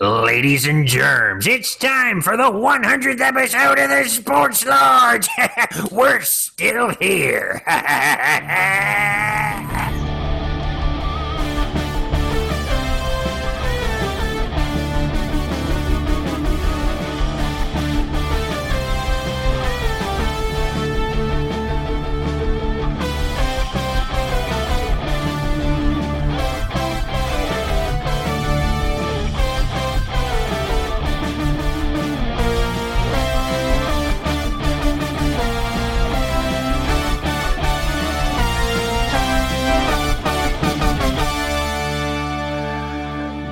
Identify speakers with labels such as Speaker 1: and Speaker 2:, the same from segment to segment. Speaker 1: Ladies and germs, it's time for the 100th episode of the Sports Lodge. We're still here.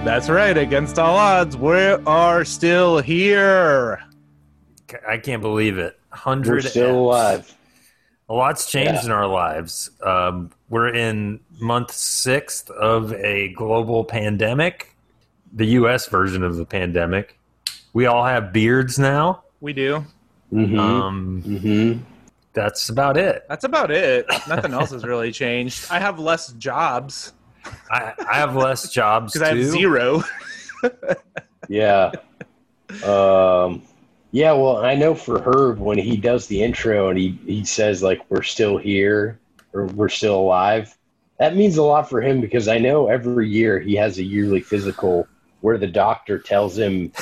Speaker 2: That's right. Against all odds, we are still here.
Speaker 1: I can't believe it. 100
Speaker 3: We're still alive.
Speaker 1: A lot's changed
Speaker 3: Yeah.
Speaker 1: in our lives. Um, we're in month sixth of a global pandemic, the U.S. version of the pandemic. We all have beards now.
Speaker 2: We do.
Speaker 3: Mm-hmm.
Speaker 1: Um,
Speaker 3: mm-hmm.
Speaker 1: that's about it.
Speaker 2: That's about it. Nothing else has really changed. I have less jobs
Speaker 1: I, I have less jobs
Speaker 2: because I have
Speaker 1: too.
Speaker 2: zero.
Speaker 3: Yeah. um, yeah. Well, I know for Herb when he does the intro and he he says like we're still here or we're still alive. That means a lot for him because I know every year he has a yearly physical where the doctor tells him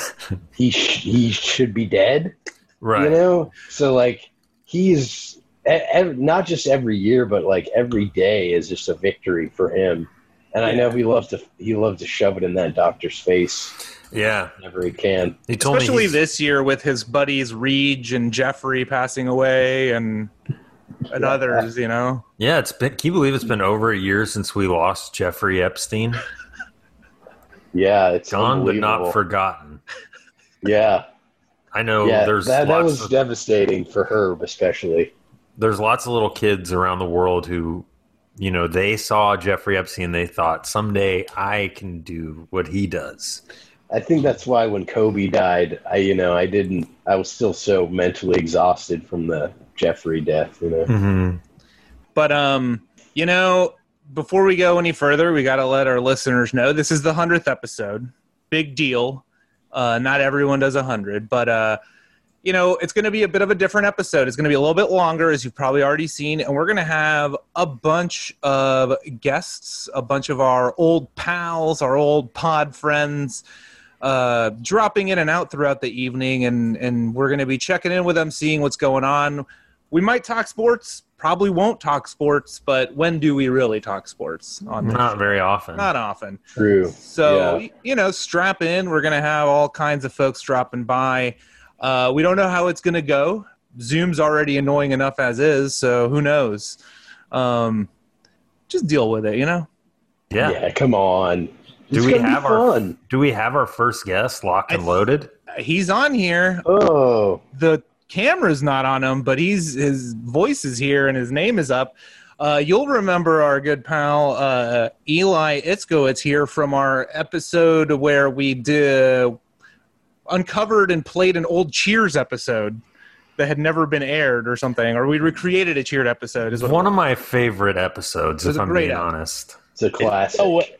Speaker 3: he sh- he should be dead.
Speaker 1: Right.
Speaker 3: You know, so like he's e- ev- not just every year, but like every day is just a victory for him. And I know he loves to he loves to shove it in that doctor's face
Speaker 1: Yeah.
Speaker 3: whenever he can.
Speaker 1: He told
Speaker 2: Especially
Speaker 1: me he's-
Speaker 2: this year with his buddies Reed and Jeffrey passing away and and
Speaker 3: Yeah.
Speaker 2: others, you know.
Speaker 1: Yeah, it's been. Can you believe it's been over a year since we lost Jeffrey Epstein?
Speaker 3: Yeah, it's
Speaker 1: Gone but not
Speaker 3: unbelievable.
Speaker 1: forgotten.
Speaker 3: Yeah,
Speaker 1: I know
Speaker 3: yeah,
Speaker 1: there's
Speaker 3: that, that
Speaker 1: lots
Speaker 3: was
Speaker 1: of
Speaker 3: devastating for Herb, especially.
Speaker 1: there's lots of little kids around the world who you know they saw jeffrey epstein and they thought someday i can do what he does
Speaker 3: I think that's why when Kobe died, I you know I didn't I was still so mentally exhausted from the Jeffrey death. You know,
Speaker 1: mm-hmm.
Speaker 2: But um, you know, before we go any further, we got to let our listeners know this is the hundredth episode. Big deal. Uh, not everyone does a hundred, but uh, you know, it's going to be a bit of a different episode. It's going to be a little bit longer, as you've probably already seen, and we're going to have a bunch of guests, a bunch of our old pals, our old pod friends. Uh, dropping in and out throughout the evening, and and we're going to be checking in with them, seeing what's going on we might talk sports probably won't talk sports but when do we really talk sports on this
Speaker 1: not
Speaker 2: show?
Speaker 1: very often
Speaker 2: not often
Speaker 3: true.
Speaker 2: so
Speaker 3: Yeah.
Speaker 2: you know strap in we're gonna have all kinds of folks dropping by uh, we don't know how it's gonna go zoom's already annoying enough as is so who knows um, just deal with it you know
Speaker 1: yeah.
Speaker 3: come on.
Speaker 1: Do
Speaker 3: It's
Speaker 1: we
Speaker 3: gonna be
Speaker 1: have our-
Speaker 3: fun.
Speaker 1: do we have our first guest locked
Speaker 2: I
Speaker 1: and
Speaker 2: th-
Speaker 1: loaded
Speaker 2: he's on here
Speaker 3: Oh,
Speaker 2: the camera's not on him, but he's his voice is here and his name is up. Uh, you'll remember our good pal uh, Eli Itzkowitz here from our episode where we did uncovered and played an old Cheers episode that had never been aired or something, or we recreated a Cheered episode. Is what
Speaker 1: one of my favorite episodes
Speaker 2: It was
Speaker 1: if
Speaker 2: a
Speaker 1: i'm
Speaker 2: great
Speaker 1: being
Speaker 2: episode.
Speaker 1: honest
Speaker 3: it's a classic.
Speaker 4: No way.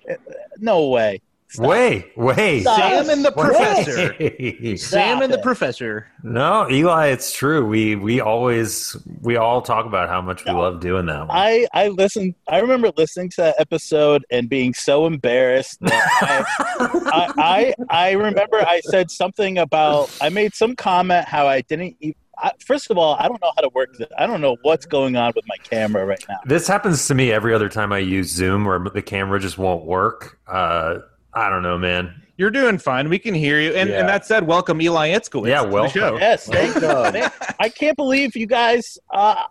Speaker 4: No way. Stop.
Speaker 1: way way
Speaker 4: Stop.
Speaker 2: Sam and the
Speaker 1: Way.
Speaker 2: Professor. Sam and the
Speaker 4: it.
Speaker 2: Professor.
Speaker 1: no eli it's true we we always we all talk about how much we love doing that one.
Speaker 4: I, I listened. I remember listening to that episode and being so embarrassed. That I, I, I I remember I said something about I made some comment how I didn't. Even, I, first of all, I don't know how to work this. I don't know what's going on with my camera right now.
Speaker 1: This happens to me every other time I use Zoom where the camera just won't work. Uh, I don't know, man.
Speaker 2: You're doing fine. We can hear you. And,
Speaker 3: Yeah.
Speaker 2: and that said, welcome Eli Itzkowitz.
Speaker 1: Yeah,
Speaker 2: to the
Speaker 1: welcome.
Speaker 2: show.
Speaker 4: Yes, thank you.
Speaker 3: Well done.
Speaker 4: I can't believe you guys uh,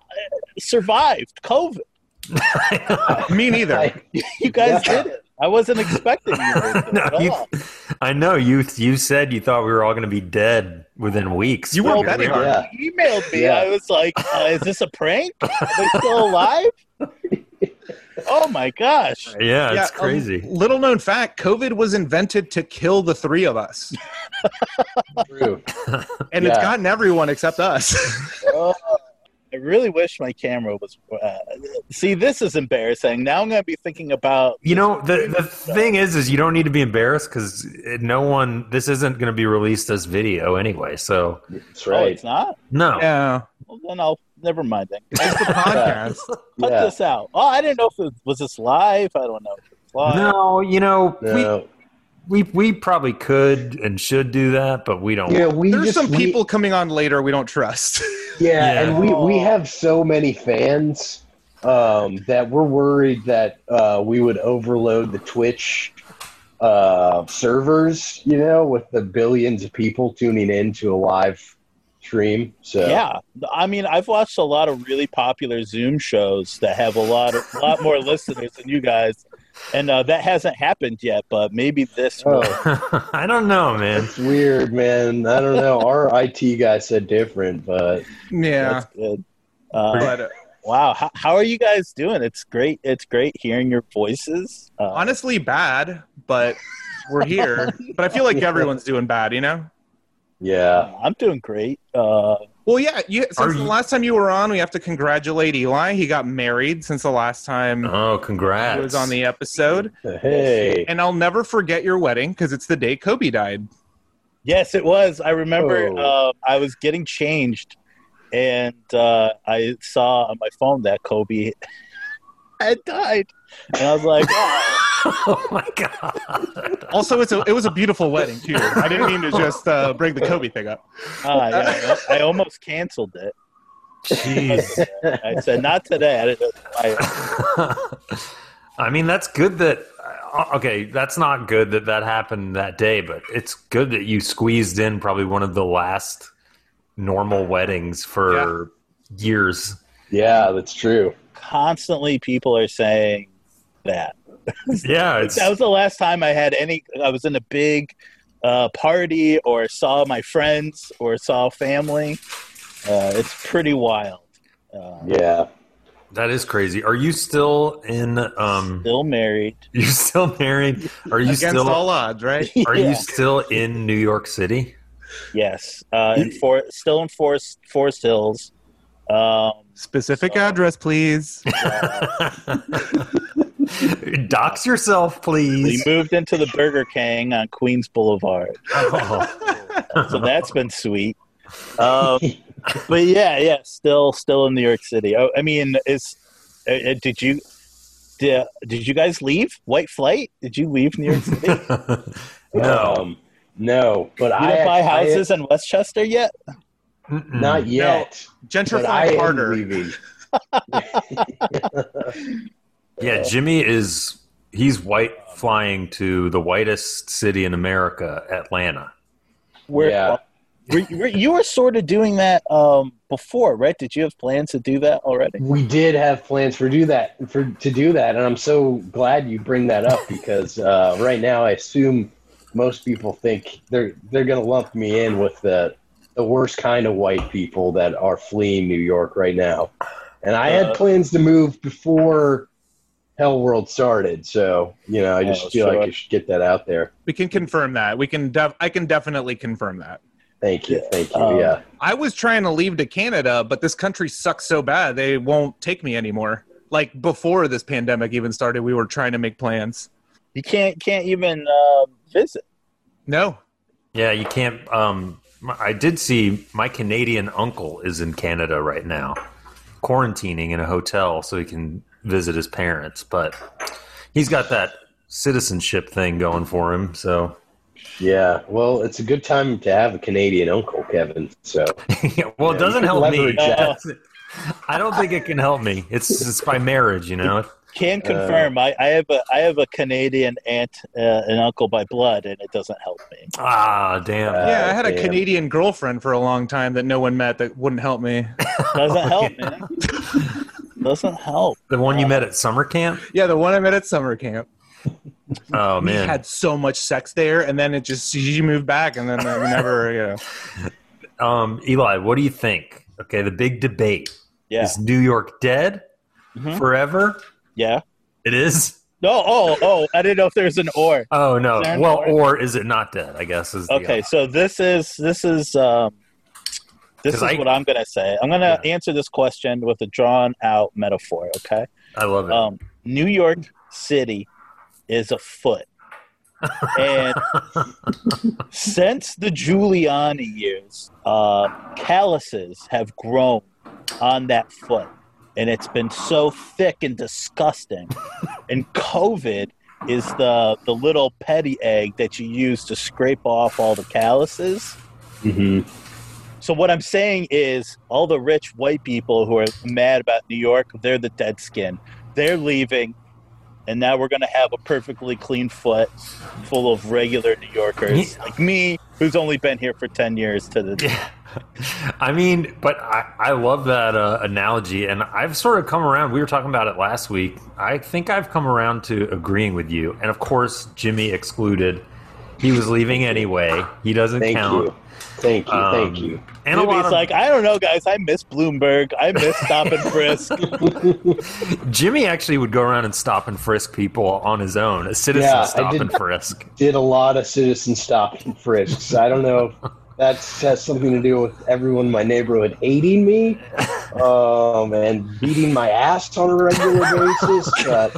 Speaker 4: survived COVID.
Speaker 2: Me neither.
Speaker 3: I-
Speaker 4: You guys
Speaker 3: Yeah.
Speaker 4: did it. I wasn't expecting you to do it
Speaker 1: No,
Speaker 4: at
Speaker 1: you-
Speaker 4: all.
Speaker 1: I know you. You said you thought we were all going to be dead within weeks.
Speaker 2: You
Speaker 1: but here
Speaker 2: were
Speaker 1: we
Speaker 2: betting
Speaker 1: are.
Speaker 2: on
Speaker 3: yeah,
Speaker 4: He emailed me.
Speaker 3: Yeah.
Speaker 4: I was like, uh, "Is this a prank? Are they still alive?" oh my gosh!
Speaker 1: Yeah, it's
Speaker 2: a
Speaker 1: crazy.
Speaker 2: um, little known fact: COVID was invented to kill the three of us,
Speaker 3: true.
Speaker 2: and it's
Speaker 3: Yeah.
Speaker 2: gotten everyone except us.
Speaker 4: Oh, I really wish my camera was. Uh, see, this is embarrassing. Now I'm going to be thinking about.
Speaker 1: You know, the, the thing is, is you don't need to be embarrassed because no one, this isn't going to be released as video anyway. So,
Speaker 3: That's
Speaker 4: Oh,
Speaker 3: right.
Speaker 4: it's not.
Speaker 1: no.
Speaker 2: Yeah,
Speaker 4: Well, then I'll never mind. Then
Speaker 2: it's the podcast.
Speaker 4: cut
Speaker 3: yeah.
Speaker 4: this out. Oh, I didn't know if it was this live. I don't know. If it was live.
Speaker 1: No, you know,
Speaker 3: No.
Speaker 1: we, we, we probably could and should do that, but we don't.
Speaker 3: yeah, we
Speaker 2: There's
Speaker 3: just,
Speaker 2: some
Speaker 3: we-
Speaker 2: people coming on later we don't trust.
Speaker 3: yeah,
Speaker 1: Yeah.
Speaker 3: and we we have so many fans um, that we're worried that uh, we would overload the Twitch uh, servers. You know, with the billions of people tuning in to a live stream. So
Speaker 4: Yeah, I mean, I've watched a lot of really popular Zoom shows that have a lot of, lot more listeners than you guys, and uh, that hasn't happened yet. But maybe this will.
Speaker 3: Oh,
Speaker 1: I don't know, man.
Speaker 3: it's weird, man. I don't know. Our IT guy said different, but
Speaker 2: yeah,
Speaker 4: That's good. Uh,
Speaker 2: but uh,
Speaker 4: wow, how, how are you guys doing? It's great. It's great hearing your voices. Uh,
Speaker 2: honestly, bad. But we're here. But I feel like everyone's doing bad. You know.
Speaker 3: yeah,
Speaker 4: Oh, I'm doing great. Uh,
Speaker 2: Well, yeah. You, since
Speaker 1: Are
Speaker 2: the
Speaker 1: you-
Speaker 2: last time you were on, we have to congratulate Eli. He got married since the last time
Speaker 1: Oh,
Speaker 2: he
Speaker 1: congrats.
Speaker 2: was on the episode.
Speaker 3: hey,
Speaker 2: And I'll never forget your wedding because it's the day Kobe died.
Speaker 4: Yes, it was. I remember
Speaker 3: Oh.
Speaker 4: uh, I was getting changed, and uh, I saw on my phone that Kobe had died, and I was like,
Speaker 1: oh, my God.
Speaker 2: Also, it's a, it was a beautiful wedding too. I didn't mean to just uh, bring the Kobe thing up.
Speaker 4: ah, yeah, I I almost canceled it.
Speaker 1: Jeez.
Speaker 4: I said, not today. I didn't, I,
Speaker 1: I mean, that's good that. uh, Okay, that's not good that that happened that day, but it's good that you squeezed in probably one of the last normal weddings for years.
Speaker 3: yeah, that's true.
Speaker 4: constantly, people are saying that.
Speaker 1: Yeah, it's
Speaker 4: That was the last time I had any. I was in a big uh, party, or saw my friends, or saw family. Uh, it's pretty wild. Uh,
Speaker 3: Yeah,
Speaker 1: that is crazy. Are you still in? Um,
Speaker 4: Still married.
Speaker 1: you still married? Are you
Speaker 2: Against
Speaker 1: still?
Speaker 2: all odds, right?
Speaker 1: are
Speaker 4: Yeah.
Speaker 1: you still in New York City?
Speaker 4: Yes, uh, in for, still in Forest Forest Hills. Um,
Speaker 2: Specific address, please.
Speaker 4: uh,
Speaker 1: Dox yourself,
Speaker 4: we
Speaker 1: please.
Speaker 4: moved into the Burger King on Queens Boulevard, so that's been sweet. Um, but yeah, yeah, still still in New York City. Oh, I mean, it's uh, uh, did you did, did you guys leave White Flight? Did you leave New York City? You
Speaker 1: no,
Speaker 3: Um, no, but I
Speaker 4: don't buy
Speaker 3: act- I-
Speaker 4: houses in Westchester yet?
Speaker 1: Mm-mm.
Speaker 3: not yet. but I
Speaker 2: Gentrifying
Speaker 3: am
Speaker 2: harder.
Speaker 3: leaving.
Speaker 1: Yeah, Jimmy is he's white flying to the whitest city in America, Atlanta.
Speaker 4: Where uh,
Speaker 3: Yeah.
Speaker 4: were, were, you were sort of doing that um, before, right? Did you have plans to do that already?
Speaker 3: We did have plans for do that for to do that, and I'm so glad you bring that up because uh, right now I assume most people think they're they're gonna lump me in with the the worst kind of white people that are fleeing New York right now. And I
Speaker 4: Uh,
Speaker 1: Uh-huh.
Speaker 3: had plans to move before Hell World started, so you know I just
Speaker 4: Oh,
Speaker 3: feel like
Speaker 4: sure.
Speaker 3: I should get that out there.
Speaker 2: We can confirm that. We can. Def- I can definitely confirm that.
Speaker 3: Thank you, thank you.
Speaker 4: Um,
Speaker 3: Oh, yeah,
Speaker 2: I was trying to leave to Canada, but this country sucks so bad they won't take me anymore. Like before this pandemic even started, we were trying to make plans.
Speaker 4: You can't can't even um visit.
Speaker 2: No,
Speaker 1: Yeah, you can't. Um, my- I did see my Canadian uncle is in Canada right now, quarantining in a hotel so he can visit his parents. But he's got that citizenship thing going for him. So
Speaker 3: yeah. Well, it's a good time to have a Canadian uncle, Kevin. So
Speaker 1: Yeah, well,
Speaker 3: Yeah, you
Speaker 1: it doesn't
Speaker 3: could
Speaker 1: help me.
Speaker 3: leverage that.
Speaker 1: I don't think it can help me. It's it's by marriage, you know. Uh,
Speaker 4: Can confirm. I, I have a I have a Canadian aunt uh, and uncle by blood, and it doesn't help me.
Speaker 1: Ah, damn.
Speaker 3: Uh,
Speaker 2: yeah, I had a
Speaker 3: damn.
Speaker 2: Canadian girlfriend for a long time that no one met that wouldn't help me.
Speaker 4: Doesn't help, man. Doesn't help.
Speaker 1: the one you met at summer camp.
Speaker 2: Yeah, the one I met at summer camp.
Speaker 1: Oh
Speaker 2: We
Speaker 1: man,
Speaker 2: had so much sex there, and then it just she moved back, and then I never, you know.
Speaker 1: um, Eli, what do you think? Okay, the big debate
Speaker 4: Yeah,
Speaker 1: is New York dead
Speaker 4: Mhm.
Speaker 1: forever?
Speaker 4: yeah.
Speaker 1: It is.
Speaker 4: No, oh, oh. I didn't know if there's an or.
Speaker 1: Oh no.
Speaker 4: Is there an
Speaker 1: Well,
Speaker 4: or?
Speaker 1: or is it not dead? I guess is the
Speaker 4: Okay, so this is this is um, This
Speaker 1: 'Cause
Speaker 4: is
Speaker 1: I-
Speaker 4: what I'm going to say. I'm going to answer this question with a drawn out metaphor, okay?
Speaker 1: I love it.
Speaker 4: Um, New York City is a foot. and since the Giuliani years, uh, calluses have grown on that foot. And it's been so thick and disgusting. and COVID is the, the little petty egg that you use to scrape off all the calluses.
Speaker 3: hmm
Speaker 4: So what I'm saying is, all the rich white people who are mad about New York, they're the dead skin. They're leaving, and now we're gonna have a perfectly clean foot full of regular New Yorkers like me, who's only been here for ten years. To the
Speaker 1: Yeah. I mean, but I, I love that uh, analogy, and I've sort of come around. We were talking about it last week. I think I've come around to agreeing with you, and of course, Jimmy excluded. He was leaving anyway. He doesn't
Speaker 3: Thank
Speaker 1: count.
Speaker 3: you. Thank you.
Speaker 1: Um,
Speaker 3: thank you.
Speaker 1: And a
Speaker 4: Maybe
Speaker 1: lot
Speaker 4: it's
Speaker 1: of
Speaker 4: like I don't know, guys. I miss Bloomberg. I miss Stop and Frisk.
Speaker 1: Jimmy actually would go around and stop and frisk people on his own. A citizen
Speaker 3: Yeah, I
Speaker 1: stop
Speaker 3: did-
Speaker 1: and frisk.
Speaker 3: Did a lot of citizen stop and frisks. I don't know if that has something to do with everyone in my neighborhood hating me um, and beating my ass on a regular basis, but,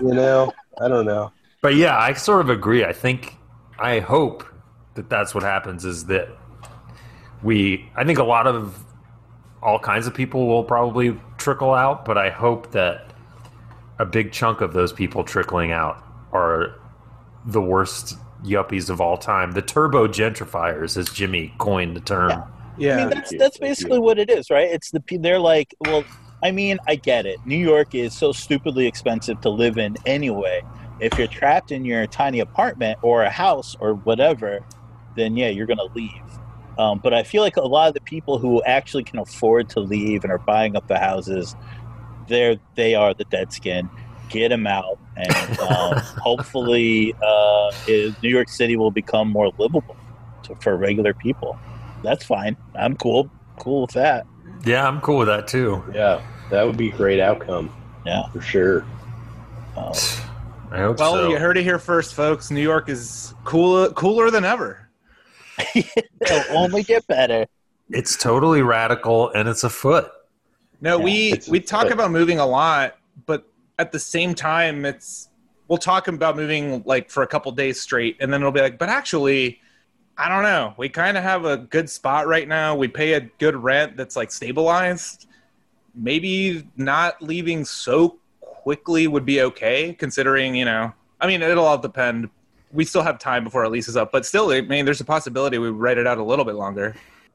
Speaker 3: you know, I don't know.
Speaker 1: But yeah, I sort of agree. I think I hope that that's what happens is that we I think a lot of all kinds of people will probably trickle out, but I hope that a big chunk of those people trickling out are the worst yuppies of all time, the turbo gentrifiers as Jimmy coined the term.
Speaker 4: Yeah.
Speaker 2: Yeah.
Speaker 4: I mean, that's
Speaker 3: you,
Speaker 4: that's
Speaker 3: thank
Speaker 4: basically
Speaker 3: you.
Speaker 4: what it is, right? It's the pe- they're like, well, I mean, I get it. New York is so stupidly expensive to live in anyway. If you're trapped in your tiny apartment or a house or whatever, then yeah, you're gonna leave. Um, but I feel like a lot of the people who actually can afford to leave and are buying up the houses, they're they are the dead skin. Get them out, and um, hopefully, uh, is, New York City will become more livable to, for regular people that's fine. I'm cool. Cool with that.
Speaker 1: Yeah, I'm cool with that too.
Speaker 3: Yeah, that would be a great outcome.
Speaker 4: Yeah.
Speaker 3: For sure.
Speaker 4: Um,
Speaker 1: I hope
Speaker 2: Well,
Speaker 1: so.
Speaker 2: you heard it here first, folks. New York is cool, cooler than ever.
Speaker 4: it'll only get better.
Speaker 1: It's totally radical and it's a foot.
Speaker 2: No,
Speaker 4: Yeah,
Speaker 2: we
Speaker 3: it's-
Speaker 2: we talk
Speaker 3: but-
Speaker 2: about moving a lot, but at the same time, it's we'll talk about moving like for a couple days straight, and then it'll be like, but actually, I don't know. We kind of have a good spot right now. We pay a good rent that's like stabilized. Maybe not leaving so quickly would be okay, considering you know. I mean, it'll all depend. We still have time before our lease is up, but still, I mean, there's a possibility we write it out a little bit longer.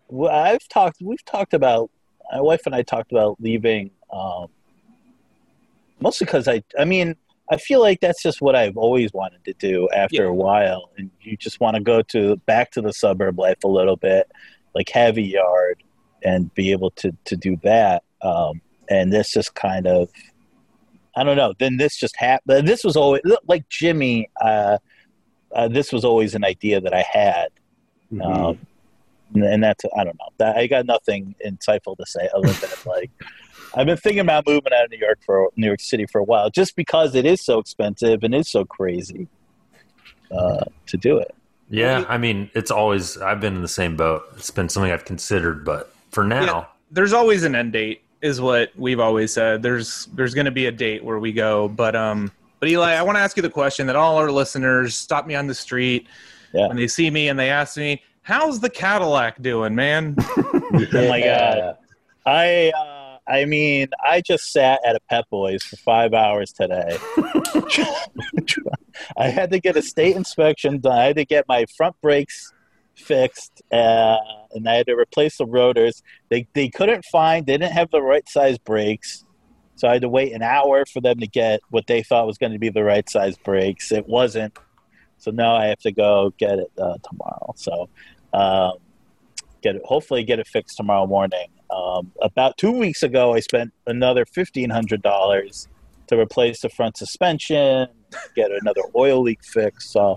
Speaker 4: Well, I've talked. We've talked about. My wife and I talked about leaving. Um, mostly because I. I mean, I feel like that's just what I've always wanted to do. After
Speaker 2: Yeah.
Speaker 4: a while, and you just want to go to back to the suburb life a little bit, like heavy yard, and be able to to do that. Um, and this just kind of. I don't know. Then this just happened. This was always like Jimmy. Uh, uh, this was always an idea that I had. Um, and that's I don't know. That, I got nothing insightful to say other than like I've been thinking about moving out of New York for New York City for a while, just because it is so expensive and is so crazy uh, to do it.
Speaker 1: Yeah, I mean, it's always I've been in the same boat. It's been something I've considered, but for now,
Speaker 2: there's always an end date is what we've always said there's there's going to be a date where we go but um but eli i want to ask you the question that all our listeners stop me on the street
Speaker 4: Yeah.
Speaker 2: when they see me and they ask me how's the cadillac doing man
Speaker 4: Oh my God. I uh, I mean I just sat at a Pet Boys for five hours today. I had to get a state inspection done. I had to get my front brakes fixed, uh, and I had to replace the rotors. They they couldn't find. They didn't have the right size brakes, so I had to wait an hour for them to get what they thought was going to be the right size brakes. It wasn't. So now I have to go get it uh, tomorrow. So. Um, get it hopefully get it fixed tomorrow morning um, about two weeks ago i spent another $1500 to replace the front suspension get another oil leak fixed so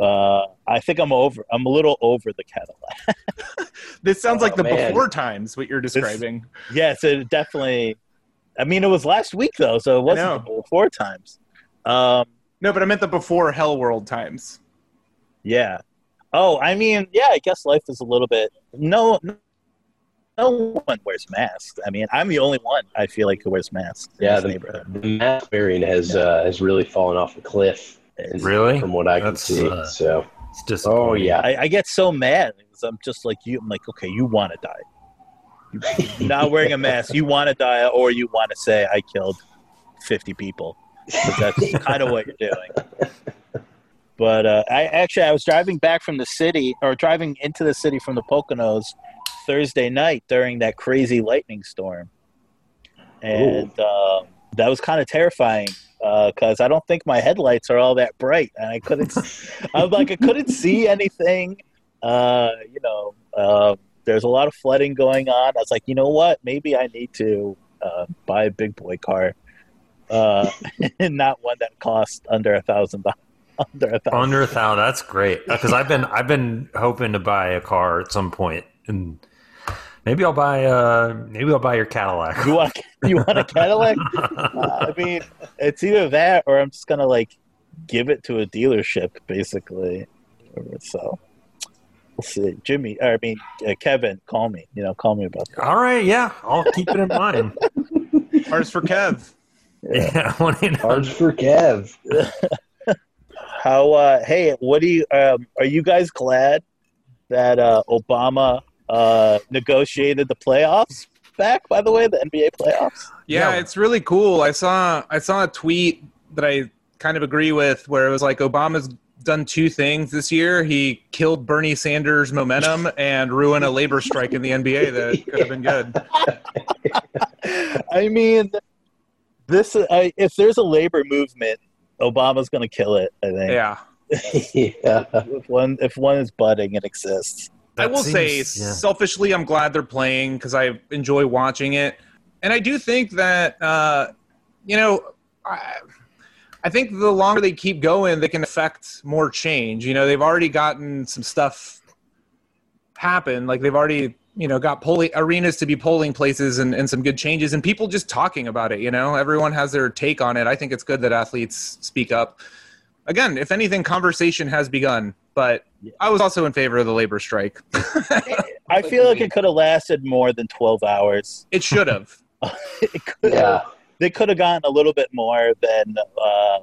Speaker 4: uh, i think i'm over i'm a little over the cadillac
Speaker 2: this sounds like
Speaker 3: Oh,
Speaker 2: the
Speaker 3: man.
Speaker 2: before times what you're describing
Speaker 4: yes it definitely i mean it was last week though so it wasn't
Speaker 2: know.
Speaker 4: four times um,
Speaker 2: no but i meant the before hell world times
Speaker 4: Yeah. Oh, I mean, yeah, I guess life is a little bit no no one wears masks. I mean, I'm the only one I feel like who wears masks. in
Speaker 3: Yeah,
Speaker 4: this
Speaker 3: the-
Speaker 4: neighborhood.
Speaker 3: The mask variant has uh, has really fallen off a cliff. is-
Speaker 5: Really?
Speaker 3: From what I can
Speaker 5: That's,
Speaker 3: see.
Speaker 5: uh,
Speaker 3: so,
Speaker 5: It's disappointing.
Speaker 3: oh yeah,
Speaker 4: I, I get so mad because I'm just like you. I'm like, okay, you want to die. You're not wearing a mask, you want to die, or you want to say I killed 50 people. 'Cause that's kind of what you're doing. But uh, I actually I was driving back from the city or driving into the city from the Poconos Thursday night during that crazy lightning storm, and um that was kind of terrifying because I don't think my headlights are all that bright, and I couldn't. I'm like I couldn't see anything. Uh, you know, uh, there's a lot of flooding going on. I was like, you know what? Maybe I need to uh, buy a big boy car, uh, and not one that costs under a thousand dollars. Under a thousand.
Speaker 5: Under a thousand. That's great because I've been I've been hoping to buy a car at some point, and maybe I'll buy uh maybe I'll buy your Cadillac.
Speaker 4: You want you want a Cadillac? I mean, it's either that or I'm just gonna like give it to a dealership, basically. So we'll see, Jimmy. Or I mean, uh, Kevin, call me. You know, call me about that.
Speaker 5: All right, yeah, I'll keep it in mind.
Speaker 2: Ours for Kev.
Speaker 5: yeah, I want you to-
Speaker 3: cards for Kev.
Speaker 4: How? Uh, hey, what do you? Um, are you guys glad that uh, Obama uh, negotiated the playoffs back? By the way, the NBA playoffs.
Speaker 2: Yeah,
Speaker 5: Yeah.
Speaker 2: it's really cool. I saw I saw a tweet that I kind of agree with where it was like Obama's done two things this year. He killed Bernie Sanders' momentum and ruined a labor strike in the NBA that could have been good.
Speaker 4: I mean, this. I, if there's a labor movement, Obama's going to kill it. I think.
Speaker 2: Yeah.
Speaker 3: yeah.
Speaker 4: If one, if one is budding, it exists.
Speaker 2: I
Speaker 5: that
Speaker 2: will say
Speaker 5: seems- yeah.
Speaker 2: selfishly I'm glad they're playing because I enjoy watching it. And I do think that uh, you know, I, I think the longer they keep going, they can affect more change. You know, they've already gotten some stuff happen. Like they've already, you know, got polling arenas to be polling places and, and some good changes and people just talking about it, you know. Everyone has their take on it. I think it's good that athletes speak up. Again, if anything, conversation has begun, but I was also in favor of the labor strike.
Speaker 4: I feel like it could have lasted more than twelve hours.
Speaker 2: It should have.
Speaker 4: It could.
Speaker 3: Yeah.
Speaker 4: They could have gotten a little bit more than. Um,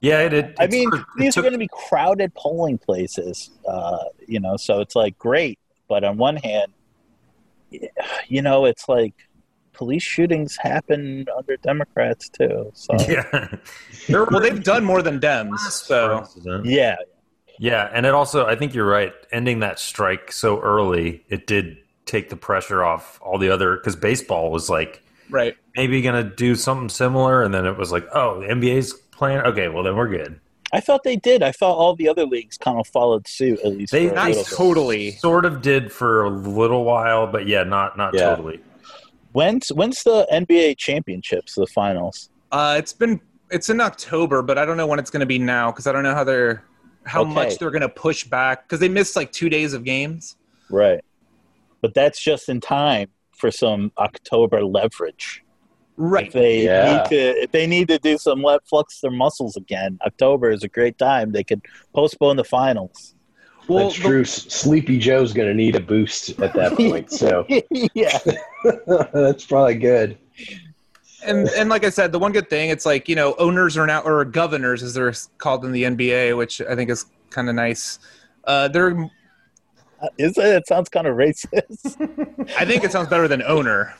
Speaker 5: yeah, it. it
Speaker 4: I
Speaker 5: it's
Speaker 4: mean,
Speaker 5: hard. It
Speaker 4: these
Speaker 5: took-
Speaker 4: are going to be crowded polling places. Uh, you know, so it's like great, but on one hand, you know, it's like police shootings happen under Democrats too. So
Speaker 5: yeah. There
Speaker 2: Well,
Speaker 5: were
Speaker 2: they've done more than Dems, so
Speaker 5: precedent.
Speaker 4: yeah.
Speaker 5: Yeah, and it also I think you're right. Ending that strike so early, it did take the pressure off all the other because baseball was like
Speaker 2: right.
Speaker 5: maybe going to do something similar, and then it was like, oh, the NBA's plan. Okay, well then we're good.
Speaker 4: I thought they did. I thought all the other leagues kind of followed suit at least.
Speaker 5: They-
Speaker 4: for a
Speaker 5: Not
Speaker 2: Not
Speaker 4: little bit.
Speaker 2: totally.
Speaker 5: Sort of did for a little while, but yeah, not not
Speaker 3: Yeah.
Speaker 5: totally.
Speaker 4: When's when's the NBA championships, the finals?
Speaker 2: Uh, it's been it's in October, but I don't know when it's going to be now because I don't know how they're how
Speaker 4: Okay.
Speaker 2: much they're going to push back because they missed like two days of games.
Speaker 4: Right. But that's just in time for some October leverage. If
Speaker 2: Right.
Speaker 4: they
Speaker 3: Yeah.
Speaker 4: need to if they need to do some let flex their muscles again, October is a great time. They could postpone the finals.
Speaker 2: Well,
Speaker 3: That's true. S- Sleepy Joe's going to need a boost at that point. So
Speaker 4: yeah.
Speaker 3: that's probably good.
Speaker 2: the- and and like I said, the one good thing it's like you know owners are now or governors as they're called in the NBA, which I think is kind of nice. Uh, they're
Speaker 4: Uh, Is it, it sounds kind of racist.
Speaker 2: I think it sounds better than owner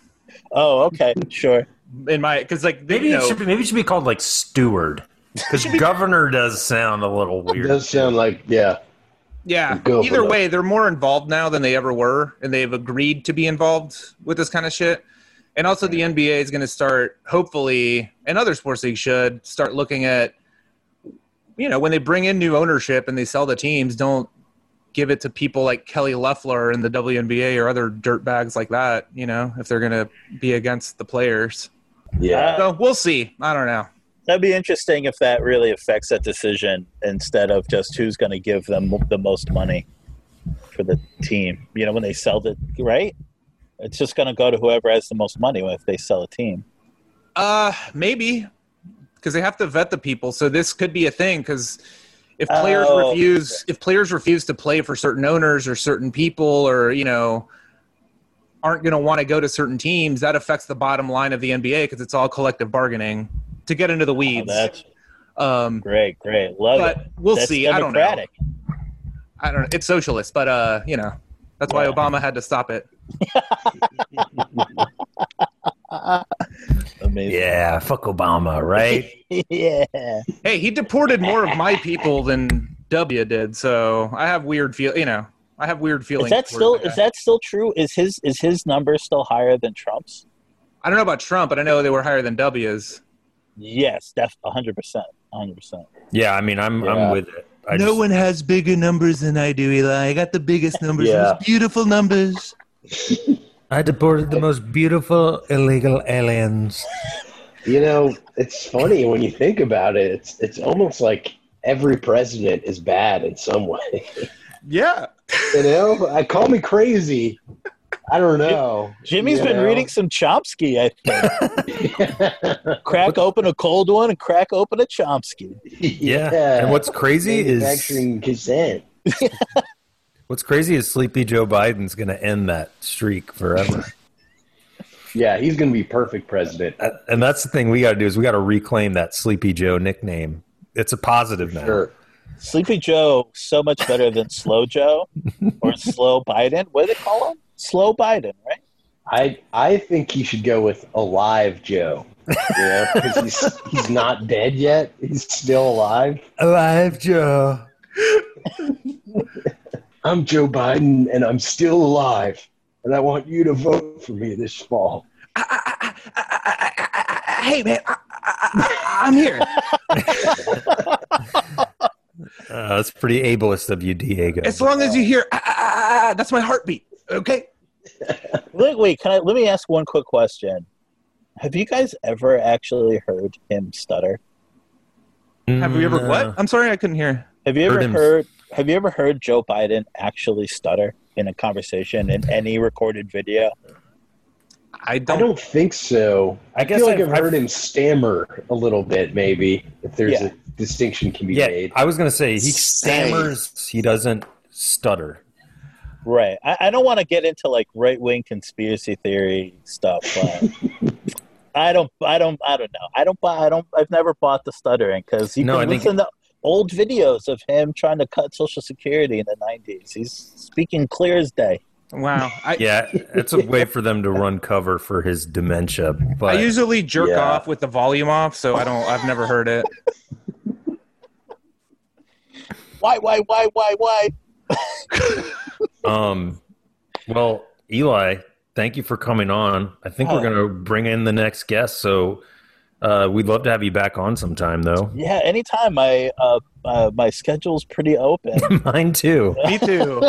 Speaker 4: oh, okay. Sure.
Speaker 2: in my because like they
Speaker 5: Maybe
Speaker 2: you know,
Speaker 5: it should be, maybe it should be called like steward because governor does sound a little
Speaker 3: It
Speaker 5: weird.
Speaker 3: does sound like, yeah.
Speaker 2: Yeah.
Speaker 3: Go for
Speaker 2: Either
Speaker 3: that.
Speaker 2: way, they're more involved now than they ever were, and they've agreed to be involved with this kind of shit. And also, the NBA is going to start, hopefully, and other sports leagues should start looking at, you know, when they bring in new ownership and they sell the teams, don't give it to people like Kelly Loeffler and the WNBA or other dirtbags like that, you know, if they're going to be against the players.
Speaker 3: Yeah.
Speaker 2: So we'll see. I don't know.
Speaker 4: That'd be interesting if that really affects that decision instead of just who's going to give them the most money for the team. You know, when they sell the right, it's just going to go to whoever has the most money if they sell a team.
Speaker 2: Uh, maybe because they have to vet the people. So this could be a thing because if players
Speaker 4: Oh.
Speaker 2: refuse, if players refuse to play for certain owners or certain people, or you know, aren't going to want to go to certain teams, that affects the bottom line of the NBA because it's all collective bargaining. To get into the
Speaker 4: Oh,
Speaker 2: weeds,
Speaker 4: that's
Speaker 2: um,
Speaker 4: great, great. Love it.
Speaker 2: but we'll
Speaker 4: That's
Speaker 2: see. I don't know.
Speaker 4: democratic.
Speaker 2: I don't know. It's socialist, but uh, you know, that's why
Speaker 4: Yeah.
Speaker 2: Obama had to stop it.
Speaker 4: Amazing.
Speaker 1: Yeah, fuck Obama, right?
Speaker 4: Yeah.
Speaker 2: Hey, he deported more of my people than W did, so I have weird feel. You know, I have weird feelings.
Speaker 4: Is that
Speaker 2: towards
Speaker 4: still
Speaker 2: the guy.
Speaker 4: is that still true? Is his is his number still higher than Trump's?
Speaker 2: I don't know about Trump, but I know they were higher than W's.
Speaker 4: Yes, def hundred percent. hundred percent.
Speaker 1: yeah, I mean, I'm
Speaker 3: Yeah.
Speaker 1: I'm with it. I
Speaker 2: no
Speaker 1: just-
Speaker 2: one has bigger numbers than I do, Eli. I got the biggest numbers,
Speaker 3: Yeah.
Speaker 2: most beautiful numbers.
Speaker 1: I deported the most beautiful illegal aliens.
Speaker 3: You know, it's funny when you think about it. It's it's almost like every president is bad in some way.
Speaker 2: Yeah.
Speaker 3: You know, I call me crazy. I don't know.
Speaker 4: Jimmy's
Speaker 3: you
Speaker 4: been
Speaker 3: know?
Speaker 4: reading some Chomsky, I think. crack open a cold one and crack open a Chomsky.
Speaker 1: Yeah. And what's crazy is
Speaker 3: manufacturing consent?
Speaker 1: what's crazy is Sleepy Joe Biden's going to end that streak forever.
Speaker 3: Yeah, he's going to be perfect president.
Speaker 1: Uh, and that's the thing we got to do is we got to reclaim that Sleepy Joe nickname. It's a positive now.
Speaker 3: Sure.
Speaker 4: Sleepy Joe so much better than Slow Joe or Slow Biden. What do they call him? Slow Biden, right?
Speaker 3: I I think he should go with alive Joe. You know, 'cause he's he's not dead yet. He's still alive.
Speaker 1: Alive Joe.
Speaker 3: I'm Joe Biden, and I'm still alive. And I want you to vote for me this fall.
Speaker 2: Uh, Hey, man, I, am here.
Speaker 1: Uh, that's pretty ableist of you, Diego.
Speaker 2: As long as you hear, "Ah, ah, ah, ah," that's my heartbeat. Okay.
Speaker 4: Wait, wait, can I let me ask one quick question? Have you guys ever actually heard him stutter?
Speaker 2: Have we ever what? I'm sorry, I couldn't hear.
Speaker 4: Have you
Speaker 1: Mm, Heard
Speaker 4: ever
Speaker 1: him-
Speaker 4: heard have you ever heard Joe Biden actually stutter in a conversation in any recorded video?
Speaker 2: I don't.
Speaker 3: I don't think so.
Speaker 1: I
Speaker 3: I,
Speaker 1: guess
Speaker 3: feel like
Speaker 1: I've-
Speaker 3: I've, heard
Speaker 1: I've-
Speaker 3: him stammer a little bit, maybe. If there's
Speaker 4: Yeah.
Speaker 3: a distinction can be
Speaker 1: Yeah,
Speaker 3: made.
Speaker 1: I was going to say he
Speaker 3: Same.
Speaker 1: stammers. He doesn't stutter.
Speaker 4: Right. I, I don't want to get into like right wing conspiracy theory stuff, but I don't I don't I don't know. I don't buy I don't I've never bought the stuttering because you
Speaker 1: No, I
Speaker 4: can
Speaker 1: think-
Speaker 4: listen to old videos of him trying to cut social security in the nineties. He's speaking clear as day.
Speaker 2: Wow. I,
Speaker 1: Yeah, it's a way for them to run cover for his dementia. But
Speaker 2: I usually jerk
Speaker 3: Yeah.
Speaker 2: off with the volume off, so I don't. I've never heard it.
Speaker 4: Why, why, why, why, why?
Speaker 1: Um, well, Eli, thank you for coming on. I think we're
Speaker 4: Oh.
Speaker 1: going to bring in the next guest. So uh, we'd love to have you back on sometime, though.
Speaker 4: Yeah, anytime. My uh, uh, my schedule's pretty open,
Speaker 1: Mine too.
Speaker 2: Me too.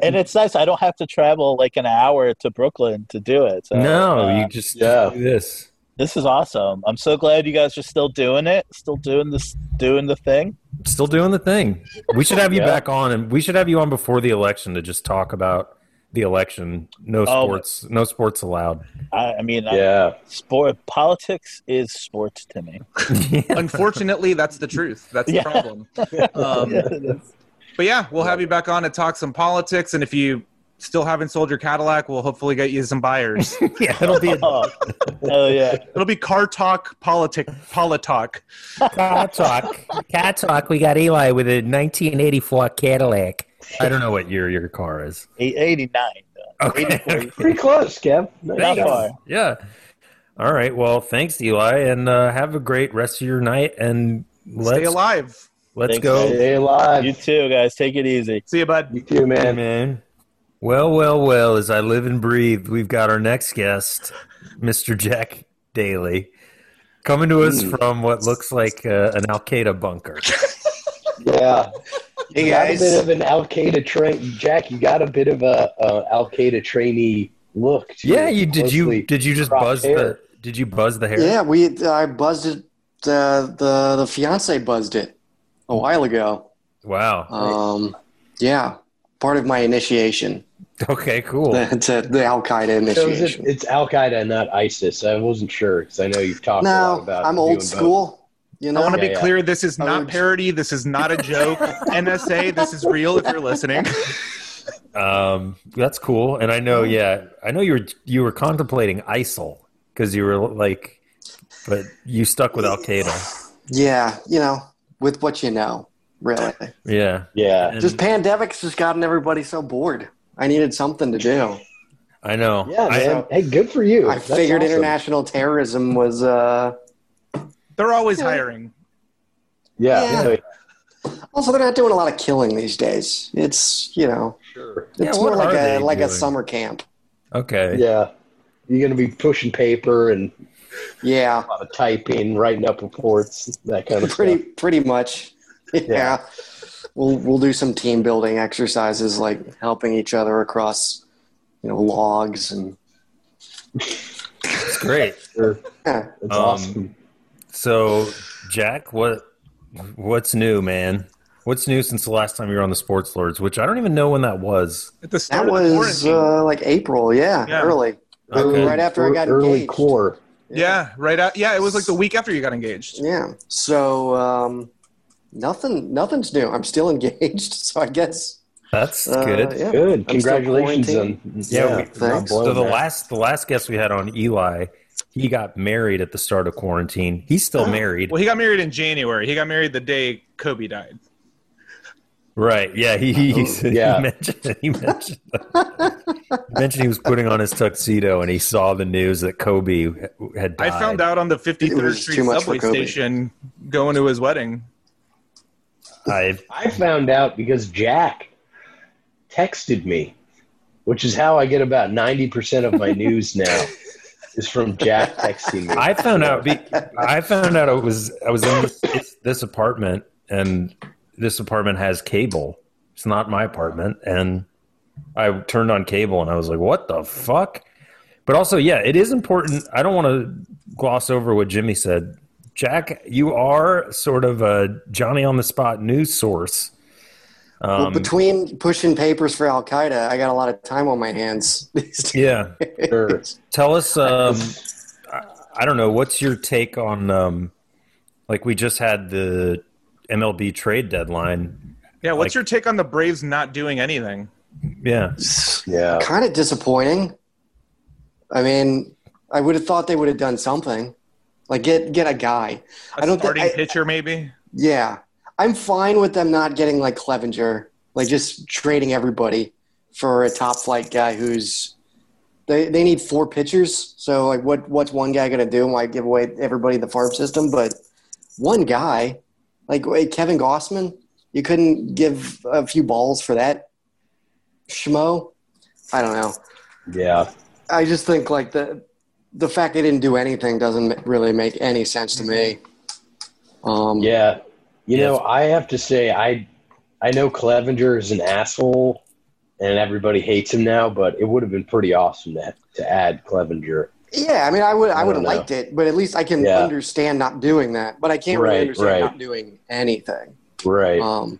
Speaker 4: and it's nice. I don't have to travel like an hour to Brooklyn to do it. So,
Speaker 1: no,
Speaker 4: uh,
Speaker 1: you just
Speaker 3: yeah.
Speaker 1: do this.
Speaker 4: this is awesome. I'm so glad you guys are still doing it, still doing this, doing the thing.
Speaker 1: Still doing the thing. We should have you
Speaker 3: Yeah.
Speaker 1: back on, and we should have you on before the election to just talk about the election. No
Speaker 4: Oh.
Speaker 1: sports. No sports allowed.
Speaker 4: I, I mean, I,
Speaker 3: yeah.
Speaker 4: sport politics is sports to me.
Speaker 2: Unfortunately, that's the truth. That's
Speaker 4: Yeah.
Speaker 2: the problem. Um, But yeah, we'll have you back on to talk some politics, and if you still haven't sold your Cadillac, we'll hopefully get you some buyers.
Speaker 1: yeah, it'll be a
Speaker 4: oh, oh, yeah,
Speaker 2: It'll be car talk, politic, politalk.
Speaker 1: cat talk. Cat talk. We got Eli with a 1984 Cadillac. I don't know what year your car is.
Speaker 4: Eight- 89.
Speaker 1: Okay.
Speaker 4: 84.
Speaker 3: Pretty close, Kev.
Speaker 4: Not
Speaker 1: Thanks.
Speaker 4: far.
Speaker 1: Yeah. All right. Well, thanks, Eli, and uh, have a great rest of your night. And
Speaker 2: Stay
Speaker 1: let's
Speaker 2: alive.
Speaker 1: let's
Speaker 4: Thanks,
Speaker 1: go,
Speaker 3: Stay alive.
Speaker 4: You
Speaker 3: You,
Speaker 4: too, guys. Take it easy.
Speaker 2: See you, bud.
Speaker 3: too, man.
Speaker 1: man. Well, well, well. As I live and breathe, we've got our next guest, Mr. Jack Daly, coming to
Speaker 2: Hmm.
Speaker 1: us from what looks like uh, an Al Qaeda bunker.
Speaker 3: Yeah.
Speaker 6: Hey,
Speaker 3: you got a
Speaker 6: guys.
Speaker 3: bit of an Al Qaeda train, Jack. You got a bit of a, uh Al Qaeda trainee look. to
Speaker 1: Yeah.
Speaker 3: your
Speaker 1: You did you
Speaker 3: closely
Speaker 1: did you just
Speaker 3: cropped
Speaker 1: buzz the
Speaker 3: hair.
Speaker 1: did you buzz the hair?
Speaker 6: Yeah, we I buzzed it. The the the fiance buzzed it a while ago.
Speaker 1: Wow.
Speaker 6: Um, yeah, part of my initiation.
Speaker 1: Okay. Cool.
Speaker 6: to the Al Qaeda
Speaker 3: So is it,
Speaker 6: initiation.
Speaker 3: it's Al Qaeda, not ISIS. I wasn't sure because I know you've talked a lot
Speaker 6: no,
Speaker 3: about.
Speaker 6: I'm
Speaker 3: doing
Speaker 6: old
Speaker 3: both.
Speaker 6: school. You
Speaker 2: I
Speaker 6: know,
Speaker 2: want to
Speaker 3: Yeah,
Speaker 2: be
Speaker 3: yeah.
Speaker 2: clear. This is
Speaker 6: I
Speaker 2: not
Speaker 6: would-
Speaker 2: parody. This is not a joke. NSA, this is real. If you're listening,
Speaker 1: Um, that's cool. And I know, yeah, I know you were you were contemplating ISIL because you were like, but you stuck with Al Qaeda.
Speaker 6: Yeah, you know, with what you know, really.
Speaker 1: Yeah.
Speaker 3: Yeah.
Speaker 1: And
Speaker 6: Just pandemics has gotten everybody so bored. I needed something to do.
Speaker 1: I know.
Speaker 3: Yeah,
Speaker 1: I-
Speaker 3: man. hey, good for you.
Speaker 6: I
Speaker 3: That's
Speaker 6: figured
Speaker 3: awesome.
Speaker 6: international terrorism was. Uh,
Speaker 2: They're always hiring.
Speaker 3: Yeah.
Speaker 6: Yeah.
Speaker 3: really,
Speaker 6: also, they're not doing a lot of killing these days. It's you know,
Speaker 3: Sure.
Speaker 6: it's
Speaker 1: Yeah,
Speaker 6: more
Speaker 1: what
Speaker 6: like
Speaker 1: are they
Speaker 6: a like a
Speaker 1: doing?
Speaker 6: summer camp.
Speaker 1: okay.
Speaker 3: Yeah. You're going to be pushing paper and
Speaker 6: Yeah,
Speaker 3: a lot of typing, writing up reports, that kind of
Speaker 6: pretty
Speaker 3: stuff.
Speaker 6: pretty much. Yeah.
Speaker 3: Yeah.
Speaker 6: we'll we'll do some team building exercises like helping each other across, you know, logs and
Speaker 1: It's great.
Speaker 3: Sure.
Speaker 6: yeah.
Speaker 3: That's
Speaker 1: Um,
Speaker 3: awesome.
Speaker 1: So, Jack, what what's new, man? What's new since the last time you were on the Sports Lords? Which I don't even know when that was.
Speaker 2: At the start
Speaker 6: that
Speaker 2: of the
Speaker 6: was
Speaker 2: quarantine.
Speaker 6: uh, like April. Yeah,
Speaker 2: Yeah.
Speaker 6: early.
Speaker 1: Okay.
Speaker 6: Right after I got
Speaker 3: early
Speaker 6: engaged.
Speaker 3: core.
Speaker 2: yeah, right out. Yeah, it was like the week after you got engaged.
Speaker 6: Yeah. So um, nothing nothing's new. I'm still engaged, so I guess
Speaker 1: That's
Speaker 6: uh,
Speaker 1: good.
Speaker 6: Yeah.
Speaker 3: Good.
Speaker 6: I'm still
Speaker 3: Congratulations on
Speaker 6: quarantined.
Speaker 1: Yeah, we-
Speaker 3: not
Speaker 6: thanks.
Speaker 3: blown
Speaker 1: so the
Speaker 3: that.
Speaker 1: last the last guest we had on Eli, he got married at the start of quarantine. He's still
Speaker 3: Ah.
Speaker 1: married,
Speaker 2: Well, he got married in January. He got married the day Kobe died.
Speaker 1: right? Yeah, he he, he,
Speaker 3: Yeah.
Speaker 1: mentioned he mentioned he mentioned he was putting on his tuxedo and he saw the news that Kobe had
Speaker 2: I
Speaker 1: died.
Speaker 2: found out on the 53rd
Speaker 6: was
Speaker 2: Street
Speaker 6: too much for
Speaker 2: subway
Speaker 6: Kobe.
Speaker 2: station going to his wedding.
Speaker 1: I,
Speaker 3: I found out because Jack texted me, which is how I get about 90% of my news now, is from Jack texting me.
Speaker 1: I found out. Be, I found out it was. I was in this, this apartment, and this apartment has cable. It's not my apartment, and I turned on cable, and I was like, "What the fuck?" But also, yeah, it is important. I don't want to gloss over what Jimmy said. Jack, you are sort of a Johnny on the spot news source. Um,
Speaker 6: well, between pushing papers for Al Qaeda, I got a lot of time on my hands.
Speaker 1: yeah,
Speaker 3: Sure.
Speaker 1: tell us. Um, I don't know. What's your take on um, like we just had the MLB trade deadline?
Speaker 2: Yeah, what's
Speaker 1: Like-
Speaker 2: your take on the Braves not doing anything?
Speaker 1: Yeah,
Speaker 3: Yeah.
Speaker 6: kind of disappointing. I mean, I would have thought they would have done something. Like get get a guy.
Speaker 2: A
Speaker 6: I don't thi-
Speaker 2: starting
Speaker 6: I-
Speaker 2: pitcher, maybe.
Speaker 6: Yeah. I'm fine with them not getting like Clevenger, like just trading everybody for a top flight guy who's they, they need four pitchers. So like what what's one guy gonna do? Why give away everybody the farm system? But one guy, like wait, Kevin Gossman, you couldn't give a few balls for that schmo? I don't know.
Speaker 3: Yeah.
Speaker 6: I just think like the the fact they didn't do anything doesn't ma- really make any sense to me. Um,
Speaker 3: Yeah. You know,
Speaker 1: Yes.
Speaker 3: I have to say, I I know Clevenger is an asshole and everybody hates him now, but it would have been pretty awesome to, to add Clevenger.
Speaker 6: Yeah, I mean, I would, I,
Speaker 3: I
Speaker 6: would have
Speaker 3: don't know.
Speaker 6: liked it, but at least I can
Speaker 3: Yeah.
Speaker 6: understand not doing that. But I can't
Speaker 3: Right,
Speaker 6: really understand
Speaker 3: right.
Speaker 6: not doing anything.
Speaker 3: Right.
Speaker 6: Um,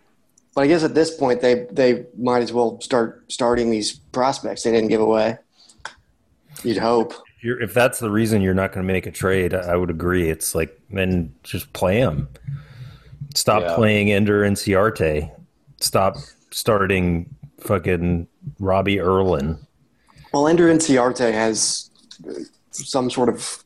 Speaker 6: but I guess at this point, they they might as well start starting these prospects they didn't give away. You'd hope.
Speaker 1: If you're, if that's the reason you're not going to make a trade, I would agree. It's like then just play him. Stop
Speaker 3: Yeah.
Speaker 1: playing Ender Inciarte. Stop starting fucking Robbie Erlin.
Speaker 6: Well, Ender Inciarte has uh, some sort of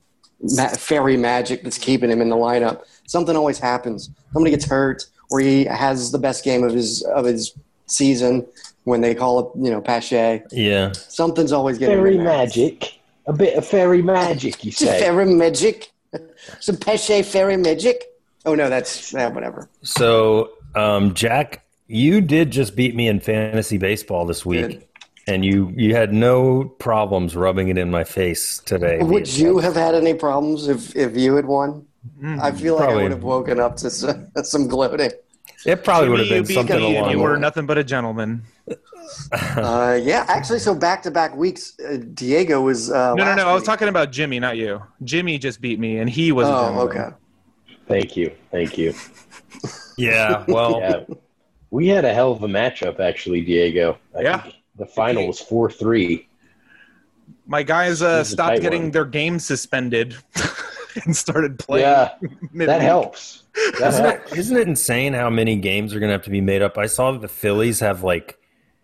Speaker 6: ma- fairy magic that's keeping him in the lineup. Something always happens. Somebody gets hurt, or he has the best game of his of his season when they call up, you know, Pache.
Speaker 1: Yeah,
Speaker 6: Something's always getting
Speaker 3: fairy
Speaker 6: in there.
Speaker 3: magic. A bit of fairy magic, you
Speaker 6: It's a
Speaker 3: say.
Speaker 6: fairy magic. Some Pache fairy magic. Oh no, that's yeah, whatever.
Speaker 1: So, um, Jack, you did just beat me in fantasy baseball this week,
Speaker 6: Good.
Speaker 1: and you you had no problems rubbing it in my face today.
Speaker 6: Would you have had any problems if, if you had won? I feel like I
Speaker 1: Mm, Probably.
Speaker 6: would have woken up to some, some gloating.
Speaker 1: It probably would have
Speaker 2: You
Speaker 1: been
Speaker 2: beat
Speaker 1: something
Speaker 2: me, and
Speaker 1: along.
Speaker 2: you
Speaker 1: the
Speaker 2: were
Speaker 1: line.
Speaker 2: nothing but a gentleman.
Speaker 6: Uh, yeah, actually, so back to back weeks, uh, Diego was. Uh,
Speaker 2: No, no,
Speaker 6: last
Speaker 2: no. I was
Speaker 6: week.
Speaker 2: talking about Jimmy, not you. Jimmy just beat me, and he was. a
Speaker 6: Oh,
Speaker 2: gentleman.
Speaker 6: okay.
Speaker 3: Thank you. Thank you.
Speaker 1: Yeah, well,
Speaker 3: Yeah. We had a hell of a matchup, actually, Diego. I
Speaker 2: Yeah.
Speaker 3: think the final was 4 3.
Speaker 2: My guys uh,
Speaker 3: was a
Speaker 2: stopped
Speaker 3: tight
Speaker 2: getting
Speaker 3: one.
Speaker 2: their game suspended and started playing.
Speaker 3: Yeah,
Speaker 2: midweek.
Speaker 3: that helps. That
Speaker 1: isn't
Speaker 3: helps.
Speaker 1: it, isn't it insane how many games are going to have to be made up? I saw that the Phillies have like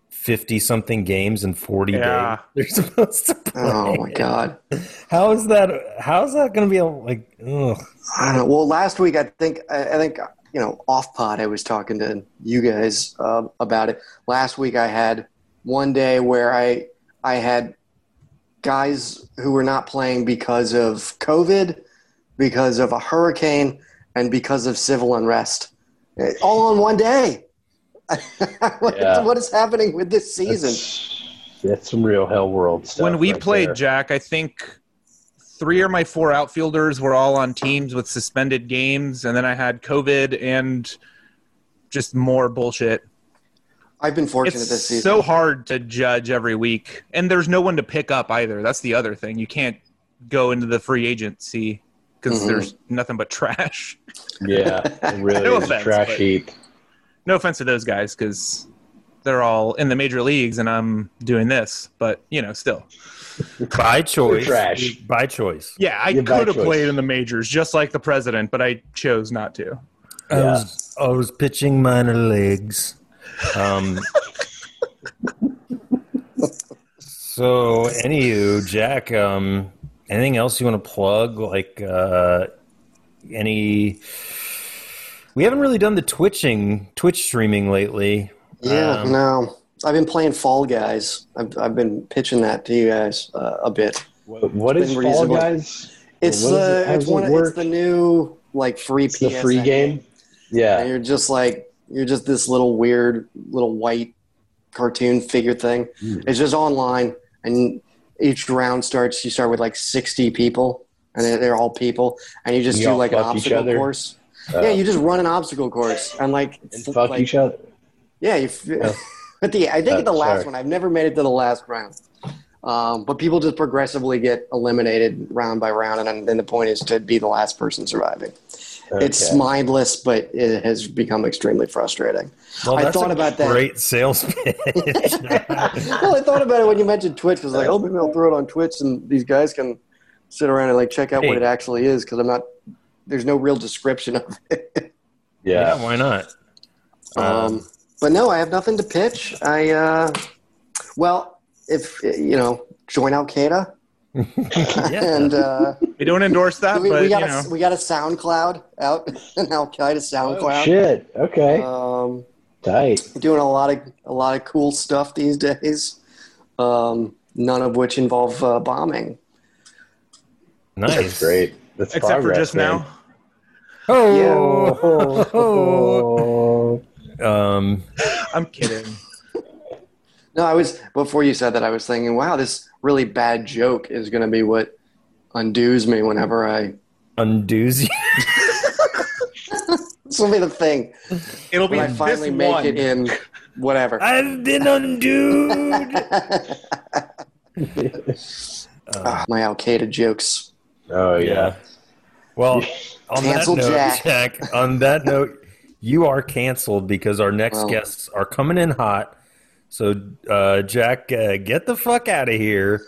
Speaker 1: 50 something games in 40
Speaker 2: Yeah.
Speaker 1: days they're supposed to play.
Speaker 6: Oh my god.
Speaker 1: How is that how is that going to be like ugh.
Speaker 6: I don't know. Well, last week I think I I think you know off pod I was talking to you guys um, about it. Last week I had one day where I I had guys who were not playing because of COVID, because of a hurricane, and because of civil unrest, Eh, all on one day. what,
Speaker 3: Yeah.
Speaker 6: what is happening with this season?
Speaker 3: That's, that's some real hell world stuff.
Speaker 2: when we
Speaker 3: right
Speaker 2: played
Speaker 3: there.
Speaker 2: Jack, I think three of my four outfielders were all on teams with suspended games, and then I had COVID and just more bullshit.
Speaker 6: I've been fortunate
Speaker 2: It's
Speaker 6: this season.
Speaker 2: so hard to judge every week, and there's no one to pick up either. That's the other thing. You can't go into the free agency because
Speaker 6: Mhm.
Speaker 2: there's nothing but trash.
Speaker 3: yeah, it really
Speaker 2: No
Speaker 3: is
Speaker 2: offense,
Speaker 3: a trash
Speaker 2: but-
Speaker 3: heap.
Speaker 2: No offense to those guys because they're all in the major leagues, and I'm doing this, but you know, still.
Speaker 1: by choice
Speaker 3: trash.
Speaker 1: by choice
Speaker 2: Yeah, I
Speaker 3: You're by
Speaker 2: could have
Speaker 3: choice.
Speaker 2: played in the majors just like the president, but I chose not to.
Speaker 1: I,
Speaker 3: Yeah.
Speaker 1: was, I was pitching minor leagues. Um, so, anywho, Jack, um, anything else you want to plug? Like uh, any? We haven't really done the twitching, Twitch streaming lately.
Speaker 6: Yeah,
Speaker 1: Um,
Speaker 6: no. I've been playing Fall Guys. I've, I've been pitching that to you guys uh, a bit.
Speaker 3: What, what
Speaker 6: It's
Speaker 3: is
Speaker 6: been
Speaker 3: Fall
Speaker 6: reasonable.
Speaker 3: Guys?
Speaker 6: It's
Speaker 3: What is
Speaker 6: uh,
Speaker 3: it? How
Speaker 6: it's
Speaker 3: does it
Speaker 6: one. It's
Speaker 3: work?
Speaker 6: the new like free
Speaker 3: It's the free
Speaker 6: PSN.
Speaker 3: game.
Speaker 6: And
Speaker 3: Yeah,
Speaker 6: you're just like you're just this little weird little white cartoon figure thing.
Speaker 3: Mm.
Speaker 6: It's just online, and each round starts. You start with like sixty people, and they're, they're all people, and you just
Speaker 3: You
Speaker 6: do
Speaker 3: all
Speaker 6: like an
Speaker 3: fuck each
Speaker 6: obstacle
Speaker 3: other?
Speaker 6: course.
Speaker 3: Uh,
Speaker 6: yeah, you just run an obstacle course and like
Speaker 3: and
Speaker 6: f-
Speaker 3: fuck
Speaker 6: like-
Speaker 3: each other.
Speaker 6: yeah, you,
Speaker 3: Yeah.
Speaker 6: but the I think
Speaker 3: Uh,
Speaker 6: at the last
Speaker 3: sorry.
Speaker 6: one, I've never made it to the last round. Um, but people just progressively get eliminated round by round, and then the point is to be the last person surviving. It's
Speaker 3: Okay.
Speaker 6: mindless, but it has become extremely frustrating.
Speaker 1: Well,
Speaker 6: I
Speaker 1: that's
Speaker 6: thought
Speaker 1: a
Speaker 6: about that.
Speaker 1: Great sales pitch.
Speaker 6: well, I thought about it when you mentioned Twitch. I was like, oh, maybe I'll throw it on Twitch, and these guys can sit around and like check out what
Speaker 1: Hey.
Speaker 6: it actually is because I'm not. There's no real description of it.
Speaker 3: Yeah.
Speaker 1: yeah, why not?
Speaker 6: Um, but no, I have nothing to pitch. I uh, well, if you know, join Al Qaeda.
Speaker 1: Yeah.
Speaker 6: and uh,
Speaker 2: We don't endorse that,
Speaker 6: we,
Speaker 2: but
Speaker 6: we
Speaker 2: you
Speaker 6: got
Speaker 2: know,
Speaker 6: a, we got a SoundCloud out, an Al Qaeda
Speaker 3: Oh,
Speaker 6: SoundCloud.
Speaker 3: shit. Okay.
Speaker 6: um,
Speaker 3: Tight.
Speaker 6: doing a lot of a lot of cool stuff these days. Um, none of which involve uh, bombing.
Speaker 1: nice.
Speaker 3: That's great. That's
Speaker 2: except for
Speaker 3: progress,
Speaker 2: just
Speaker 3: man.
Speaker 2: now.
Speaker 1: Oh. um,
Speaker 2: I'm kidding.
Speaker 6: No, I was before you said that. I was thinking, wow, this really bad joke is going to be what undoes me whenever I.
Speaker 1: undoes you.
Speaker 6: This will be the thing
Speaker 2: It'll be
Speaker 6: when I
Speaker 2: this
Speaker 6: finally make
Speaker 2: one.
Speaker 6: it in whatever.
Speaker 1: I've been undoed.
Speaker 6: Ah, my Al Qaeda jokes.
Speaker 3: Oh yeah.
Speaker 1: Well, on
Speaker 6: Cancel
Speaker 1: that note,
Speaker 6: Jack.
Speaker 1: Jack. on that note, you are canceled because our next
Speaker 6: Well.
Speaker 1: guests are coming in hot. So, uh, Jack, uh, get the fuck out of here.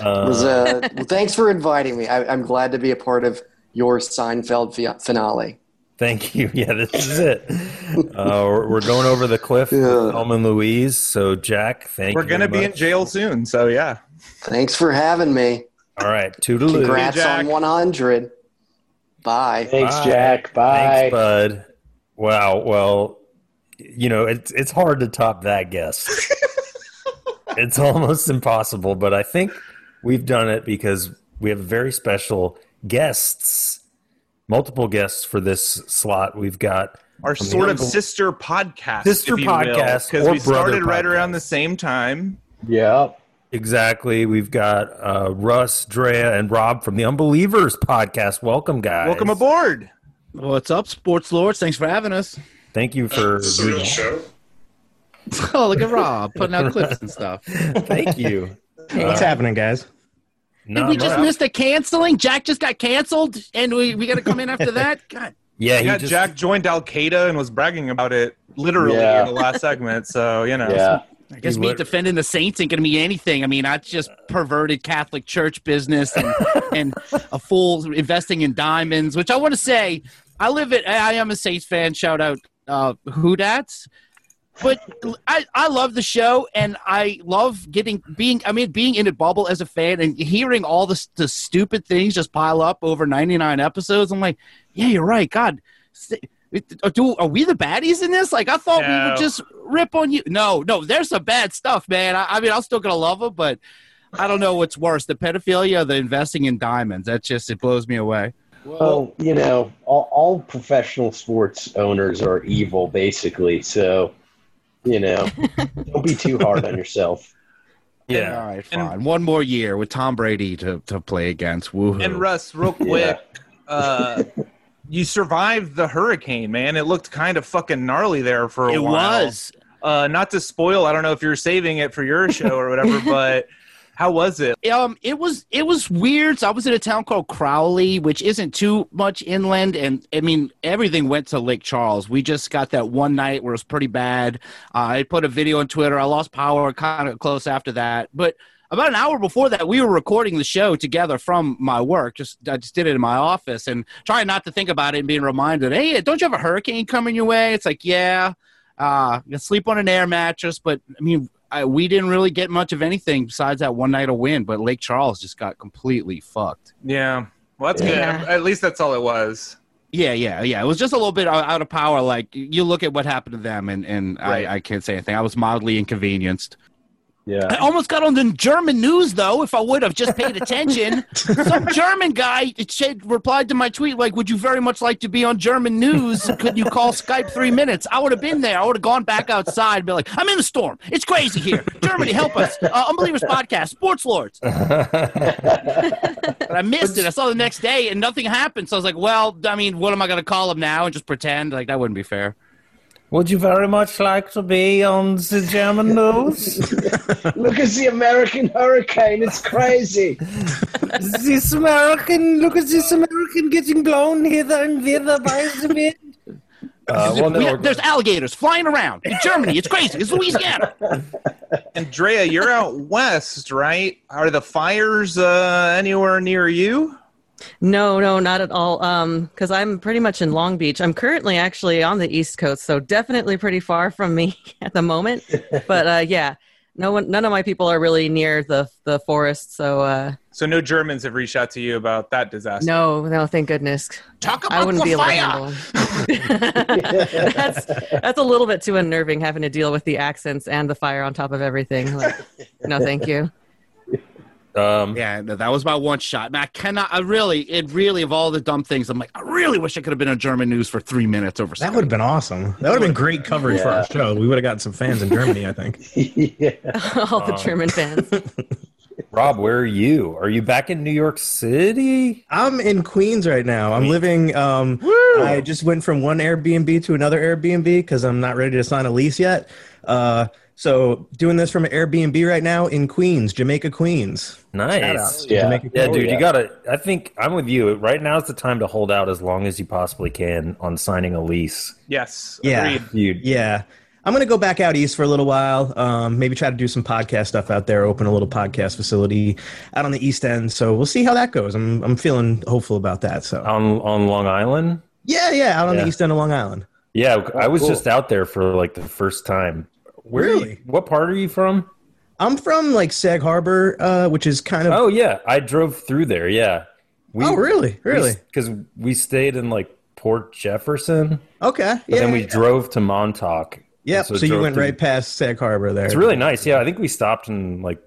Speaker 1: Uh,
Speaker 6: It was, uh, well, thanks for inviting me. I, I'm glad to be a part of your Seinfeld fi- finale.
Speaker 1: Thank you. Yeah, this is it. Uh, we're, we're going over the cliff, with
Speaker 6: Yeah.
Speaker 1: Thelma and Louise. So, Jack, thank
Speaker 2: We're
Speaker 1: you.
Speaker 2: gonna
Speaker 1: very
Speaker 2: be in
Speaker 1: much.
Speaker 2: jail soon, so yeah.
Speaker 6: Thanks for having me.
Speaker 1: All right, toodaloo.
Speaker 6: Congrats
Speaker 2: Jack.
Speaker 6: on 100. Bye.
Speaker 3: Thanks,
Speaker 1: Bye.
Speaker 3: Jack. Bye.
Speaker 1: Thanks, bud. Wow. Well, you know, it's it's hard to top that guess. it's almost impossible, but I think we've done it because we have very special guests, multiple guests for this slot. We've got
Speaker 2: Our sort of
Speaker 1: Unbelievable.
Speaker 2: sister podcast,
Speaker 1: Sister podcast
Speaker 2: because
Speaker 1: or
Speaker 2: we started
Speaker 1: brother
Speaker 2: right around
Speaker 1: podcast.
Speaker 2: the same time.
Speaker 3: Yep.
Speaker 1: exactly. We've got uh, Russ, Drea, and Rob from the Unbelievers podcast. Welcome, guys.
Speaker 2: Welcome aboard.
Speaker 7: What's up, sports lords? Thanks for having us.
Speaker 1: Thank you for.
Speaker 8: This is a real show.
Speaker 7: Oh, look at Rob putting out clips and stuff.
Speaker 1: Thank you. Uh,
Speaker 9: What's happening, guys?
Speaker 7: Did
Speaker 1: Not
Speaker 7: we just
Speaker 1: much.
Speaker 7: miss the canceling? Jack just got canceled, and we, we got to come in after that. God,
Speaker 1: yeah, he
Speaker 2: Yeah,
Speaker 1: just-
Speaker 2: Jack joined Al Qaeda and was bragging about it literally
Speaker 3: Yeah.
Speaker 2: in the last segment. So you know,
Speaker 3: Yeah.
Speaker 7: I guess
Speaker 1: He
Speaker 7: me
Speaker 1: lit-
Speaker 7: defending the saints ain't gonna mean anything. I mean, that's just perverted Catholic Church business and and a fool investing in diamonds. Which I want to say, I live it. I am a Saints fan. Shout out uh, who but I, I love the show and I love getting being I mean being in a bubble as a fan and hearing all the, the stupid things just pile up over 99 episodes. I'm like, yeah, you're right. God, s- uh, do are we the baddies in this? Like I thought we
Speaker 2: No.
Speaker 7: would just rip on you. No, no, there's some bad stuff, man. I, I mean, I'm still gonna love them, but I don't know what's worse, the pedophilia or the investing in diamonds. That just it blows me away.
Speaker 3: Well, you know, all, all professional sports owners are evil, basically. So, you know, don't be too hard on yourself.
Speaker 1: Yeah.
Speaker 7: All right,
Speaker 2: And-
Speaker 7: fine. One more year with Tom Brady to, to play against. Woohoo.
Speaker 2: And Russ, real quick, uh, you survived the hurricane, man. It looked kind of fucking gnarly there for a
Speaker 7: it
Speaker 2: while.
Speaker 7: was.
Speaker 2: Uh, not to spoil, I don't know if you're saving it for your show or whatever, but how was it?
Speaker 7: um it was it was weird so i was in a town called crowley which isn't too much inland and i mean everything went to lake charles we just got that one night where it was pretty bad uh, i put a video on twitter i lost power kind of close after that but about an hour before that we were recording the show together from my work just i just did it in my office and trying not to think about it and being reminded hey don't you have a hurricane coming your way it's like yeah uh you sleep on an air mattress but i mean I, we didn't really get much of anything besides that one night of win, but Lake Charles just got completely fucked.
Speaker 2: Yeah. Well, that's
Speaker 8: Yeah.
Speaker 2: good. At least that's all it was.
Speaker 7: Yeah, yeah, yeah. It was just a little bit out- out of power. Like you look at what happened to them, and and
Speaker 2: Right.
Speaker 7: I, I can't say anything. I was mildly inconvenienced. I
Speaker 3: Yeah.
Speaker 7: almost got on the German news though. If I would have just paid attention, some German guy said, replied to my tweet like, "Would you very much like to be on German news? Could you call Skype three minutes?" I would have been there. I would have gone back outside and be like, "I'm in the storm. It's crazy here. Germany, help us! Uh, Unbelievers podcast, sports lords." But I missed it. I saw the next day and nothing happened. So I was like, well, I mean, what am I going to call him now and just pretend? Like, that wouldn't be fair.
Speaker 1: Would you very much like to be on the German news?
Speaker 3: Look at the American hurricane. It's crazy.
Speaker 1: this American, look at this American getting blown hither and thither by the wind. Uh, well, no,
Speaker 7: We-
Speaker 1: we're-
Speaker 7: there's alligators flying around. in Germany. It's crazy. It's Louisiana.
Speaker 2: Andrea, you're out west, right? Are the fires uh, anywhere near you?
Speaker 8: No, no, not at all. Um, because I'm pretty much in Long Beach. I'm currently actually on the East Coast, so definitely pretty far from me at the moment. But uh, yeah, no one, none of my people are really near the the forest. So uh,
Speaker 2: So no Germans have reached out to you about that disaster.
Speaker 8: no, no, thank goodness.
Speaker 7: Talk about
Speaker 8: I wouldn't
Speaker 7: the
Speaker 8: be able to
Speaker 7: fire.
Speaker 8: handle them. that's that's a little bit too unnerving having to deal with the accents and the fire on top of everything. Like, no, thank you.
Speaker 1: um,
Speaker 7: Yeah, no, that was my one shot. And I cannot, I really, it really, of all the dumb things, I'm like, I really wish I could have been on German news for three minutes over
Speaker 9: That would have been awesome. That would have been great coverage for our
Speaker 3: Yeah.
Speaker 9: show. We would have gotten some fans in Germany, I think.
Speaker 3: yeah.
Speaker 8: All the
Speaker 1: Oh.
Speaker 8: German fans.
Speaker 1: Rob, where are you? Are you back in New York City?
Speaker 9: I'm in Queens right now. I'm living. Um, I just went from one Airbnb to another Airbnb because I'm not ready to sign a lease yet. Uh, so doing this from an Airbnb right now in Queens, Jamaica, Queens. Shout outs
Speaker 1: Nice.
Speaker 9: to
Speaker 3: Yeah.
Speaker 9: Jamaica,
Speaker 1: Yeah,
Speaker 3: Oh,
Speaker 1: dude,
Speaker 3: yeah.
Speaker 1: you gotta. I think I'm with you. Right now is the time to hold out as long as you possibly can on signing a lease.
Speaker 2: Yes.
Speaker 9: Yeah.
Speaker 2: Agreed.
Speaker 1: Dude,
Speaker 9: Yeah. I'm going to go back out east for a little while. Um, maybe try to do some podcast stuff out there, open a little podcast facility out on the east end. So we'll see how that goes. I'm, I'm feeling hopeful about that. So,
Speaker 1: on on Long Island.
Speaker 9: yeah, yeah, out on
Speaker 1: Yeah.
Speaker 9: the east end of Long Island.
Speaker 1: Yeah,
Speaker 9: Oh,
Speaker 1: I was
Speaker 3: cool.
Speaker 1: just out there for like the first time. Where? are you-
Speaker 9: Really?
Speaker 1: what part are you from?
Speaker 9: I'm from like Sag Harbor, uh, which is kind of. Oh,
Speaker 1: Oh yeah, I drove through there. Yeah. We,
Speaker 9: really? Really?
Speaker 1: Because we, stayed in like Port Jefferson, and
Speaker 9: okay. Yeah.
Speaker 1: then we drove to Montauk.
Speaker 9: yeah.
Speaker 1: and
Speaker 9: So, you
Speaker 1: drove
Speaker 9: went
Speaker 1: through-
Speaker 9: right past Sag Harbor there.
Speaker 1: It's really nice. Yeah, I think we stopped and like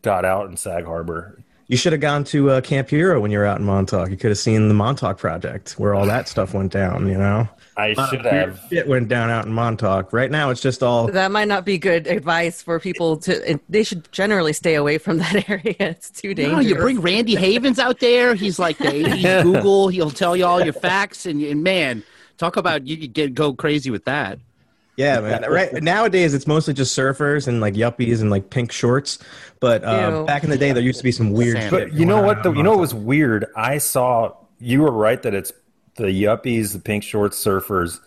Speaker 1: got out in Sag Harbor.
Speaker 9: You should have gone to uh, Camp Hero when you were out in Montauk. You could have seen the Montauk Project where all that stuff went down, you know?
Speaker 1: I
Speaker 9: A lot of
Speaker 1: should
Speaker 9: weird
Speaker 1: have.
Speaker 9: Shit went down out in Montauk. Right now, it's just all.
Speaker 8: That might not be good advice for people to. They should generally stay away from that area. It's too
Speaker 7: No,
Speaker 8: dangerous.
Speaker 7: you bring Randy Havens out there. He's like the 80s Google. He'll tell you all your facts. And, and man, talk about you could get go crazy with that.
Speaker 9: Yeah, man. Right nowadays, it's mostly just surfers and like yuppies and like pink shorts. But um,
Speaker 8: Ew.
Speaker 9: back in the day, there used to be some weird.
Speaker 7: Sam.
Speaker 9: shit
Speaker 1: But you know
Speaker 9: going
Speaker 1: what?
Speaker 9: on.
Speaker 1: Though you know what was weird? I saw you were right that it's the yuppies, the pink shorts, surfers.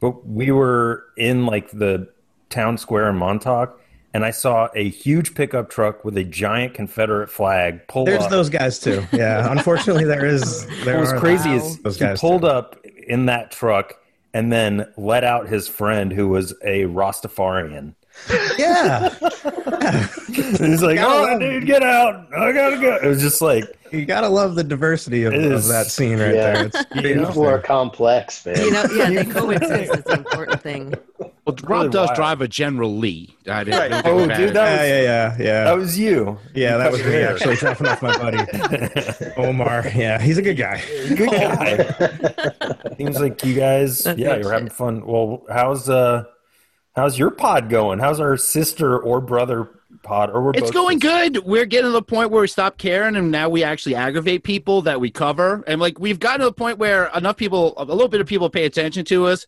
Speaker 1: But we were in like the town square in Montauk, and I saw a huge pickup truck with a giant Confederate flag pull
Speaker 9: There's
Speaker 1: up.
Speaker 9: those guys too. Yeah, unfortunately, there is. There
Speaker 1: what was
Speaker 9: are
Speaker 1: crazy
Speaker 8: Wow.
Speaker 1: is
Speaker 9: Those
Speaker 1: he
Speaker 9: guys
Speaker 1: pulled up in that truck and then let out his friend who was a Rastafarian.
Speaker 9: Yeah,
Speaker 1: And he's like, "Oh, dude, get out! I gotta go." It was just like,
Speaker 9: you gotta love the diversity of,
Speaker 1: It
Speaker 9: of
Speaker 1: is-
Speaker 9: that scene right
Speaker 3: Yeah.
Speaker 9: there. It's pretty
Speaker 3: People are
Speaker 9: interesting.
Speaker 3: complex, man.
Speaker 8: You know, yeah, they coexist. It's an important thing.
Speaker 7: Well, Rob
Speaker 1: really
Speaker 7: does
Speaker 1: wild.
Speaker 7: drive a General Lee. I didn't think
Speaker 1: Oh,
Speaker 7: about
Speaker 1: dude,
Speaker 7: it.
Speaker 1: that
Speaker 9: Yeah, yeah, yeah, yeah.
Speaker 1: that was you.
Speaker 9: yeah, that was me
Speaker 1: Sure.
Speaker 9: actually dropping off my buddy Omar. Yeah, he's a good guy.
Speaker 1: Good guy. Seems like you guys,
Speaker 8: That's
Speaker 1: yeah,
Speaker 8: good
Speaker 1: you're having fun. Well, how's uh, how's your pod going? How's our sister or brother pod? Or we're
Speaker 7: It's
Speaker 1: both
Speaker 7: going good. We're getting to the point where we stop caring, and now we actually aggravate people that we cover. And like we've gotten to the point where enough people, a little bit of people, pay attention to us,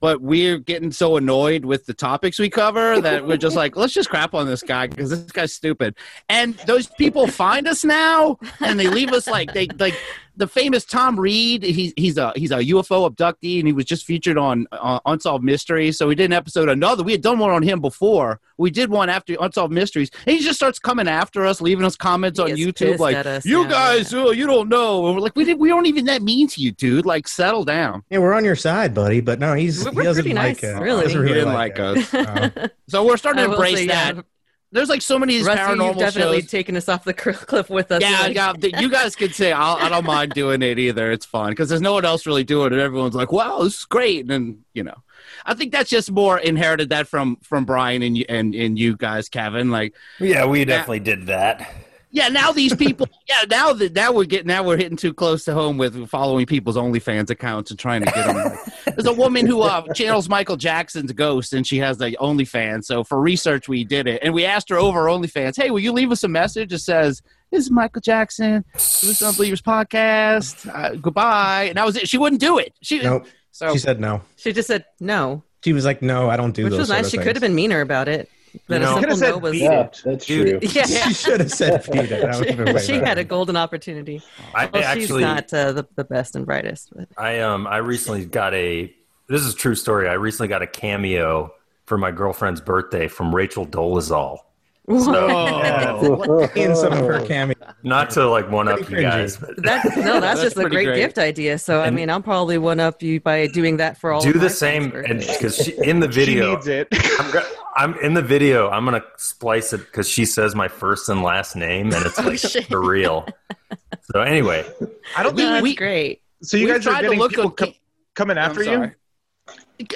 Speaker 7: but we're getting so annoyed with the topics we cover that we're just like, let's just crap on this guy because this guy's stupid. And those people find us now, and they leave us like they like the famous Tom Reed. He's he's a he's a UFO abductee, and he was just featured on uh, Unsolved Mysteries. So we did an episode another. We had done one on him before. We did one after Unsolved Mysteries, and he just starts coming after us, leaving us comments
Speaker 8: He
Speaker 7: on
Speaker 8: is
Speaker 7: YouTube
Speaker 8: pissed
Speaker 7: like,
Speaker 8: at us
Speaker 7: "You
Speaker 8: now,
Speaker 7: guys, oh, you don't know." And we're like, "We did, we don't even that mean to you, dude. Like, settle down."
Speaker 9: Yeah, we're on your side, buddy. But no, he's
Speaker 8: We're
Speaker 9: he doesn't
Speaker 8: pretty
Speaker 9: like
Speaker 8: nice,
Speaker 9: it.
Speaker 8: really.
Speaker 9: doesn't
Speaker 8: He
Speaker 9: really
Speaker 7: didn't
Speaker 9: like,
Speaker 7: like
Speaker 9: us. No.
Speaker 7: So we're starting
Speaker 8: I
Speaker 7: to
Speaker 8: will
Speaker 7: embrace
Speaker 8: say,
Speaker 7: that.
Speaker 8: yeah,
Speaker 7: There's like so many of these
Speaker 8: Rusty, you've
Speaker 7: paranormal
Speaker 8: definitely
Speaker 7: shows.
Speaker 8: taken us off the cr- cliff with us.
Speaker 7: Yeah,
Speaker 8: Like,
Speaker 7: yeah, th- you guys could say I'll, I don't mind doing it either. It's fun because there's no one else really doing it. Everyone's like, "Wow, this is great," and then, you know, I think that's just more inherited that from from Brian and you and and you guys, Kevin. Like,
Speaker 1: Yeah, we definitely did that.
Speaker 7: yeah, now these people, yeah, now that now we're getting now we're hitting too close to home with following people's OnlyFans accounts and trying to get them. Like, there's a woman who uh, channels Michael Jackson's ghost, and she has the OnlyFans. So for research, we did it, and we asked her over OnlyFans, "Hey, will you leave us a message that says?" This is Michael Jackson. Loose Unbelievers podcast. Uh, goodbye. And that was it. She wouldn't do it. She
Speaker 9: Nope.
Speaker 7: so
Speaker 9: She said no.
Speaker 8: she just said no,
Speaker 9: She was like, "No, I don't do
Speaker 8: which
Speaker 9: those."
Speaker 8: was
Speaker 9: sort
Speaker 8: nice.
Speaker 9: of
Speaker 8: She
Speaker 9: things.
Speaker 8: could have been meaner about it, but
Speaker 5: You know-
Speaker 8: a
Speaker 5: Coulda
Speaker 8: simple
Speaker 2: said
Speaker 8: no was.
Speaker 2: beat
Speaker 8: Yeah,
Speaker 3: yeah, that's
Speaker 5: Dude,
Speaker 3: true.
Speaker 9: She should have said beat it. That would have been way
Speaker 8: she
Speaker 9: better.
Speaker 8: had a golden opportunity.
Speaker 5: I
Speaker 8: Well, she's
Speaker 5: actually,
Speaker 8: not uh, the, the best and brightest. But.
Speaker 5: I um, I recently got a. This is a true story. I recently got a cameo for my girlfriend's birthday from Rachel Dolezal.
Speaker 9: in some of her cameos.
Speaker 5: Not to like one up
Speaker 9: Pretty
Speaker 5: you guys,
Speaker 9: cringy.
Speaker 5: but
Speaker 8: That's no, that's, just a
Speaker 2: pretty
Speaker 8: great,
Speaker 2: great.
Speaker 8: gift idea. So I
Speaker 5: And-
Speaker 8: mean, I'll probably one up you by doing that for all.
Speaker 5: do
Speaker 8: of my
Speaker 5: the
Speaker 8: friends'
Speaker 5: same and
Speaker 8: birthdays.
Speaker 5: because in the
Speaker 2: She
Speaker 5: video
Speaker 2: needs it.
Speaker 5: I'm, go- I'm in the video. I'm gonna splice it because she says my first and last name, and it's
Speaker 8: Oh,
Speaker 5: like
Speaker 8: shit.
Speaker 5: the real. So anyway,
Speaker 2: I don't
Speaker 8: No,
Speaker 2: think
Speaker 8: that's
Speaker 2: we.
Speaker 8: great.
Speaker 2: So you
Speaker 7: we
Speaker 2: guys
Speaker 7: tried
Speaker 2: are
Speaker 7: to
Speaker 2: getting
Speaker 7: look
Speaker 2: people
Speaker 7: at-
Speaker 2: co- coming
Speaker 7: I'm
Speaker 2: after you.
Speaker 7: sorry.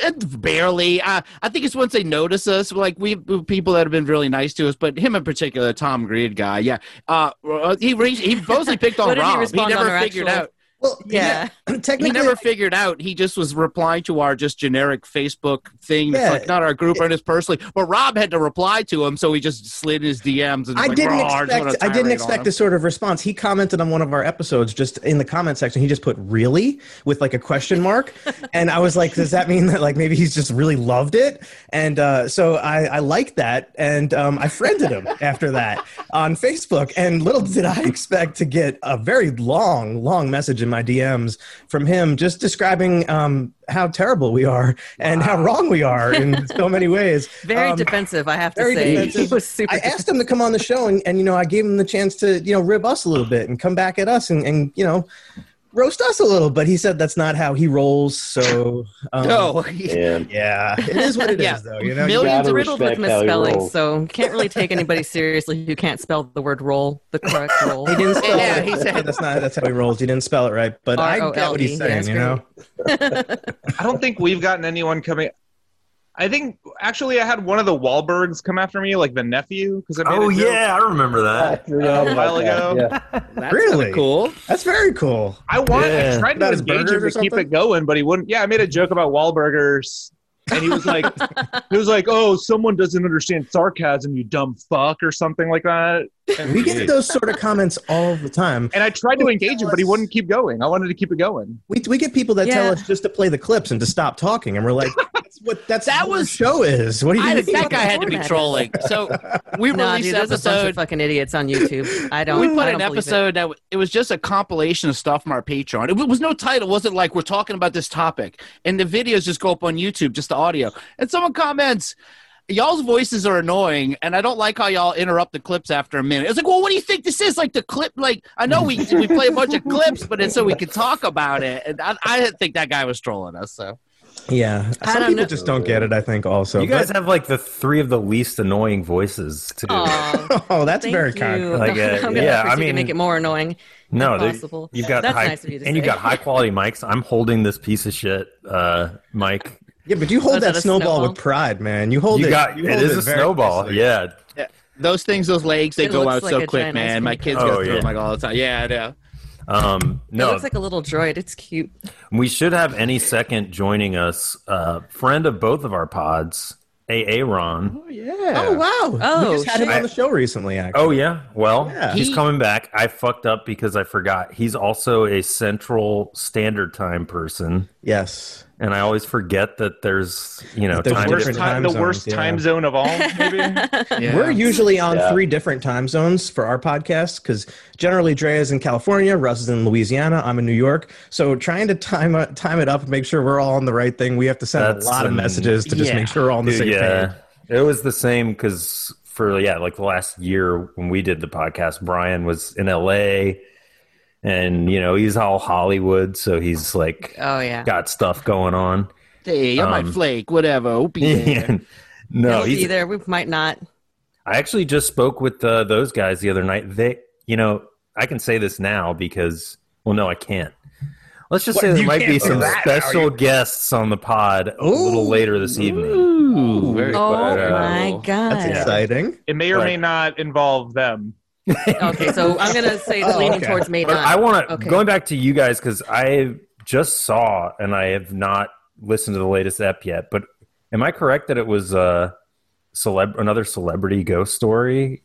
Speaker 7: Uh, Barely. Uh, I think it's once they notice us. Like we people that have been really nice to us, but him in particular, Tom Greed guy. Yeah, uh, he re- he mostly picked on
Speaker 8: What did he
Speaker 7: Rob. He,
Speaker 8: respond on
Speaker 7: never
Speaker 8: our
Speaker 7: figured
Speaker 8: actual-
Speaker 7: out.
Speaker 9: Well,
Speaker 8: Yeah,
Speaker 7: He
Speaker 9: technically,
Speaker 7: never figured out. He just was replying to our just generic Facebook thing. That's
Speaker 9: Yeah.
Speaker 7: like not our group or his personally. But Rob had to reply to him, so he just slid in his DMs. And
Speaker 9: I
Speaker 7: like,
Speaker 9: didn't
Speaker 7: "Raw, just wanna
Speaker 9: expect. I didn't
Speaker 7: tirade on
Speaker 9: expect
Speaker 7: him."
Speaker 9: this sort of response. He commented on one of our episodes, just in the comment section. He just put "really" with like a question mark, and I was like, "Does that mean that like maybe he's just really loved it?" And uh, so I, I liked that, and um, I friended him after that on Facebook. And little did I expect to get a very long, long message in my DMs from him, just describing um, how terrible we are and how wrong we are in so many ways.
Speaker 8: very
Speaker 9: Um,
Speaker 8: defensive. I have to
Speaker 9: very
Speaker 8: say, he
Speaker 9: defensive.
Speaker 8: was super.
Speaker 9: I asked him to come on the show, and, and you know, I gave him the chance to you know rib us a little bit and come back at us and, and you know roast us a little. But he said that's not how he rolls. So um,
Speaker 7: No,
Speaker 3: Yeah.
Speaker 9: yeah, it is what it is,
Speaker 7: Yeah.
Speaker 9: though. You know,
Speaker 7: Million-
Speaker 8: Millions
Speaker 3: gotta
Speaker 8: riddled with
Speaker 3: respect how he
Speaker 8: misspellings,
Speaker 3: rolls.
Speaker 8: so can't really take anybody seriously who can't spell the word roll the correct roll.
Speaker 9: he didn't spell
Speaker 7: Yeah,
Speaker 9: it.
Speaker 7: he said-
Speaker 9: that's not that's how he rolls. He didn't spell it right, but I get what he's
Speaker 8: R O L E,
Speaker 9: saying.
Speaker 8: yeah, it's
Speaker 9: you know,
Speaker 2: I don't think we've gotten anyone coming. I think actually, I had one of the Wahlbergs come after me, like the nephew, because I made
Speaker 5: oh
Speaker 2: a joke.
Speaker 5: yeah, I remember
Speaker 3: I
Speaker 5: that.
Speaker 3: forgot
Speaker 2: A
Speaker 3: about
Speaker 2: while
Speaker 3: that,
Speaker 2: ago.
Speaker 3: yeah.
Speaker 7: that's
Speaker 9: Really?
Speaker 7: really cool.
Speaker 9: that's very cool.
Speaker 2: I want.
Speaker 5: Yeah.
Speaker 2: I tried
Speaker 9: About
Speaker 2: to
Speaker 9: his
Speaker 2: engage him
Speaker 9: burgers or
Speaker 2: to keep
Speaker 9: something?
Speaker 2: it going, but he wouldn't. Yeah, I made a joke about Wahlburgers, and he was like, he was like, "Oh, someone doesn't understand sarcasm, you dumb fuck," or something like that. And,
Speaker 9: We get those sort of comments all the time.
Speaker 2: and I tried to engage him, but he wouldn't keep going. I wanted to keep it going.
Speaker 9: We, we get people that tell
Speaker 8: Yeah.
Speaker 9: us just to play the clips and to stop talking, and we're like, "That's what that's
Speaker 7: That
Speaker 9: what our
Speaker 7: was-
Speaker 9: show is." What do you
Speaker 7: I,
Speaker 9: mean?
Speaker 7: that guy had to be
Speaker 8: Format is-
Speaker 7: trolling. So we
Speaker 8: nah,
Speaker 7: released
Speaker 8: dude,
Speaker 7: an
Speaker 8: there's a bunch of
Speaker 7: episode.
Speaker 8: fucking idiots on YouTube. I don't.
Speaker 7: we put
Speaker 8: I
Speaker 7: an
Speaker 8: don't believe it.
Speaker 7: episode that w- it was just a compilation of stuff from our Patreon. It w- was no title. It wasn't like we're talking about this topic, and the videos just go up on YouTube, just the audio. And someone comments, "Y'all's voices are annoying, and I don't like how y'all interrupt the clips after a minute." It's like, well, what do you think this is? Like the clip? Like I know we we play a bunch of clips, but it's so we can talk about it. And I, I didn't think that guy was trolling us. So
Speaker 9: Yeah,
Speaker 8: I
Speaker 9: some
Speaker 8: don't
Speaker 9: people
Speaker 8: know.
Speaker 9: just don't get it. I think also.
Speaker 1: you guys
Speaker 9: But-
Speaker 1: have like the three of the least annoying voices too.
Speaker 8: Aw,
Speaker 9: oh, that's
Speaker 8: thank
Speaker 9: very
Speaker 8: you.
Speaker 9: kind.
Speaker 8: No,
Speaker 1: Like, uh,
Speaker 8: I'm gonna
Speaker 1: yeah,
Speaker 8: effort
Speaker 1: I
Speaker 8: to
Speaker 1: mean-
Speaker 8: make it more annoying.
Speaker 1: no, they-
Speaker 8: Possible.
Speaker 1: you've got
Speaker 8: That's
Speaker 1: high
Speaker 8: nice of you to
Speaker 1: and you've
Speaker 8: say.
Speaker 1: got high quality mics. I'm holding this piece of shit uh, mic.
Speaker 9: Yeah, but you hold
Speaker 8: Was
Speaker 9: that
Speaker 8: that a
Speaker 9: snowball,
Speaker 8: snowball?
Speaker 9: with pride, man. You hold
Speaker 1: you
Speaker 9: it.
Speaker 1: got
Speaker 9: you
Speaker 1: it
Speaker 9: hold
Speaker 1: is a
Speaker 9: very
Speaker 1: snowball.
Speaker 9: nicely.
Speaker 1: Yeah,
Speaker 7: Those things, those legs, they
Speaker 8: It
Speaker 7: go
Speaker 8: looks
Speaker 7: out
Speaker 8: like
Speaker 7: so
Speaker 8: a
Speaker 7: quick,
Speaker 8: giant ice
Speaker 7: man.
Speaker 8: cream
Speaker 7: My kids
Speaker 1: cone.
Speaker 7: go
Speaker 1: Oh,
Speaker 7: through
Speaker 1: yeah.
Speaker 7: them like all the time. Yeah, I know.
Speaker 1: Um,
Speaker 8: It
Speaker 1: no,
Speaker 8: looks like a little droid. It's cute.
Speaker 1: we should have any second joining us. Uh, friend of both of our pods, AA Ron.
Speaker 9: Oh yeah.
Speaker 7: Oh wow.
Speaker 8: Oh,
Speaker 9: we just had him
Speaker 8: shit.
Speaker 9: on the show recently. Actually.
Speaker 1: Oh yeah, well
Speaker 9: Yeah.
Speaker 1: he's
Speaker 7: He-
Speaker 1: coming back. I fucked up because I forgot. He's also a Central Standard Time person,
Speaker 9: yes.
Speaker 1: and I always forget that there's you know
Speaker 9: That there's
Speaker 1: time
Speaker 2: Worst
Speaker 9: different
Speaker 1: difference.
Speaker 2: time,
Speaker 9: time
Speaker 2: the
Speaker 9: zones,
Speaker 2: worst
Speaker 9: yeah.
Speaker 2: time zone of all, maybe.
Speaker 7: Yeah.
Speaker 9: We're usually on
Speaker 3: Yeah.
Speaker 9: three different time zones for our podcast because generally Dre is in California, Russ is in Louisiana, I'm in New York. So trying to time time it up and make sure we're all on the right thing, we have to send
Speaker 1: That's
Speaker 9: a lot of
Speaker 1: an-
Speaker 9: messages to just
Speaker 7: Yeah.
Speaker 9: make sure we're all on the same
Speaker 1: yeah,
Speaker 9: page.
Speaker 1: it was the same because for yeah, like the last year when we did the podcast, Brian was in L.A. and you know he's all Hollywood, so he's like
Speaker 8: Oh yeah.
Speaker 1: got stuff going on.
Speaker 7: Hey, I'm
Speaker 1: Um,
Speaker 7: my flake, whatever. We'll be there.
Speaker 1: Yeah. no,
Speaker 8: It'll be
Speaker 1: he's,
Speaker 8: there. We might not.
Speaker 1: I actually just spoke with uh, those guys the other night. They, you know, I can say this now because, well, no, I can't. Let's just say there
Speaker 9: you
Speaker 1: might be
Speaker 9: can't do
Speaker 1: some
Speaker 9: that,
Speaker 1: special guests on the pod a little
Speaker 9: Ooh.
Speaker 1: later this evening.
Speaker 7: Ooh, very
Speaker 8: Oh
Speaker 1: but, uh,
Speaker 8: my
Speaker 9: That's
Speaker 8: god.
Speaker 9: exciting.
Speaker 2: It may or
Speaker 1: Right.
Speaker 2: may not involve them.
Speaker 8: Okay, so I'm gonna say it's
Speaker 9: Oh,
Speaker 8: leaning
Speaker 9: okay.
Speaker 8: towards may
Speaker 1: But
Speaker 8: not.
Speaker 1: I want to
Speaker 8: Okay.
Speaker 1: going back to you guys because I just saw and I have not listened to the latest ep yet. But am I correct that it was uh, celeb another celebrity ghost story?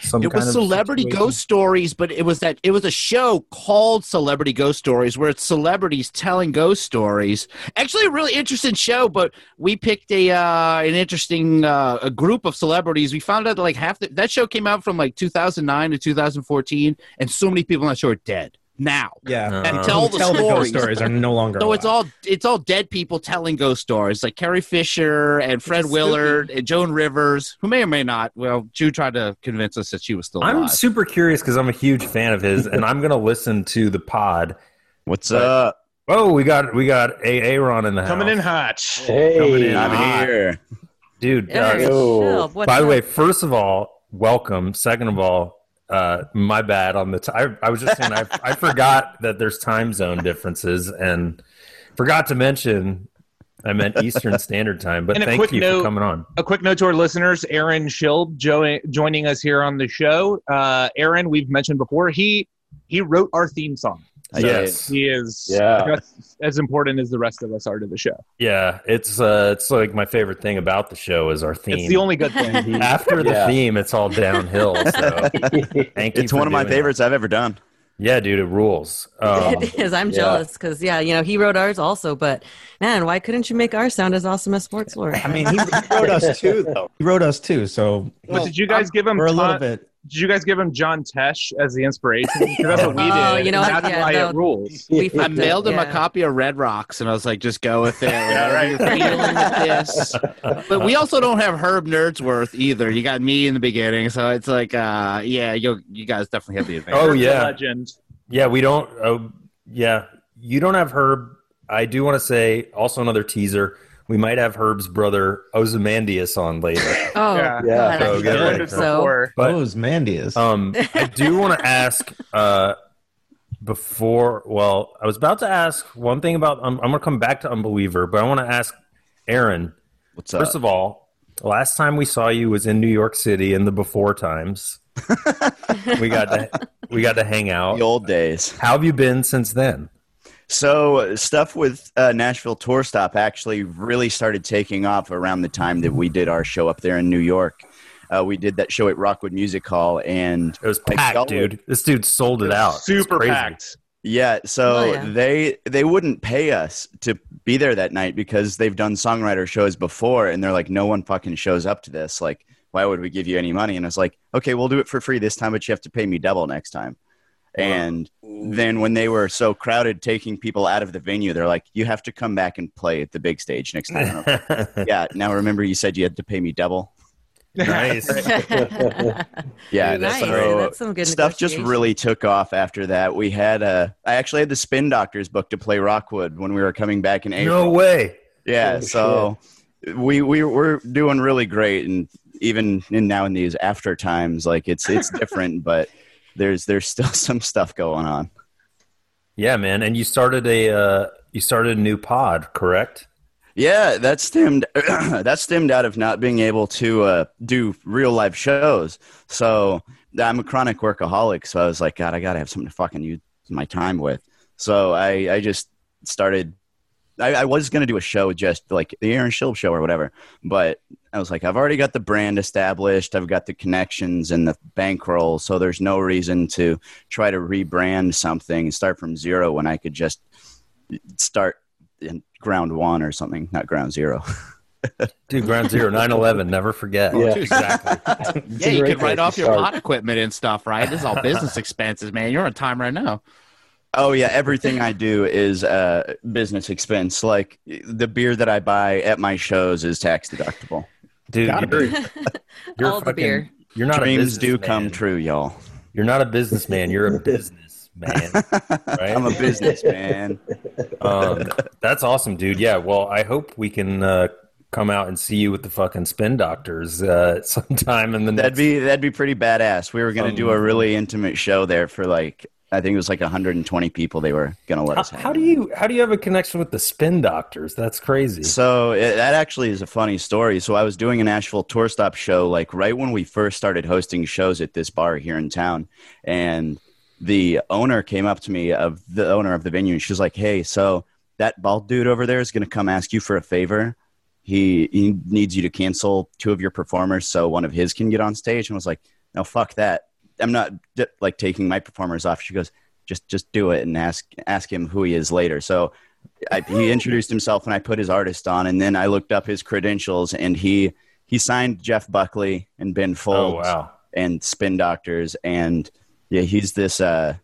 Speaker 1: Some
Speaker 7: It was
Speaker 1: kind of
Speaker 7: Celebrity
Speaker 1: situation?
Speaker 7: Ghost Stories, but it was that it was a show called Celebrity Ghost Stories, where it's celebrities telling ghost stories. Actually, a really interesting show, but we picked a uh, an interesting uh, a group of celebrities. We found out that like half the, that show came out from like 2009 to 2014, and so many people on that show are dead now.
Speaker 9: Yeah.
Speaker 7: And
Speaker 1: Uh,
Speaker 7: tell the
Speaker 9: tell the ghost
Speaker 7: stories.
Speaker 9: stories are no longer.
Speaker 7: So it's
Speaker 9: allowed.
Speaker 7: all it's all dead people telling ghost stories, like Carrie Fisher and Fred
Speaker 8: Spooky.
Speaker 7: Willard and Joan Rivers, who may or may not. Well, Jew tried to convince us that she was still alive.
Speaker 1: I'm super curious because I'm a huge fan of his, and I'm gonna listen to the pod.
Speaker 10: What's up?
Speaker 1: Oh, we got we got a Aaron in the
Speaker 2: Coming in
Speaker 1: house.
Speaker 2: hot.
Speaker 1: oh. Coming
Speaker 3: Hey,
Speaker 1: in hot.
Speaker 10: I'm here.
Speaker 1: dude.
Speaker 8: Yeah,
Speaker 1: uh,
Speaker 3: Yo.
Speaker 8: chill. What's
Speaker 1: by the
Speaker 8: up?
Speaker 1: way, first of all, welcome. Second of all, uh, my bad on the. T- I, I was just saying I, I forgot that there's time zone differences and forgot to mention I meant Eastern Standard Time. But
Speaker 2: And a
Speaker 1: thank
Speaker 2: quick
Speaker 1: you for
Speaker 2: note-
Speaker 1: coming on.
Speaker 2: a quick note to our listeners aaron schild jo- joining us here on the show uh, aaron we've mentioned before he he wrote our theme song
Speaker 10: I
Speaker 1: yes.
Speaker 2: he is
Speaker 3: Yeah.
Speaker 2: just as important as the rest of us are to the show
Speaker 1: Yeah, it's uh, it's like my favorite thing about the show is our theme.
Speaker 2: it's the only good thing
Speaker 1: After the
Speaker 3: Yeah.
Speaker 1: theme, it's all downhill. So thank you.
Speaker 10: It's
Speaker 1: for
Speaker 10: one of my
Speaker 1: doing that.
Speaker 10: favorites I've ever done.
Speaker 1: Yeah, dude, it rules. Um,
Speaker 8: it is. I'm
Speaker 3: Yeah.
Speaker 8: jealous because yeah, you know he wrote ours also, but man, why couldn't you make ours sound as awesome as Sports Lord?
Speaker 9: I mean, he, he wrote us too, though. He wrote us too, so
Speaker 2: but did you guys give him
Speaker 9: we're a little
Speaker 2: Ton-
Speaker 9: bit.
Speaker 2: did you guys give him john tesh as the inspiration 'Cause that's what we did
Speaker 8: Oh, you know what?
Speaker 2: that's
Speaker 8: Yeah,
Speaker 2: why
Speaker 8: no.
Speaker 2: it rules
Speaker 8: we
Speaker 7: I
Speaker 8: fucked
Speaker 7: mailed
Speaker 8: up,
Speaker 7: him a
Speaker 8: yeah.
Speaker 7: copy of Red Rocks, and I was like, "Just go with it.
Speaker 2: Yeah,
Speaker 7: whatever
Speaker 2: right.
Speaker 7: you're feeling with this." But we also don't have Herb Nerdsworth either. You got me in the beginning, so it's like, uh, yeah, you you guys definitely have the advantage.
Speaker 1: oh
Speaker 2: That's a
Speaker 1: yeah,
Speaker 2: legend
Speaker 1: yeah. We don't. Oh yeah, you don't have Herb. I do want to say also another teaser. We might have Herb's brother Ozymandias on later.
Speaker 8: Oh
Speaker 2: Yeah.
Speaker 8: God,
Speaker 3: Yeah.
Speaker 1: So good.
Speaker 8: I should have
Speaker 2: I've
Speaker 8: done
Speaker 2: heard it
Speaker 8: it. so
Speaker 2: before.
Speaker 1: But-
Speaker 9: Those Mandias.
Speaker 1: Um, I do want to ask. Uh, before, well, I was about to ask one thing about. Um, I'm gonna come back to Unbeliever, but I want to ask Aaron.
Speaker 10: What's up?
Speaker 1: First of all, the last time we saw you was in New York City in the before times. we got to we got to hang out.
Speaker 10: the old days.
Speaker 1: How have you been since then?
Speaker 10: So uh, stuff with uh, Nashville Tour Stop actually really started taking off around the time that we did our show up there in New York. Uh, we did that show at Rockwood Music Hall, and
Speaker 1: It was
Speaker 10: Like,
Speaker 1: packed,
Speaker 10: y'all-
Speaker 1: dude. This dude sold it out. It's
Speaker 2: super
Speaker 1: crazy.
Speaker 2: packed
Speaker 10: yeah, so
Speaker 8: Oh, yeah.
Speaker 10: they they wouldn't pay us to be there that night because they've done songwriter shows before, and they're like, no one fucking shows up to this. Like, why would we give you any money? And I was like, okay, we'll do it for free this time, but you have to pay me double next time. And then when they were so crowded, taking people out of the venue, they're like, you have to come back and play at the big stage next time. And I'm yeah. Now remember, you said you had to pay me double.
Speaker 1: nice.
Speaker 10: Yeah,
Speaker 8: nice.
Speaker 10: so
Speaker 8: That's some good
Speaker 10: stuff just
Speaker 8: negotiation.
Speaker 10: really took off after that. uh, We had a, I actually had the Spin Doctors book to play Rockwood when we were coming back in April.
Speaker 1: No way.
Speaker 10: Yeah, so we we we're doing really great, and even in now in these after times, like it's it's different, but there's there's still some stuff going on.
Speaker 1: Yeah, man. And you started a uh, you started a new pod, correct?
Speaker 10: Yeah, that stemmed that stemmed out of not being able to uh, do real live shows. So I'm a chronic workaholic, so I was like, God, I gotta have something to fucking use my time with. So I I just started. I, I was gonna do a show just like the Aaron Schill show or whatever, but I was like, I've already got the brand established, I've got the connections and the bankroll, so there's no reason to try to rebrand something and start from zero when I could just start in ground one or something, not ground zero.
Speaker 1: Dude, Ground Zero, 9 11, never forget.
Speaker 3: Yeah.
Speaker 7: Oh, Exactly. yeah, you
Speaker 3: great
Speaker 7: could
Speaker 3: place
Speaker 7: write off
Speaker 3: to
Speaker 7: your
Speaker 3: start.
Speaker 7: pod equipment and stuff, right? This is all business expenses, man. You're on time right now.
Speaker 10: Oh yeah, everything I do is uh, business expense. Like the beer that I buy at my shows is tax deductible.
Speaker 1: Dude,
Speaker 9: Gotta
Speaker 1: you're, you're
Speaker 8: All the
Speaker 1: fucking-
Speaker 8: beer.
Speaker 1: You're not a
Speaker 10: Dreams
Speaker 1: businessman.
Speaker 10: do come true, y'all.
Speaker 1: You're not a businessman. You're a businessman. right?
Speaker 10: I'm a businessman.
Speaker 1: um, that's awesome, dude. Yeah. Well, I hope we can uh, come out and see you with the fucking spin doctors uh, sometime in the
Speaker 10: that'd
Speaker 1: next.
Speaker 10: be that'd be pretty badass. We were gonna
Speaker 1: Oh
Speaker 10: do a really intimate show there for like I think it was like 120 people. They were gonna let
Speaker 1: how,
Speaker 10: us. hang
Speaker 1: how do
Speaker 10: out.
Speaker 1: you how do you have a connection with the spin doctors? That's crazy.
Speaker 10: So it, that actually is a funny story. So I was doing an Asheville tour stop show, like right when we first started hosting shows at this bar here in town, and the owner came up to me of the owner of the venue, and she was like, "Hey, so that bald dude over there is going to come ask you for a favor. He, he needs you to cancel two of your performers so one of his can get on stage." And I was like, "No, fuck that. I'm not d- like taking my performers off." She goes, "Just just do it and ask ask him who he is later." So. I, he introduced himself and I put his artist on, and then I looked up his credentials, and he he signed Jeff Buckley and Ben
Speaker 1: oh
Speaker 10: Folds
Speaker 1: wow.
Speaker 10: and Spin Doctors, and yeah, he's this. Uh,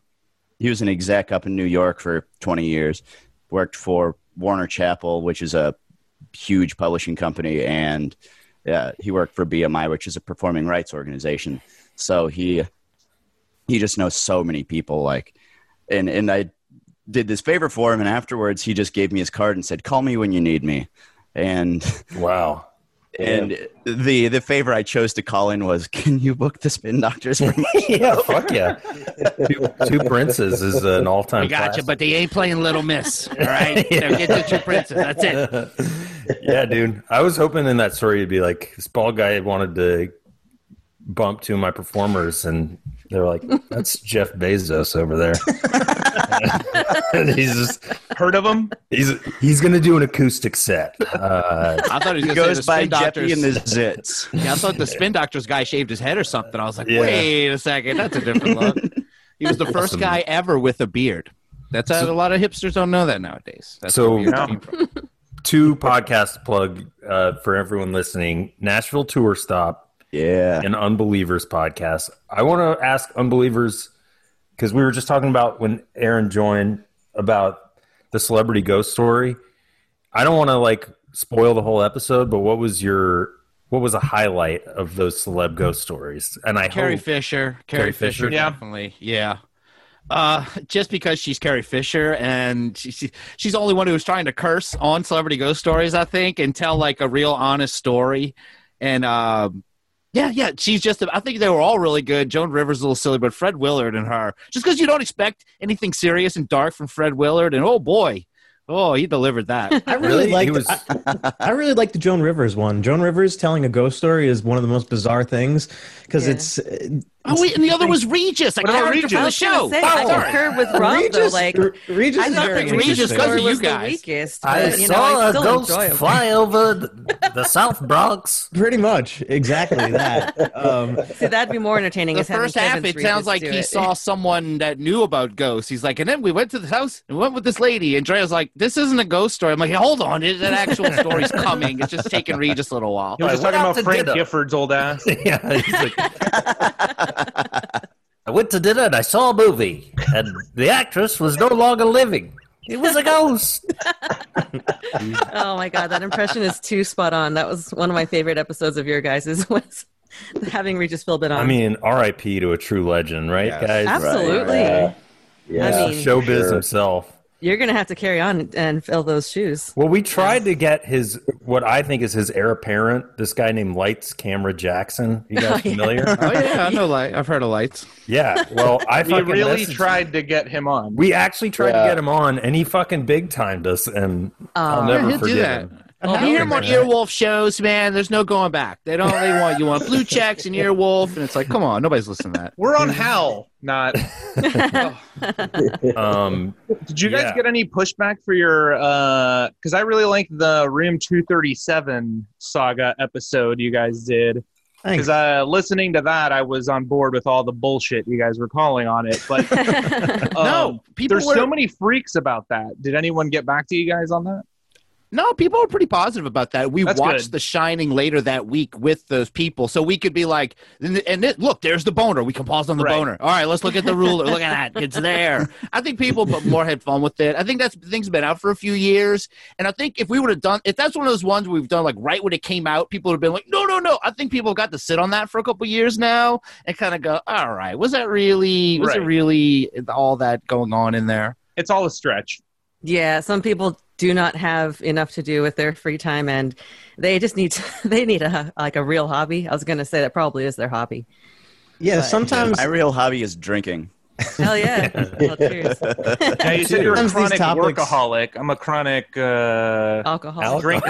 Speaker 10: he was an exec up in New York for 20 years, worked for Warner Chappell, which is a huge publishing company, and uh, he worked for BMI, which is a performing rights organization. So he he just knows so many people, like, and and I did this favor for him, and afterwards he just gave me his card and said, "Call me when you need me," and.
Speaker 1: Wow.
Speaker 10: And the the favor I chose to call in was, can you book the spin doctors? For me?
Speaker 1: yeah, fuck yeah. Two, Two Princes is an all time.
Speaker 7: We got you, but they ain't playing Little Miss. All right, now get the two princes. That's it.
Speaker 1: yeah, dude. I was hoping in that story to be like this bald guy wanted to bump two of my performers, and they're like, "That's Jeff Bezos over there." and he's just
Speaker 2: Heard of him?
Speaker 1: he's he's gonna do an acoustic set. Uh,
Speaker 7: I thought he
Speaker 10: He
Speaker 7: was going to
Speaker 10: goes
Speaker 7: say the
Speaker 10: by
Speaker 7: spin
Speaker 10: Jeffy
Speaker 7: doctors.
Speaker 10: and the Zits.
Speaker 7: Yeah, I thought the spin doctor's guy shaved his head or something. I was like,
Speaker 1: Yeah.
Speaker 7: wait a second, that's a different look. He was the first
Speaker 1: Awesome.
Speaker 7: guy ever with a beard. That's how a lot of hipsters don't know that nowadays. That's
Speaker 1: So-
Speaker 7: where beards
Speaker 2: No.
Speaker 7: came from.
Speaker 1: two podcast plug uh, for everyone listening: Nashville tour stop
Speaker 10: Yeah.
Speaker 1: an Unbelievers podcast. I want to ask Unbelievers because we were just talking about when Aaron joined about the celebrity ghost story. I don't want to like spoil the whole episode, but what was your what was a highlight of those celeb ghost stories? And I
Speaker 7: Carrie
Speaker 1: hope
Speaker 7: Fisher, Carrie,
Speaker 1: Carrie
Speaker 7: Fisher,
Speaker 1: Fisher?
Speaker 2: Yeah.
Speaker 7: definitely, yeah. Uh, just because she's Carrie Fisher and she, she, she's the only one who was trying to curse on Celebrity Ghost Stories, I think, and tell like a real honest story. And um, yeah, yeah, she's just, I think they were all really good. Joan Rivers, is a little silly, but Fred Willard and her, just because you don't expect anything serious and dark from Fred Willard. And oh boy, oh, he delivered that.
Speaker 9: I really,
Speaker 1: He
Speaker 9: liked.
Speaker 1: was-
Speaker 9: I, I really liked the Joan Rivers one. Joan Rivers telling a ghost story is one of the most bizarre things because
Speaker 8: Yeah.
Speaker 9: it's uh,
Speaker 7: oh, wait, and the other was Regis, a
Speaker 2: What about
Speaker 7: character
Speaker 2: Regis?
Speaker 7: from
Speaker 8: I
Speaker 7: the
Speaker 8: was
Speaker 7: show.
Speaker 8: gonna say, I concur with Rob though.
Speaker 9: Regis.
Speaker 8: Like,
Speaker 9: Re- Regis
Speaker 8: I
Speaker 9: is
Speaker 8: thought
Speaker 9: very
Speaker 8: the Regis
Speaker 9: interesting.
Speaker 7: because of
Speaker 8: story
Speaker 7: you
Speaker 8: was the
Speaker 7: guys.
Speaker 8: weakest.
Speaker 1: I
Speaker 8: but, you know,
Speaker 1: saw
Speaker 8: it's
Speaker 1: a
Speaker 8: still
Speaker 1: ghost
Speaker 8: enjoyable.
Speaker 1: fly over the, the South Bronx.
Speaker 9: Pretty much, exactly that. um,
Speaker 8: See, that'd be more entertaining.
Speaker 7: the
Speaker 8: is having
Speaker 7: first half,
Speaker 8: Kevin's
Speaker 7: it
Speaker 8: Regis
Speaker 7: sounds like
Speaker 8: do
Speaker 7: he
Speaker 8: it.
Speaker 7: saw someone that knew about ghosts. He's like, and then we went to this house and went with this lady. And Dre was like, this isn't a ghost story. I'm like, hold on, it- that actual story's coming. It's just taking Regis a little while.
Speaker 2: He was just
Speaker 1: Like,
Speaker 2: talking
Speaker 1: what
Speaker 2: about
Speaker 1: else
Speaker 2: Frank
Speaker 1: did I-
Speaker 2: Gifford's old ass.
Speaker 1: yeah, he's like, I went to dinner and I saw a movie, and the actress was no longer living. It was a ghost.
Speaker 8: Oh my god, that impression is too spot on. That was one of my favorite episodes of your guys's was having Regis Philbin on.
Speaker 1: I mean, R.I.P. to a true legend, right,
Speaker 10: Yes.
Speaker 1: guys?
Speaker 8: absolutely.
Speaker 3: Yeah. Yeah.
Speaker 8: I mean-
Speaker 1: Showbiz
Speaker 3: Sure.
Speaker 1: himself.
Speaker 8: You're gonna have to carry on and fill those shoes.
Speaker 1: Well, we tried to get his what I think is his heir apparent, this guy named Lights Camera Jackson. You guys familiar?
Speaker 7: Oh yeah, I know. Light. I've heard of lights.
Speaker 1: yeah. Well, I
Speaker 2: We
Speaker 1: fucking
Speaker 2: really
Speaker 1: messaged-
Speaker 2: tried to get him on.
Speaker 1: We actually tried
Speaker 3: Yeah.
Speaker 1: to get him on, and he fucking big timed us, and I'll
Speaker 8: Aw.
Speaker 1: never
Speaker 7: he'll do
Speaker 1: forget
Speaker 7: that.
Speaker 1: him.
Speaker 7: If you hear more Earwolf shows, man, there's no going back. They don't. They want you on blue checks and Earwolf, and it's like, come on, nobody's listening to that.
Speaker 2: We're on Howl, not.
Speaker 1: Um,
Speaker 2: Did you guys
Speaker 1: Yeah.
Speaker 2: get any pushback for your? Because I really like the Room 237 saga episode you guys did.
Speaker 9: Thanks.
Speaker 2: Because uh, listening to that, I was on board with all the bullshit you guys were calling on it. But um,
Speaker 7: no, Oh, people
Speaker 2: there's
Speaker 7: were
Speaker 2: so many freaks about that. Did anyone get back to you guys on that?
Speaker 7: no people were pretty positive about that. We
Speaker 2: That's
Speaker 7: watched
Speaker 2: good.
Speaker 7: The Shining later that week with those people, so we could be like, and, th- and it, look, there's the boner. We can pause on the
Speaker 2: Right.
Speaker 7: boner. All right, let's look at the ruler. look at that, it's there. I think people but more had fun with it. I think that's things been out for a few years, and I think if we would have done, if that's one of those ones we've done like right when it came out, people would have been like, no, no, no. I think people have got to sit on that for a couple years now and kind of go, all right, was that really, was it
Speaker 2: Right.
Speaker 7: really all that going on in there?
Speaker 2: It's all a stretch.
Speaker 8: yeah, some people do not have enough to do with their free time, and they just need to, they need a like a real hobby. I was gonna say that probably is their hobby.
Speaker 9: Yeah,
Speaker 8: But-
Speaker 9: sometimes
Speaker 10: My real hobby is drinking.
Speaker 8: Hell yeah! Well, cheers.
Speaker 2: Yeah, you said you're a
Speaker 9: Sometimes
Speaker 2: chronic
Speaker 9: these topics-
Speaker 2: workaholic. I'm a chronic. Uh,
Speaker 8: Alcohol.
Speaker 2: Drink.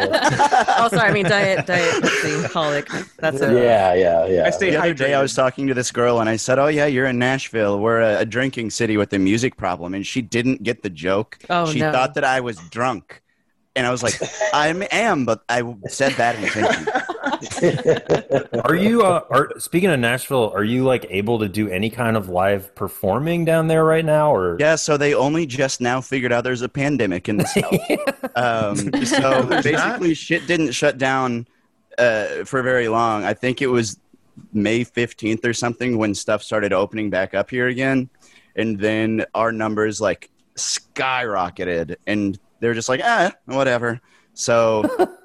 Speaker 8: oh, sorry. I mean diet, diet, alcoholic. That's it.
Speaker 3: yeah, yeah,
Speaker 2: I
Speaker 3: yeah.
Speaker 2: stay
Speaker 10: the other
Speaker 2: hydrated.
Speaker 10: day I was talking to this girl and I said, "Oh yeah, you're in Nashville. We're a, a drinking city with a music problem." And she didn't get the joke.
Speaker 8: Oh,
Speaker 10: she
Speaker 8: no.
Speaker 10: thought that I was drunk. And I was like, "I am- am, but I said that intention.
Speaker 1: Are you? Uh, are speaking of Nashville? Are you like able to do any kind of live performing down there right now? Or
Speaker 10: yeah, so they only just now figured out there's a pandemic in the south. um, so basically, shit didn't shut down uh, for very long. I think it was May 15th or something when stuff started opening back up here again, and then our numbers like skyrocketed, and they're just like, ah, whatever. So.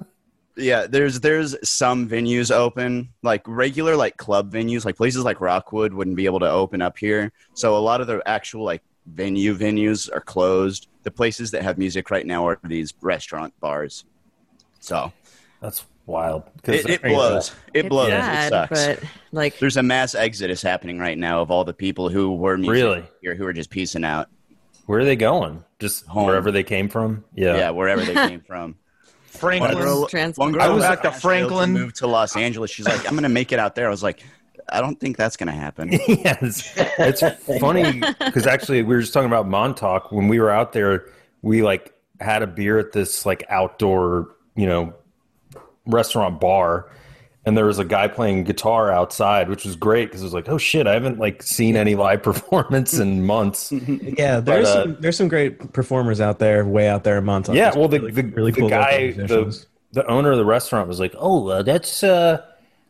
Speaker 10: Yeah, there's there's some venues open, like regular like club venues, like places like Rockwood wouldn't be able to open up here. So a lot of the actual like venue venues are closed. The places that have music right now are these restaurant bars. So
Speaker 1: that's wild. 'Cause-
Speaker 10: it, it blows. It
Speaker 8: It's
Speaker 10: blows.
Speaker 8: sad,
Speaker 10: it sucks.
Speaker 8: But like,
Speaker 10: There's a mass exodus happening right now of all the people who were music
Speaker 1: Really?
Speaker 10: here who are just peacing out.
Speaker 1: Where are they going? Just
Speaker 10: Home.
Speaker 1: wherever they came from.
Speaker 10: Yeah,
Speaker 1: Yeah.
Speaker 10: wherever they came from. One
Speaker 2: Franklin.
Speaker 10: girl, one
Speaker 8: transplant.
Speaker 10: girl
Speaker 8: I was
Speaker 10: from
Speaker 2: back to
Speaker 10: Nashville
Speaker 2: Franklin.
Speaker 10: Moved to Los Angeles. She's like, I'm gonna make it out there. I was like, I don't think that's gonna happen.
Speaker 1: yes. It's funny because actually we were just talking about Montauk when we were out there. We like had a beer at this like outdoor, you know, restaurant bar, and there was a guy playing guitar outside, which was great because it was like, oh shit, I haven't like seen any live performance in months.
Speaker 9: yeah, there's
Speaker 1: uh,
Speaker 9: some, there's some great performers out there, way out there in Montauk.
Speaker 1: yeah,
Speaker 9: There's
Speaker 1: well, the
Speaker 9: really-
Speaker 1: the,
Speaker 9: really
Speaker 1: the
Speaker 9: cool local
Speaker 1: guy, the,
Speaker 9: musicians.
Speaker 1: the owner of the restaurant was like, "Oh, uh, that's uh,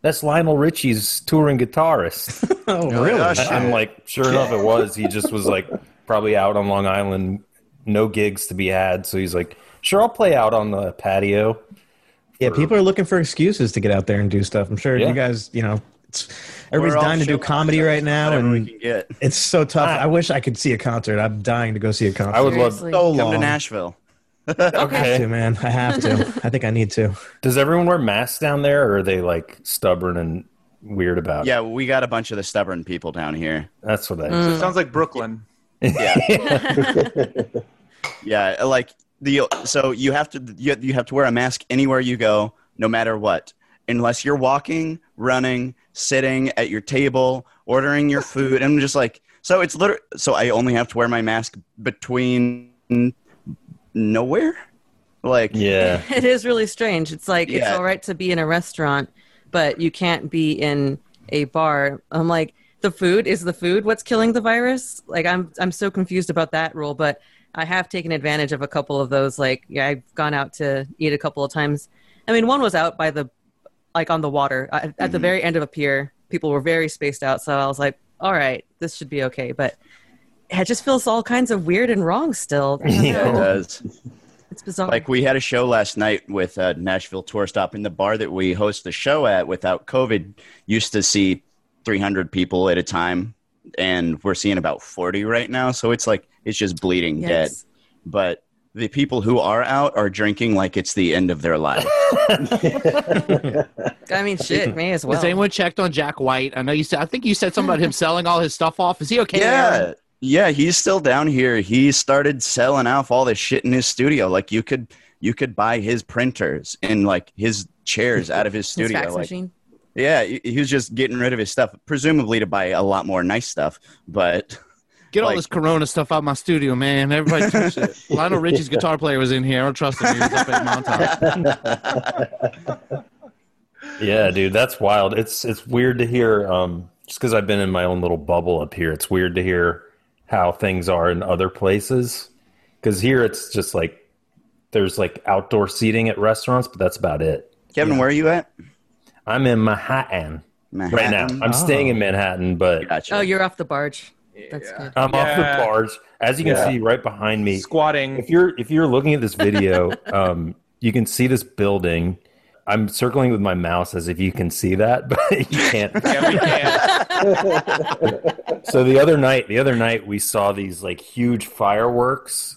Speaker 1: that's Lionel Richie's touring guitarist."
Speaker 9: oh, really?
Speaker 10: gosh.
Speaker 1: And I'm like, sure enough, it was. He just was like, probably out on Long Island, no gigs to be had. So he's like, "Sure, I'll play out on the patio."
Speaker 9: Yeah, people are looking for excuses to get out there and do stuff. I'm sure
Speaker 1: Yeah.
Speaker 9: you guys, you know, it's,
Speaker 10: We're
Speaker 9: everybody's
Speaker 10: all
Speaker 9: dying to do
Speaker 10: showing
Speaker 9: comedy
Speaker 10: ourselves
Speaker 9: right now,
Speaker 10: whatever we
Speaker 9: and
Speaker 10: can get.
Speaker 9: it's so tough.
Speaker 1: Ah.
Speaker 9: I wish I could see a concert. I'm dying to go see a concert.
Speaker 1: I would love.
Speaker 8: Seriously.
Speaker 9: so long.
Speaker 10: Come to Nashville.
Speaker 9: I have
Speaker 1: Okay,
Speaker 9: to, man. I have to. I think I need to.
Speaker 1: does everyone wear masks down there, or are they like stubborn and weird about it?
Speaker 10: Yeah, we got a bunch of the stubborn people down here.
Speaker 1: That's what I.
Speaker 8: Mm.
Speaker 2: Sounds like Brooklyn.
Speaker 10: Yeah, like the so you have to you, you have to wear a mask anywhere you go, no matter what, unless you're walking, running, sitting at your table, ordering your food. I'm just like so it's literally so I only have to wear my mask between nowhere, like
Speaker 1: Yeah.
Speaker 8: it is really strange. It's like it's
Speaker 10: Yeah.
Speaker 8: all right to be in a restaurant, but you can't be in a bar. I'm like, the food is the food. What's killing the virus? Like, I'm I'm so confused about that rule. But I have taken advantage of a couple of those. Like, yeah, I've gone out to eat a couple of times. I mean, one was out by the, like on the water at, at
Speaker 10: Mm-hmm.
Speaker 8: the very end of a pier. People were very spaced out, so I was like, all right, this should be okay. But it just feels all kinds of weird and wrong still. I don't
Speaker 10: it
Speaker 8: know.
Speaker 10: does.
Speaker 8: It's bizarre.
Speaker 10: Like we had a show last night with uh, Nashville Tour Stop, and the bar that we host the show at without COVID used to see 300 people at a time, and we're seeing about 40 right now. So it's like it's just bleeding dead.
Speaker 8: Yes.
Speaker 10: But the people who are out are drinking like it's the end of their life.
Speaker 8: I mean, shit, may as well.
Speaker 7: Mm-hmm. Has anyone checked on Jack White? I know you said. I think you said something about him selling all his stuff off. Is he okay? Aaron?
Speaker 10: Yeah. Yeah, he's still down here. He started selling off all this shit in his studio. Like you could you could buy his printers and like his chairs out of his
Speaker 8: His
Speaker 10: studio.
Speaker 8: fax
Speaker 10: like,
Speaker 8: machine.
Speaker 10: yeah, he he was just getting rid of his stuff, presumably to buy a lot more nice stuff. But
Speaker 7: Get all
Speaker 10: Like-
Speaker 7: this Corona stuff out of my studio, man. Everybody touch it. Lionel Richie's guitar player was in here. I don't trust him. He was up at Montauk.
Speaker 1: Yeah, dude, that's wild. It's it's weird to hear um just cuz I've been in my own little bubble up here. It's weird to hear how things are in other places cuz here it's just like there's like outdoor seating at restaurants, but that's about it.
Speaker 10: Kevin, where are you at?
Speaker 1: I'm in Manhattan right now.
Speaker 10: Manhattan?
Speaker 1: I'm staying in Manhattan, but
Speaker 10: Gotcha.
Speaker 8: Oh, you're off the barge. That's good.
Speaker 1: I'm off
Speaker 2: Yeah.
Speaker 1: the bars. As you can see right behind me,
Speaker 2: Squatting.
Speaker 1: if you're if you're looking at this video, um, you can see this building. I'm circling with my mouse as if you can see that, but you can't.
Speaker 2: Yeah, we can.
Speaker 1: So the other night, the other night we saw these like huge fireworks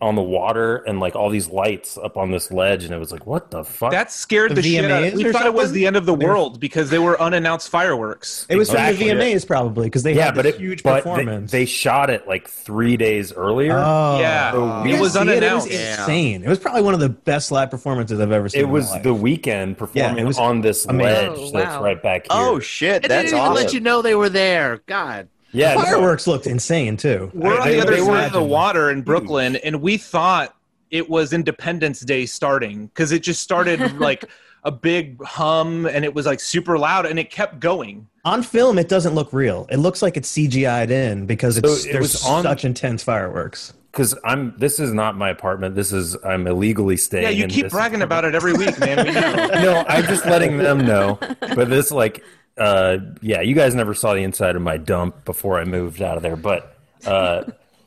Speaker 1: on the water and like all these lights up on this ledge, and it was like, what the fuck?
Speaker 2: That scared
Speaker 9: The
Speaker 2: the, shit out. of
Speaker 9: VMAs
Speaker 2: We
Speaker 9: or
Speaker 2: thought it was
Speaker 9: something?
Speaker 2: the end of the world because they were unannounced fireworks.
Speaker 9: It was
Speaker 1: Exactly.
Speaker 9: from the VMAs probably because they
Speaker 1: yeah,
Speaker 9: had
Speaker 1: but
Speaker 9: this
Speaker 1: it,
Speaker 9: huge
Speaker 1: but they-
Speaker 9: performance.
Speaker 1: They, shot it like three days earlier.
Speaker 9: oh,
Speaker 2: yeah,
Speaker 1: we
Speaker 9: See it? It
Speaker 2: it was
Speaker 9: was
Speaker 2: unannounced.
Speaker 9: insane. It was probably one of the best live performances I've ever seen.
Speaker 1: it
Speaker 9: in my
Speaker 1: was
Speaker 9: life.
Speaker 1: the weekend performing
Speaker 9: Yeah, it was
Speaker 1: on this
Speaker 9: amazing.
Speaker 1: ledge
Speaker 8: Oh,
Speaker 1: that's
Speaker 8: wow.
Speaker 1: right back here.
Speaker 10: Oh shit,
Speaker 7: It didn't
Speaker 10: that's
Speaker 7: even
Speaker 10: awesome.
Speaker 7: let you know they were there. God.
Speaker 1: yeah, no.
Speaker 9: fireworks looked insane too.
Speaker 2: We're
Speaker 1: I-
Speaker 2: on
Speaker 1: they-
Speaker 2: the other
Speaker 1: they
Speaker 2: side
Speaker 1: were-
Speaker 2: of the water in Brooklyn, and we thought it was Independence Day starting because it just started like a big hum, and it was like super loud, and it kept going.
Speaker 9: On film, it doesn't look real. It looks like it's CGI'd in because it's,
Speaker 1: it
Speaker 9: there's
Speaker 1: was on-
Speaker 9: such intense fireworks.
Speaker 1: because I'm. This is not my apartment. This is I'm illegally staying.
Speaker 2: Yeah, you
Speaker 1: in
Speaker 2: keep
Speaker 1: this
Speaker 2: bragging about it every week, man. We know.
Speaker 1: no, I'm just letting them know. But this, like, uh, yeah, you guys never saw the inside of my dump before I moved out of there. But uh,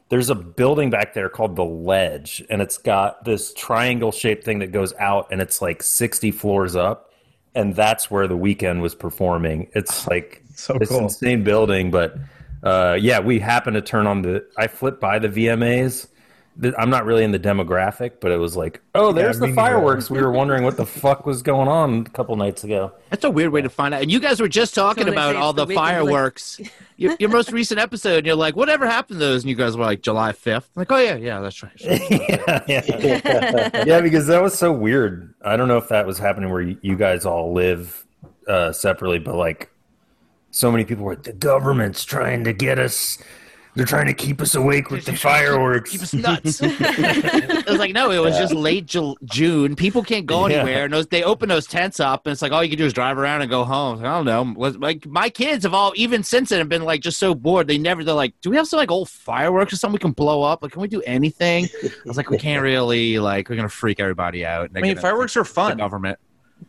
Speaker 1: there's a building back there called the Ledge, and it's got this triangle shaped thing that goes out, and it's like 60 floors up, and that's where the weekend was performing. It's like
Speaker 9: So
Speaker 1: this
Speaker 9: cool.
Speaker 1: insane building, but uh, yeah, we happened to turn on the. I flipped by the VMAs. Th- I'm not really in the demographic, but it was like, oh, there's
Speaker 9: me
Speaker 1: the
Speaker 9: neither.
Speaker 1: fireworks. We were wondering what the fuck was going on a couple nights ago.
Speaker 7: That's a weird way to find out. And you guys were just talking
Speaker 8: Someone
Speaker 7: about
Speaker 8: says
Speaker 7: all
Speaker 8: the
Speaker 7: the
Speaker 8: weekend, like-
Speaker 7: fireworks. your, your most recent episode, and you're like, whatever happened to those? And you guys were like, July 5th. I'm like, oh, yeah, yeah, that's right. Sure.
Speaker 1: yeah, yeah. Yeah, because that was so weird. I don't know if that was happening where y- you guys all live uh, separately, but like, so many people were like, the government's trying to get us. They're trying to keep us awake with the fireworks.
Speaker 7: It was nuts. it was like, no, it was just late Ju- June. People can't go
Speaker 1: Yeah.
Speaker 7: anywhere. And those, they open those tents up, and it's like all you can do is drive around and go home. It's like, I don't know. Was- Like my kids have all, even since then, have been like just so bored. They never. They're like, do we have some like old fireworks or something we can blow up? Like, can we do anything? I was like, we can't really. Like, we're gonna freak everybody out.
Speaker 2: I mean, fireworks are
Speaker 7: The
Speaker 2: fun.
Speaker 7: government.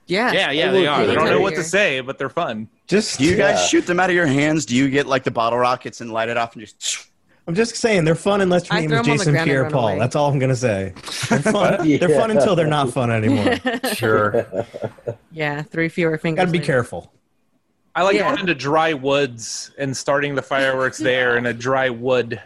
Speaker 8: Yeah.
Speaker 7: Yeah, yeah, they
Speaker 2: I
Speaker 7: are.
Speaker 8: They
Speaker 2: don't know what to
Speaker 8: Here.
Speaker 2: say, but they're fun.
Speaker 9: Just
Speaker 10: Do you guys
Speaker 3: Yeah.
Speaker 10: shoot them out of your hands? Do you get like the bottle rockets and light it off and just?
Speaker 9: I'm just saying they're fun unless your
Speaker 8: I
Speaker 9: name
Speaker 8: throw
Speaker 9: is
Speaker 8: 'em on the
Speaker 9: Jason
Speaker 8: ground and run
Speaker 9: Pierre-Paul.
Speaker 8: away.
Speaker 9: That's all I'm gonna say. They're fun.
Speaker 3: Yeah.
Speaker 9: They're fun until they're not fun anymore.
Speaker 1: Sure.
Speaker 8: Yeah, three fewer fingers.
Speaker 9: Got to be
Speaker 8: later.
Speaker 9: careful.
Speaker 2: I like
Speaker 8: Yeah.
Speaker 2: going to dry woods and starting the fireworks there in a dry wood.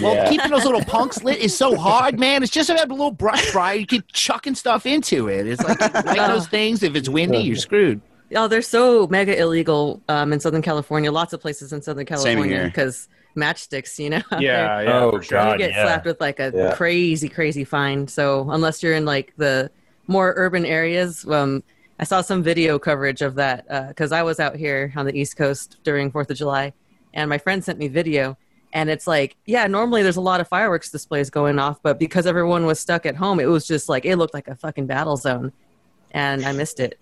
Speaker 7: Well,
Speaker 3: Yeah.
Speaker 7: keeping those little punks lit is so hard, man. It's just about a little brush fire. You keep chucking stuff into it. It's like, like those things. If it's windy, you're screwed.
Speaker 8: Oh, they're so mega illegal um, in Southern California. Lots of places in Southern California
Speaker 10: here.
Speaker 8: because matchsticks, you know. out there.
Speaker 2: Yeah, yeah.
Speaker 1: oh
Speaker 2: for sure.
Speaker 1: God,
Speaker 8: you get
Speaker 1: yeah.
Speaker 8: slapped with like a
Speaker 3: Yeah.
Speaker 8: crazy, crazy fine. So unless you're in like the more urban areas, um, I saw some video coverage of that because I was out here on the East Coast during Fourth of July, and my friend sent me video, and it's like, yeah, normally there's a lot of fireworks displays going off, but because everyone was stuck at home, it was just like it looked like a fucking battle zone, and I missed it.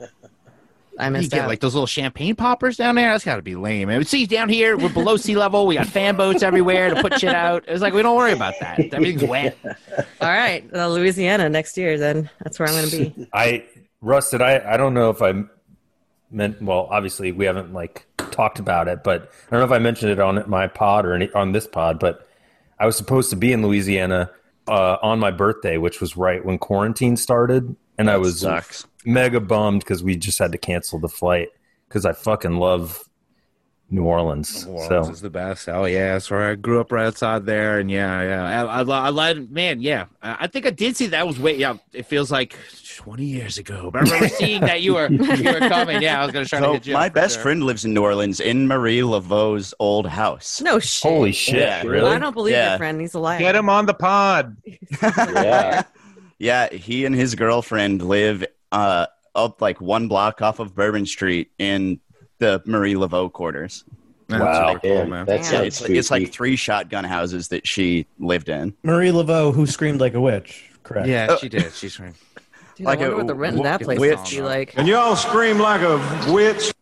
Speaker 8: I
Speaker 7: You
Speaker 8: missed
Speaker 7: get
Speaker 8: out.
Speaker 7: like those little champagne poppers down there. That's got to be lame. And see, down here we're below sea level. We got fan boats everywhere to put shit out. It's like we don't worry about that. Everything's wet.
Speaker 8: All right, uh, Louisiana next year. Then that's where I'm going to be.
Speaker 1: I Russ, did I I don't know if I meant well, obviously we haven't like talked about it, but I don't know if I mentioned it on my pod or any, on this pod, but I was supposed to be in Louisiana uh, on my birthday, which was right when quarantine started, and I was mega bummed because we just had to cancel the flight because I fucking love New Orleans.
Speaker 7: New Orleans
Speaker 1: so
Speaker 7: is the best. Oh yeah, that's where I grew up right outside there, and yeah, yeah. I, I, li- I lied, man. Yeah, I, I think I did see that was way. Yeah, it feels like twenty years ago. But I remember seeing that you were you were coming. Yeah, I was gonna try to
Speaker 10: So
Speaker 7: hit you.
Speaker 10: my
Speaker 7: up for
Speaker 10: best
Speaker 7: sure.
Speaker 10: friend lives in New Orleans in Marie Laveau's old house.
Speaker 8: No shit.
Speaker 1: holy shit,
Speaker 10: Yeah.
Speaker 1: really?
Speaker 8: I don't believe
Speaker 10: Yeah.
Speaker 8: your friend. He's a liar.
Speaker 2: Get him on the pod.
Speaker 3: Yeah.
Speaker 10: Yeah, he and his girlfriend live uh, up like one block off of Bourbon Street in the Marie Laveau quarters.
Speaker 7: That's
Speaker 1: Wow.
Speaker 7: really cool,
Speaker 3: Yeah,
Speaker 7: man.
Speaker 3: that
Speaker 8: Yeah,
Speaker 10: Yeah,
Speaker 3: sounds
Speaker 10: it's like, it's
Speaker 3: spooky.
Speaker 10: like three shotgun houses that she lived in.
Speaker 9: Marie Laveau, who screamed like a witch. Correct.
Speaker 7: Yeah, she did. She's right.
Speaker 8: Dude,
Speaker 10: Oh, Like
Speaker 8: I wonder
Speaker 10: a
Speaker 8: what the rent in that place
Speaker 10: witch.
Speaker 8: would be like.
Speaker 11: And y'all scream like a witch.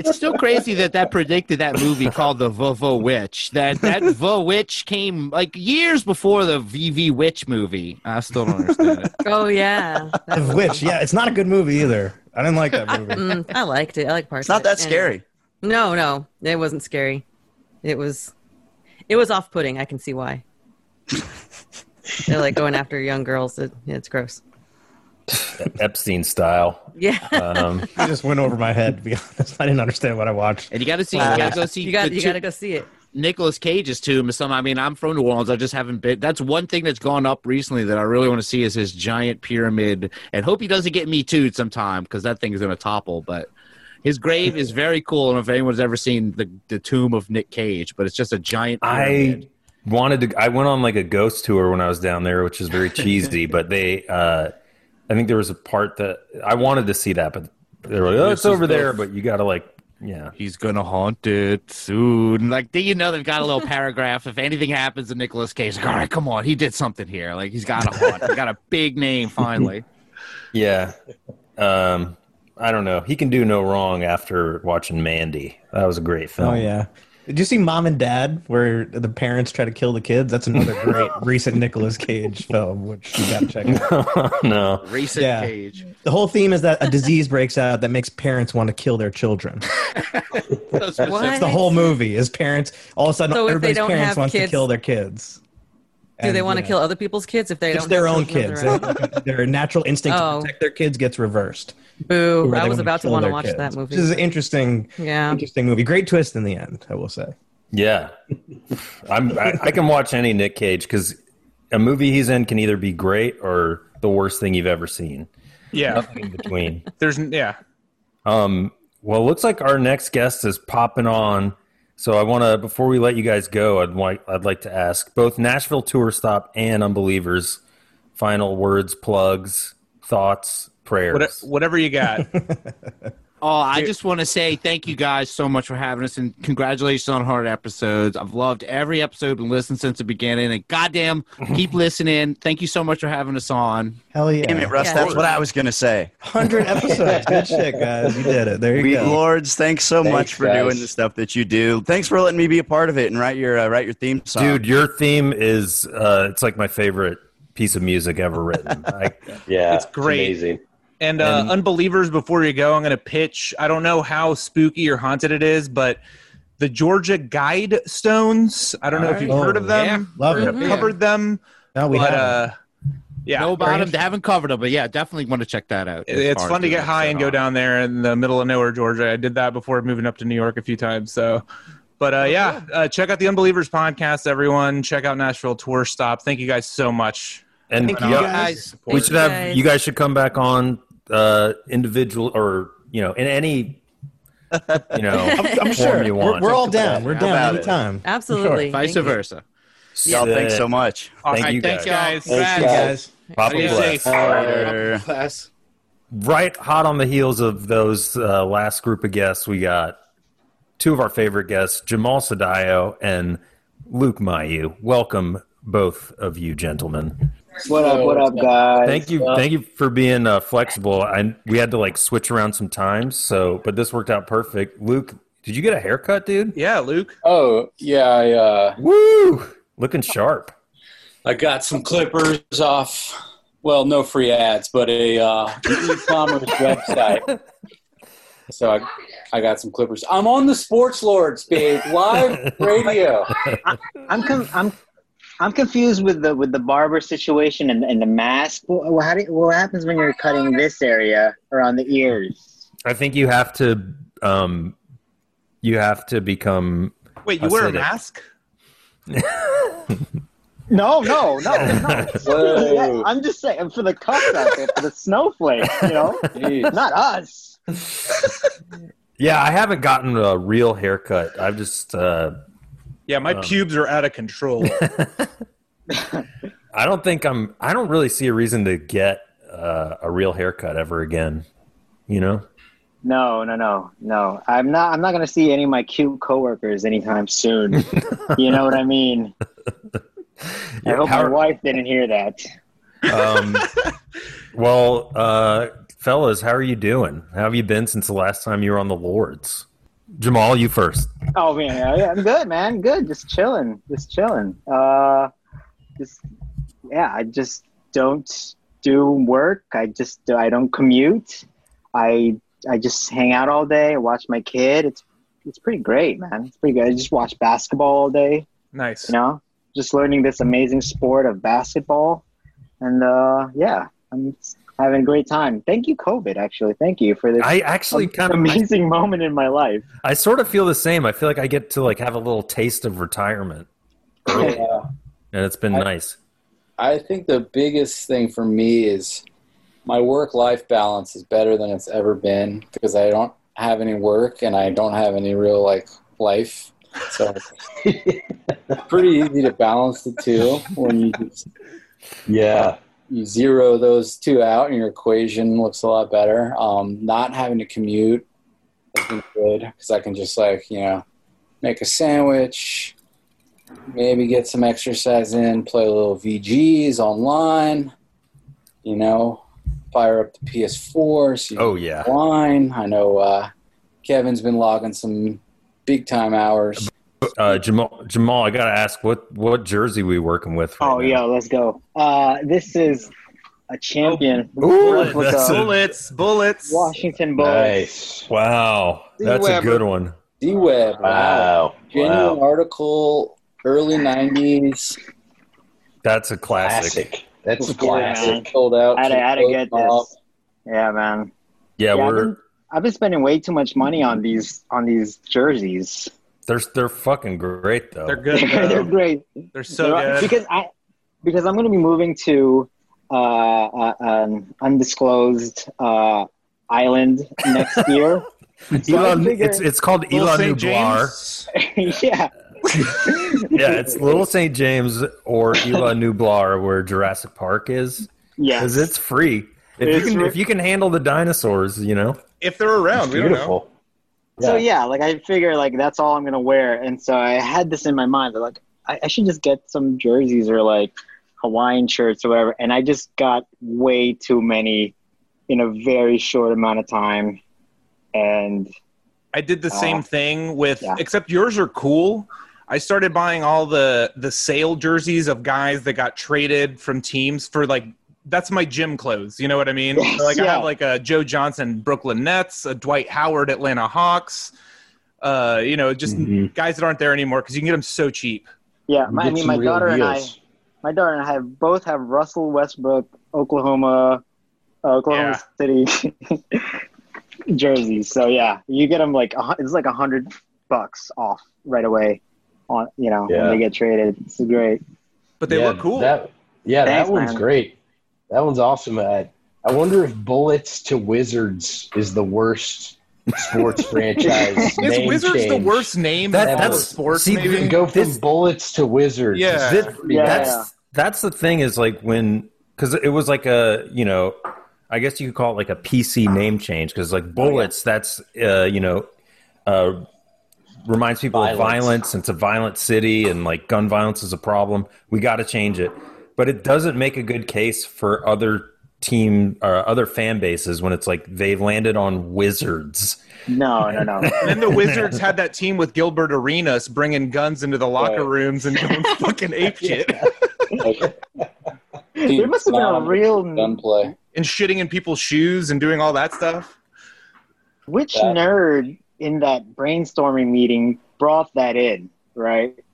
Speaker 7: It's still crazy that that predicted that movie called The Vovo Witch. That that Vo Witch came like years before the VV Witch movie. I still don't understand it.
Speaker 8: Oh yeah, That-
Speaker 9: Of which, yeah, it's not a good movie either. I didn't like that movie.
Speaker 8: mm, I liked it. I like parts.
Speaker 10: It's not
Speaker 8: of it.
Speaker 10: that scary.
Speaker 8: And- no, no, it wasn't scary. It was, it was off-putting. I can see why. They're like going after young girls. It, it's gross.
Speaker 1: Epstein style.
Speaker 8: Yeah.
Speaker 1: Um,
Speaker 9: It just went over my head. To be honest, I didn't understand what I watched.
Speaker 7: And you got to see, you got to go see.
Speaker 8: Uh, you got
Speaker 7: the
Speaker 8: you
Speaker 7: two-
Speaker 8: got to go see it.
Speaker 7: Nicolas Cage's tomb is some. I mean, I'm from New Orleans. I just haven't been. That's one thing that's gone up recently that I really want to see is his giant pyramid. And hope he doesn't get me too sometime because that thing is going to topple. But his grave is very cool. I don't know if anyone's ever seen the the tomb of Nick Cage, but it's just a giant. Pyramid.
Speaker 1: I wanted to. I went on like a ghost tour when I was down there, which is very cheesy. but they, uh, I think there was a part that I wanted to see that, but they were like, "Oh,
Speaker 7: This
Speaker 1: it's
Speaker 7: is
Speaker 1: over
Speaker 7: the-
Speaker 1: there," but you got to like, yeah.
Speaker 7: He's gonna haunt it soon. Like, do you know they've got a little paragraph? If anything happens to Nicolas Cage, like, all right, come on, he did something here. Like, he's got a haunt. he got a big name finally.
Speaker 1: Yeah. Um, I don't know. He can do no wrong after watching Mandy. That was a great film.
Speaker 9: Oh yeah. Did you see Mom and Dad, where the parents try to kill the kids? That's another great recent Nicolas Cage film, which you gotta check out.
Speaker 1: no.
Speaker 7: Recent
Speaker 9: Yeah.
Speaker 7: Cage.
Speaker 9: The whole theme is that a disease breaks out that makes parents want to kill their children.
Speaker 7: So specific.
Speaker 8: What?
Speaker 9: That's the whole movie. Is parents all of a sudden
Speaker 8: So if they
Speaker 9: everybody's
Speaker 8: don't
Speaker 9: parents
Speaker 8: have
Speaker 9: wants
Speaker 8: kids-
Speaker 9: to kill their kids?
Speaker 8: Do they
Speaker 9: And,
Speaker 8: want to
Speaker 9: yeah,
Speaker 8: kill other people's kids if they
Speaker 9: It's
Speaker 8: don't?
Speaker 9: their
Speaker 8: have
Speaker 9: own
Speaker 8: children
Speaker 9: kids.
Speaker 8: of their own?
Speaker 9: Their their natural instinct
Speaker 8: Oh.
Speaker 9: to protect their kids gets reversed.
Speaker 8: Boo!
Speaker 9: where
Speaker 8: I
Speaker 9: they
Speaker 8: was
Speaker 9: wanna
Speaker 8: about to
Speaker 9: kill
Speaker 8: want to
Speaker 9: their
Speaker 8: watch
Speaker 9: kids,
Speaker 8: that
Speaker 9: Which is
Speaker 8: movie.
Speaker 9: an interesting,
Speaker 8: Yeah.
Speaker 9: interesting movie. Great twist in the end, I will say.
Speaker 1: Yeah. I'm, I, I can watch any Nick Cage because a movie he's in can either be great or the worst thing you've ever seen.
Speaker 2: Yeah.
Speaker 1: Nothing in between.
Speaker 2: There's n- yeah.
Speaker 1: Um, well, it looks like our next guest is popping on. So I want to, before we let you guys go, I'd like I'd like to ask both Nashville tour stop and Unbelievers final words, plugs, thoughts, prayers.
Speaker 2: What, whatever you got.
Speaker 7: Oh, I just want to say thank you guys so much for having us and congratulations on hard episodes. I've loved every episode and listened since the beginning. And goddamn, keep listening. Thank you so much for having us on.
Speaker 9: Hell yeah!
Speaker 10: Damn it, Russ,
Speaker 8: Yeah.
Speaker 10: that's what I was going to say.
Speaker 9: Hundred episodes. Good shit, guys. You did it. There you
Speaker 10: We,
Speaker 9: go.
Speaker 10: Lords, thanks so
Speaker 3: Thanks,
Speaker 10: much for
Speaker 3: guys.
Speaker 10: doing the stuff that you do. Thanks for letting me be a part of it and write your uh, write your theme song.
Speaker 1: Dude, your theme is uh, it's like my favorite piece of music ever written. I,
Speaker 3: Yeah,
Speaker 2: It's great.
Speaker 3: amazing.
Speaker 2: And, uh, Unbelievers, before you go, I'm going to pitch. I don't know how spooky or haunted it is, but the Georgia Guide Stones. I don't know if
Speaker 7: All
Speaker 2: you've
Speaker 9: right.
Speaker 2: heard of them.
Speaker 9: Love it.
Speaker 2: I've covered them.
Speaker 9: No, we
Speaker 2: but,
Speaker 9: haven't.
Speaker 2: uh, yeah.
Speaker 7: no bottom. They haven't covered them, but yeah, definitely want to check that out.
Speaker 2: It- It's uh, fun to get high and go down there in the middle of nowhere, Georgia. I did that before moving up to New York a few times. So, but
Speaker 9: Oh,
Speaker 2: uh, yeah, uh, check out the Unbelievers podcast, everyone. Check out Nashville Tour Stop. Thank you guys so much.
Speaker 1: and
Speaker 9: Thank you,
Speaker 1: yeah,
Speaker 9: guys.
Speaker 1: we should have
Speaker 8: Guys.
Speaker 1: you guys should come back on uh, individual or you know in any you know
Speaker 9: I'm, I'm
Speaker 1: form
Speaker 9: sure
Speaker 1: you
Speaker 9: we're,
Speaker 1: want.
Speaker 9: we're all down. We're
Speaker 10: How
Speaker 9: down
Speaker 10: about it?
Speaker 9: anytime.
Speaker 8: Absolutely.
Speaker 7: Vice
Speaker 8: Thank you.
Speaker 7: versa.
Speaker 10: Y'all, thanks so much.
Speaker 1: Thank
Speaker 7: Alright,
Speaker 1: you
Speaker 7: thanks,
Speaker 1: guys.
Speaker 7: guys.
Speaker 3: Thanks,
Speaker 7: Congrats.
Speaker 3: guys.
Speaker 1: Papa
Speaker 7: Be
Speaker 1: bless.
Speaker 7: safe.
Speaker 10: Later.
Speaker 7: Bless.
Speaker 1: right hot on the heels of those uh, last group of guests, we got two of our favorite guests, Jamal Sadayo and Luke Mayu. Welcome, both of you gentlemen.
Speaker 6: What up? What up, guys?
Speaker 1: Thank
Speaker 11: uh,
Speaker 1: you, thank you for being uh, flexible. I we had to like switch around some times, so but this worked out perfect. Luke, did you get a haircut, dude?
Speaker 2: Yeah, Luke.
Speaker 11: Oh, yeah, I, uh,
Speaker 1: Woo! Looking sharp.
Speaker 11: I got some clippers off. Well, no free ads, but a uh, an e-commerce website. So I, I got some clippers. I'm on the Sports Lords, babe, live radio.
Speaker 12: I'm com- I'm I'm confused with the with the barber situation and, and the mask. Well, well, how do you- what happens when you're cutting this area around the ears?
Speaker 1: I think you have to um, you have to become.
Speaker 2: Wait, you wear a
Speaker 1: Hasidic.
Speaker 2: mask?
Speaker 12: No, no, no. no. Yeah, I'm just saying for the cups out there, for the snowflakes, you know,
Speaker 11: Jeez.
Speaker 12: not us.
Speaker 1: Yeah, I haven't gotten a real haircut. I've just. Uh,
Speaker 2: Yeah, my
Speaker 1: Um.
Speaker 2: pubes are out of control.
Speaker 1: I don't think I'm. I don't really see a reason to get uh, a real haircut ever again. You know.
Speaker 12: No, no, no, no. I'm not. I'm not going to see any of my cute coworkers anytime soon. you know what I mean? I
Speaker 1: Yeah,
Speaker 12: hope
Speaker 1: how-
Speaker 12: my wife didn't hear that.
Speaker 1: Um, well, uh, fellas, how are you doing? How have you been since the last time you were on the Lords? Jamal, you first.
Speaker 12: Oh man, yeah, yeah, I'm good, man. Good, just chilling, just chilling. Uh, just yeah, I just don't do work. I just I don't commute. I I just hang out all day. Watch my kid. It's it's pretty great, man. It's pretty good. I just watch basketball all day.
Speaker 2: nice.
Speaker 12: You know, just learning this amazing sport of basketball, and uh, yeah, I'm having a great time. Thank you, COVID. Actually, thank you for this
Speaker 1: I actually kind of I,
Speaker 12: amazing moment in my life.
Speaker 1: I sort of feel the same. I feel like I get to like have a little taste of retirement,
Speaker 11: Yeah.
Speaker 1: and it's been
Speaker 11: I-
Speaker 1: nice.
Speaker 11: I think the biggest thing for me is my work life balance is better than it's ever been because I don't have any work and I don't have any real like life. So it's pretty easy to balance the two when you just-
Speaker 3: Yeah.
Speaker 11: you zero those two out and your equation looks a lot better. Um, not having to commute has been good because I can just like you know make a sandwich, maybe get some exercise in, play a little VGs online, you know, fire up the PS4, see
Speaker 1: Oh yeah,
Speaker 11: online. I know uh, Kevin's been logging some big time hours.
Speaker 1: uh, Jamal. Jamal, I gotta ask what what jersey we working with? right
Speaker 12: Oh,
Speaker 1: now?
Speaker 12: yo, let's go. Uh, this is a champion.
Speaker 1: Ooh,
Speaker 12: We're with
Speaker 1: that's
Speaker 12: the
Speaker 1: a-
Speaker 2: bullets, bullets.
Speaker 12: Washington Bullets.
Speaker 3: Nice.
Speaker 1: Wow, that's a
Speaker 11: Whoever.
Speaker 1: good one.
Speaker 11: D Web, wow.
Speaker 3: Wow.
Speaker 11: Genuine
Speaker 3: Wow.
Speaker 11: article, early 90s.
Speaker 1: That's a classic.
Speaker 3: Classic. That's a
Speaker 12: Before
Speaker 3: classic.
Speaker 12: classic.
Speaker 11: Sold out.
Speaker 12: I had, to- I had to get
Speaker 11: Sold out.
Speaker 12: this. Yeah, man.
Speaker 1: Yeah,
Speaker 12: Yeah, I've
Speaker 1: we're
Speaker 12: been- I've been spending way too much money on these on these jerseys.
Speaker 1: they're they're fucking great though.
Speaker 2: They're good.
Speaker 12: They're
Speaker 2: Though.
Speaker 12: great.
Speaker 2: They're so
Speaker 12: They're-
Speaker 2: good.
Speaker 12: Because I because I'm going to be moving to uh, uh, an undisclosed uh, island next year. So I
Speaker 1: Elon,
Speaker 12: figure-
Speaker 1: it's it's called
Speaker 2: Little
Speaker 1: Elon
Speaker 2: St.
Speaker 1: Nublar.
Speaker 2: James.
Speaker 12: yeah.
Speaker 1: yeah, it's Little St. James or Ila Nublar where Jurassic Park is
Speaker 12: Yeah.
Speaker 1: because it's free. If
Speaker 12: It's
Speaker 1: you can
Speaker 12: free.
Speaker 1: if you can handle the dinosaurs, you know.
Speaker 2: If they're around, we don't know.
Speaker 3: Beautiful.
Speaker 12: So yeah, like I figure like that's all I'm gonna wear, and so I had this in my mind that like I, I should just get some jerseys or like Hawaiian shirts or whatever, and I just got way too many in a very short amount of time, and
Speaker 2: I did the
Speaker 12: Oh.
Speaker 2: same thing with,
Speaker 12: Yeah.
Speaker 2: except yours are cool. I started buying all the the sale jerseys of guys that got traded from teams for like that's my gym clothes. You know what I mean?
Speaker 12: Yes,
Speaker 2: So, like I
Speaker 12: yeah.
Speaker 2: have like a Joe Johnson Brooklyn Nets, a Dwight Howard Atlanta Hawks. Uh, you know, just
Speaker 3: Mhm.
Speaker 2: guys that aren't there anymore because you can get them so cheap.
Speaker 12: yeah,
Speaker 3: You
Speaker 12: my, I
Speaker 3: get
Speaker 12: mean
Speaker 3: some
Speaker 12: my
Speaker 3: real
Speaker 12: daughter and I,
Speaker 3: deals.
Speaker 12: my daughter and I have both have Russell Westbrook Oklahoma, uh, Oklahoma City jerseys. So yeah, you get them like a hun- it's like a hundred bucks off right away. On you know
Speaker 3: Yeah.
Speaker 12: when they get traded, it's great.
Speaker 2: But they
Speaker 3: Yeah,
Speaker 2: were cool.
Speaker 3: That, yeah,
Speaker 12: Thanks,
Speaker 3: that one's
Speaker 12: man.
Speaker 3: great. That one's awesome. I, I wonder if Bullets to Wizards is the worst sports franchise.
Speaker 2: Is
Speaker 3: name
Speaker 2: Wizards the
Speaker 3: change.
Speaker 2: worst name
Speaker 1: That-
Speaker 2: for all
Speaker 3: that's-
Speaker 2: of sports?
Speaker 1: see,
Speaker 2: maybe
Speaker 3: Go from
Speaker 1: This-
Speaker 3: Bullets to Wizards.
Speaker 2: Yeah.
Speaker 1: This-
Speaker 12: Yeah.
Speaker 1: That's that's the thing is like when because it was like a you know I guess you could call it like a PC name change because like bullets that's uh, you know uh, reminds people of
Speaker 3: Violence.
Speaker 1: violence. It's a violent city and like gun violence is a problem. We got to change it, but it doesn't make a good case for other team or other fan bases when it's like they've landed on wizards.
Speaker 12: No, no, no.
Speaker 2: And then the Wizards had that team with Gilbert Arenas bringing guns into the locker
Speaker 11: Right.
Speaker 2: rooms and going fucking ape shit
Speaker 11: Like,
Speaker 12: there must have been a
Speaker 11: Slam,
Speaker 12: real.
Speaker 11: gunplay.
Speaker 2: and shitting in people's shoes and doing all that stuff.
Speaker 12: Which
Speaker 11: That-
Speaker 12: nerd in that brainstorming meeting brought that in, right?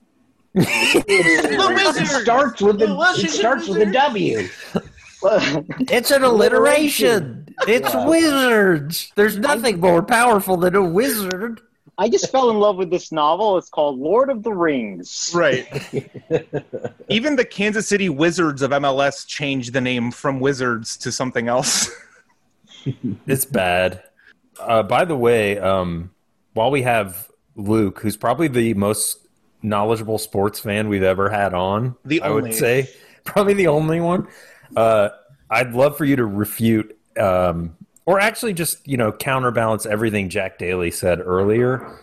Speaker 3: It starts with the,
Speaker 7: Wizards.
Speaker 3: it starts with a W.
Speaker 12: Well,
Speaker 1: It's an
Speaker 12: alliteration.
Speaker 1: It's wizards. There's nothing more powerful than a wizard.
Speaker 12: I just fell in love with this novel. It's called Lord of the Rings.
Speaker 2: Right. Even the Kansas City Wizards of MLS changed the name from Wizards to something else.
Speaker 5: It's bad. Uh, by the way, um, while we have Luke, who's probably the most knowledgeable sports fan we've ever had on,
Speaker 2: The
Speaker 5: I
Speaker 2: only.
Speaker 5: would say probably the only one. Uh, I'd love for you to refute, um, or actually just you know counterbalance everything Jack Daly said earlier.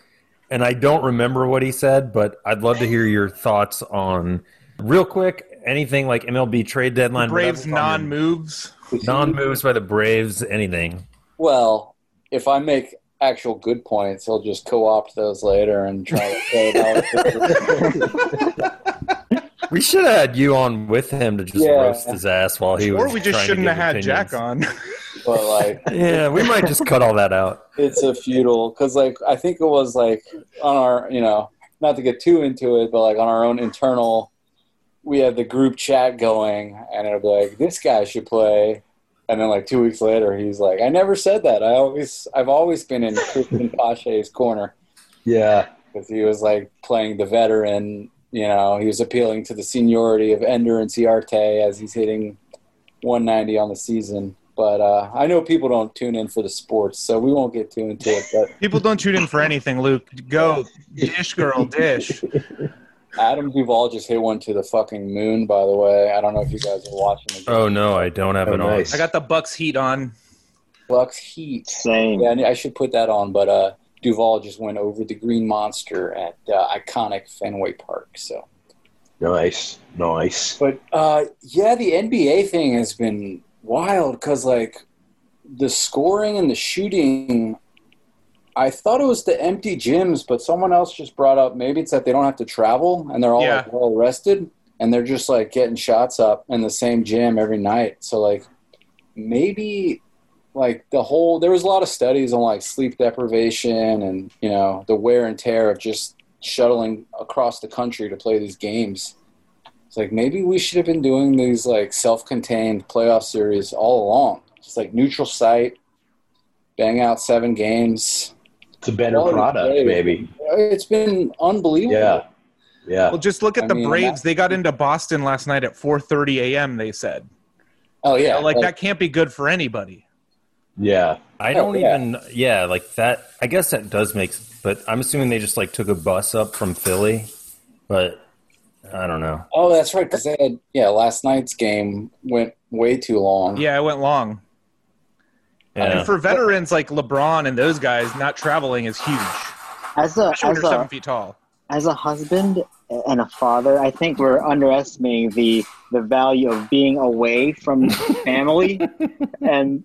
Speaker 5: And I don't remember what he said, but I'd love to hear your thoughts on real quick anything like MLB trade deadline,
Speaker 2: Braves
Speaker 5: whatever's on
Speaker 2: non moves.
Speaker 5: the- non moves by the Braves, anything.
Speaker 11: Well, if I make actual good points, he'll just co-opt those later and try to say that.
Speaker 5: We should have had you on with him to just
Speaker 11: Yeah.
Speaker 5: roast his ass while he was.
Speaker 2: Or we just
Speaker 5: trying to
Speaker 2: shouldn't
Speaker 5: give
Speaker 2: have had
Speaker 5: opinions.
Speaker 2: Jack on.
Speaker 11: but like,
Speaker 5: Yeah, we might just cut all that out.
Speaker 11: it's a futile because like I think it was like on our you know not to get too into it, but like on our own internal, we had the group chat going, and it'll be like this guy should play, and then like two weeks later, he's like, I never said that. I always I've always been in Christian Pache's corner
Speaker 3: Yeah.
Speaker 11: because he was like playing the veteran. You know, he was appealing to the seniority of Ender and Ciarte as he's hitting 190 on the season. But uh, I know people don't tune in for the sports, so we won't get too into it. But
Speaker 2: People don't tune in for anything, Luke. Go. Dish, girl, dish.
Speaker 11: Adam Duvall just hit one to the fucking moon. By the way, I don't know if you guys are watching the
Speaker 5: Oh no, I don't have
Speaker 3: Oh,
Speaker 5: it on.
Speaker 3: nice.
Speaker 2: I got the Bucks heat on.
Speaker 11: Bucks Heat.
Speaker 12: Same.
Speaker 11: Yeah, I should put that on, but uh, Duvall just went over the Green Monster at uh, iconic Fenway Park. So,
Speaker 3: Nice. Nice.
Speaker 11: but uh, yeah, the NBA thing has been wild because like the scoring and the shooting. I thought it was the empty gyms, but someone else just brought up maybe it's that they don't have to travel and they're all
Speaker 2: Yeah.
Speaker 11: like, well rested and they're just like getting shots up in the same gym every night. So like maybe like the whole there was a lot of studies on like sleep deprivation and you know the wear and tear of just shuttling across the country to play these games it's like maybe we should have been doing these like self-contained playoff series all along just like neutral site bang out seven games
Speaker 3: It's a better
Speaker 11: Quality
Speaker 3: product,
Speaker 11: play.
Speaker 3: maybe.
Speaker 11: it's been unbelievable
Speaker 3: Yeah. Yeah.
Speaker 2: Well, just look at
Speaker 11: I
Speaker 2: the
Speaker 11: mean,
Speaker 2: Braves. They got into Boston last night at 4:30 a.m. They said,
Speaker 11: oh yeah
Speaker 2: like that can't be good for anybody.
Speaker 3: Yeah.
Speaker 1: I don't
Speaker 11: Oh, yeah.
Speaker 1: even. Yeah, like that. I guess that does make. But I'm assuming they just like took a bus up from Philly. But I don't know.
Speaker 11: oh that's right because they had yeah last night's game went way too long
Speaker 2: Yeah, it went long.
Speaker 1: Yeah.
Speaker 2: And for veterans like LeBron and those guys, not traveling is huge.
Speaker 12: As a
Speaker 2: Especially when
Speaker 12: as
Speaker 2: you're seven
Speaker 12: a
Speaker 2: feet tall.
Speaker 12: as a husband and a father, I think we're underestimating the the value of being away from family and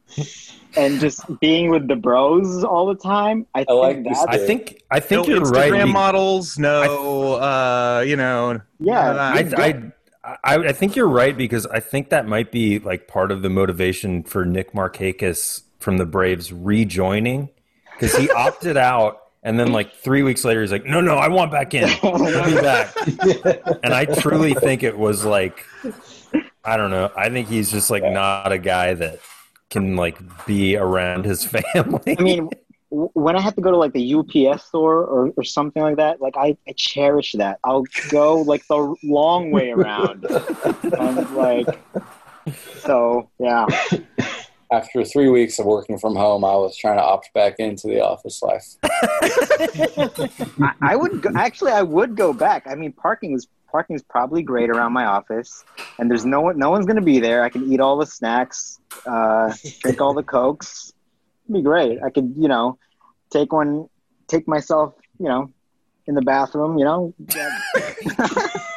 Speaker 12: and just being with the bros all the time. I, think
Speaker 11: like this
Speaker 12: that's
Speaker 1: I think. I
Speaker 2: No
Speaker 1: think you're
Speaker 2: Instagram
Speaker 1: right. be-
Speaker 2: models, no, uh, you know,
Speaker 12: yeah.
Speaker 2: none of that.
Speaker 1: I, I, I, I think you're right because I think that might be like part of the motivation for Nick Markakis from the Braves rejoining because he opted out and then like three weeks later he's like, no, no, I want back in. I'll be back. and I truly think it was like, I don't know. I think he's just like not a guy that can like be around his family.
Speaker 12: I mean, w- when I have to go to like the UPS store or, or something like that, like I, I cherish that. I'll go like the long way around. and like, so yeah,
Speaker 11: after three weeks of working from home, I was trying to opt back into the office life.
Speaker 12: I, I would go, actually I would go back. I mean, parking is parking is probably great around my office, and there's no one, no one's gonna be there. I can eat all the snacks, uh, drink all the cokes. It'd be great. I could you know take one, take myself you know in the bathroom. You know,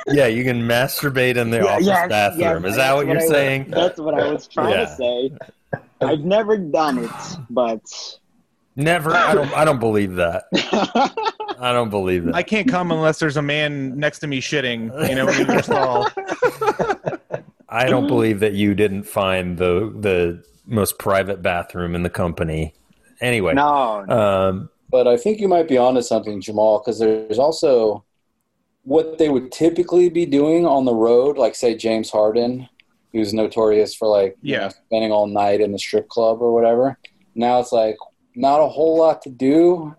Speaker 1: yeah, you can masturbate in the office
Speaker 12: yes,
Speaker 1: bathroom.
Speaker 12: yes,
Speaker 1: Is that
Speaker 12: that's
Speaker 1: what you're
Speaker 12: I was-
Speaker 1: saying?
Speaker 12: that's what I was trying
Speaker 1: Yeah.
Speaker 12: to say. I've never done it, but
Speaker 1: Never. I don't. I don't believe that. I don't believe that.
Speaker 2: I can't come unless there's a man next to me shitting, you know, in your stall.
Speaker 1: I
Speaker 3: Mm-hmm.
Speaker 1: don't believe that you didn't find the the most private bathroom in the company. Anyway,
Speaker 12: no,
Speaker 1: um,
Speaker 11: But I think you might be onto something, Jamal, because there's also what they would typically be doing on the road, like say James Harden. He was notorious for like you
Speaker 2: Yeah.
Speaker 11: know, spending all night in the strip club or whatever. Now it's like not a whole lot to do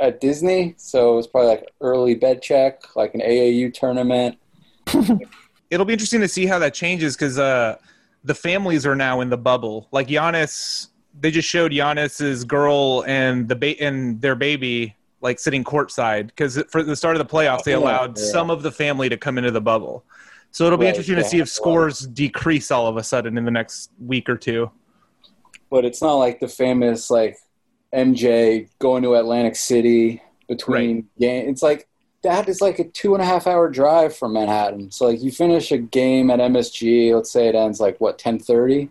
Speaker 11: at Disney, so it's probably like early bed check, like an AAU tournament.
Speaker 2: it'll be interesting to see how that changes because uh, the families are now in the bubble. Like Giannis, they just showed Giannis's girl and the ba- and their baby like sitting courtside because for the start of the playoffs they
Speaker 1: Oh,
Speaker 11: Yeah,
Speaker 2: allowed
Speaker 11: yeah.
Speaker 2: some of the family to come into the bubble. So it'll be
Speaker 11: Right,
Speaker 2: interesting to
Speaker 11: yeah,
Speaker 2: see if
Speaker 11: right.
Speaker 2: scores decrease all of a sudden in the next week or two.
Speaker 11: But it's not like the famous like MJ going to Atlantic City between game. It's like that is like a two and a half hour drive from Manhattan. So like you finish a game at MSG, let's say it ends like what ten thirty,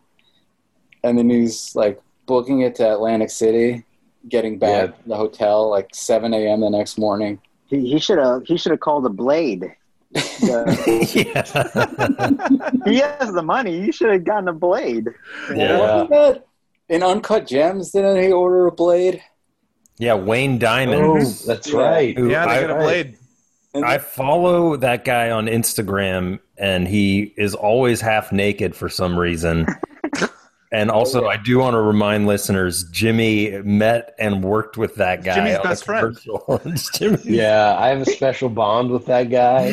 Speaker 11: and then he's like booking it to Atlantic City, getting
Speaker 3: Yeah.
Speaker 11: back to the hotel like seven a.m. the next morning.
Speaker 12: He he should have he should have called a blade. The- he has the money. You should have gotten a blade.
Speaker 11: Wasn't that in Uncut Gems? Didn't he order a blade?
Speaker 1: Yeah, Wayne
Speaker 3: Oh,
Speaker 1: Diamond.
Speaker 3: that's right.
Speaker 1: who
Speaker 2: Yeah,
Speaker 1: I-
Speaker 2: they got a blade.
Speaker 1: I follow that guy on Instagram, and he is always half naked for some reason. and also, I do want to remind listeners: Jimmy met and worked with that guy.
Speaker 2: Jimmy's
Speaker 1: on a
Speaker 2: best friend.
Speaker 1: commercial. It's Jimmy.
Speaker 3: Yeah, I have a special bond with that guy.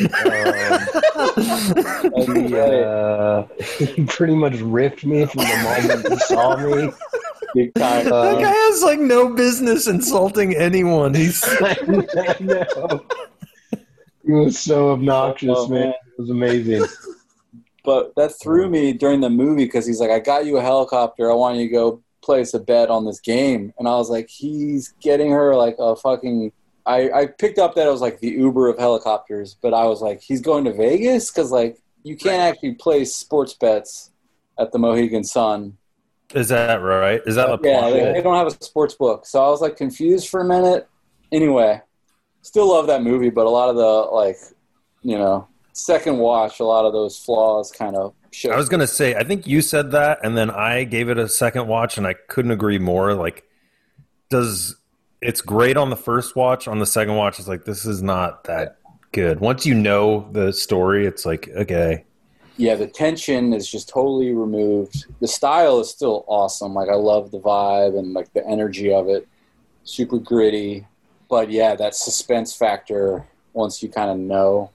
Speaker 3: Um, and, uh, he pretty much ripped me from the moment he saw me.
Speaker 11: Big time.
Speaker 1: that guy
Speaker 3: Um,
Speaker 1: has like no business insulting anyone. He's
Speaker 3: I know. He was so obnoxious,
Speaker 11: Oh,
Speaker 3: man.
Speaker 11: man.
Speaker 3: It was amazing.
Speaker 11: But that threw me during the movie because he's like, I got you a helicopter. I want you to go place a bet on this game. And I was like, he's getting her like a fucking. I, I picked up that it was like the Uber of helicopters, but I was like, he's going to Vegas? Because like, you can't actually place sports bets at the Mohegan Sun.
Speaker 1: is that right? Is that a
Speaker 11: Yeah, they,
Speaker 3: shit.
Speaker 11: they don't have a sports book. So I was like confused for a minute. Anyway, still love that movie, but a lot of the like, you know, second watch, a lot of those flaws kind of show.
Speaker 1: I was gonna say, I think you said that, and then I gave it a second watch, and I couldn't agree more. Like, does it's great on the first watch? On the second watch, it's like this is not that good. Once you know the story, it's like okay,
Speaker 11: yeah, the tension is just totally removed. The style is still awesome. Like I love the vibe and like the energy of it. Super gritty, but yeah, that suspense factor. Once you kind of know,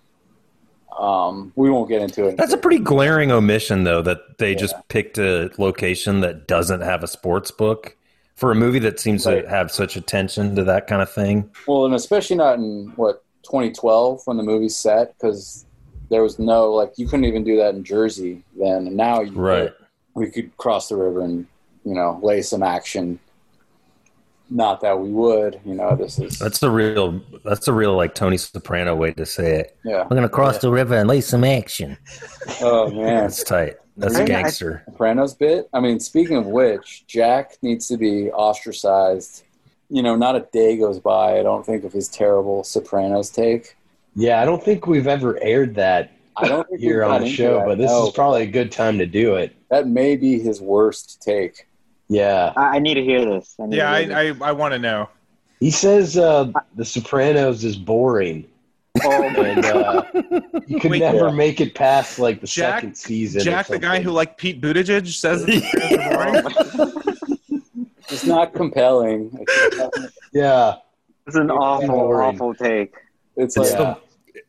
Speaker 11: um, we won't get into it.
Speaker 1: that's a pretty glaring omission, though, that they
Speaker 11: Yeah.
Speaker 1: just picked a location that doesn't have a sports book for a movie that seems
Speaker 11: Right.
Speaker 1: to have such attention to that kind of thing.
Speaker 11: Well, and especially not in what 2012 when the movie's set, because there was no like you couldn't even do that in Jersey then. And now you could. we could cross the river and you know lay some action. Not that we would, you know. This is
Speaker 1: That's a real. That's a real like Tony Soprano way to say it.
Speaker 11: yeah.
Speaker 1: We're gonna cross the river and lay some action.
Speaker 11: Oh man,
Speaker 1: That's tight. That's
Speaker 12: Right.
Speaker 1: gangster.
Speaker 11: Sopranos bit. I mean, speaking of which, Jack needs to be ostracized. You know, not a day goes by I don't think of his terrible Sopranos take.
Speaker 3: Yeah, I don't think we've ever aired that
Speaker 11: I don't think
Speaker 3: here
Speaker 11: we've got
Speaker 3: on the
Speaker 11: into
Speaker 3: show,
Speaker 11: that.
Speaker 3: but this
Speaker 11: No,
Speaker 3: is probably a good time to do it.
Speaker 11: that may be his worst take.
Speaker 3: Yeah.
Speaker 12: I, I need to hear this. I need
Speaker 2: Yeah,
Speaker 12: to hear this.
Speaker 2: I I, I want to know.
Speaker 3: He says uh, The Sopranos is boring.
Speaker 1: Oh,
Speaker 3: and uh, you could
Speaker 2: Wait,
Speaker 3: never make it past like the
Speaker 2: Jack-
Speaker 3: second season. or
Speaker 2: Jack, the guy
Speaker 3: something.
Speaker 2: who liked Pete Buttigieg, says that
Speaker 11: It's not compelling. It's,
Speaker 3: Yeah.
Speaker 12: It's an awful,
Speaker 3: Boring.
Speaker 12: awful take.
Speaker 11: it's
Speaker 1: It's
Speaker 11: like
Speaker 3: Yeah.
Speaker 1: the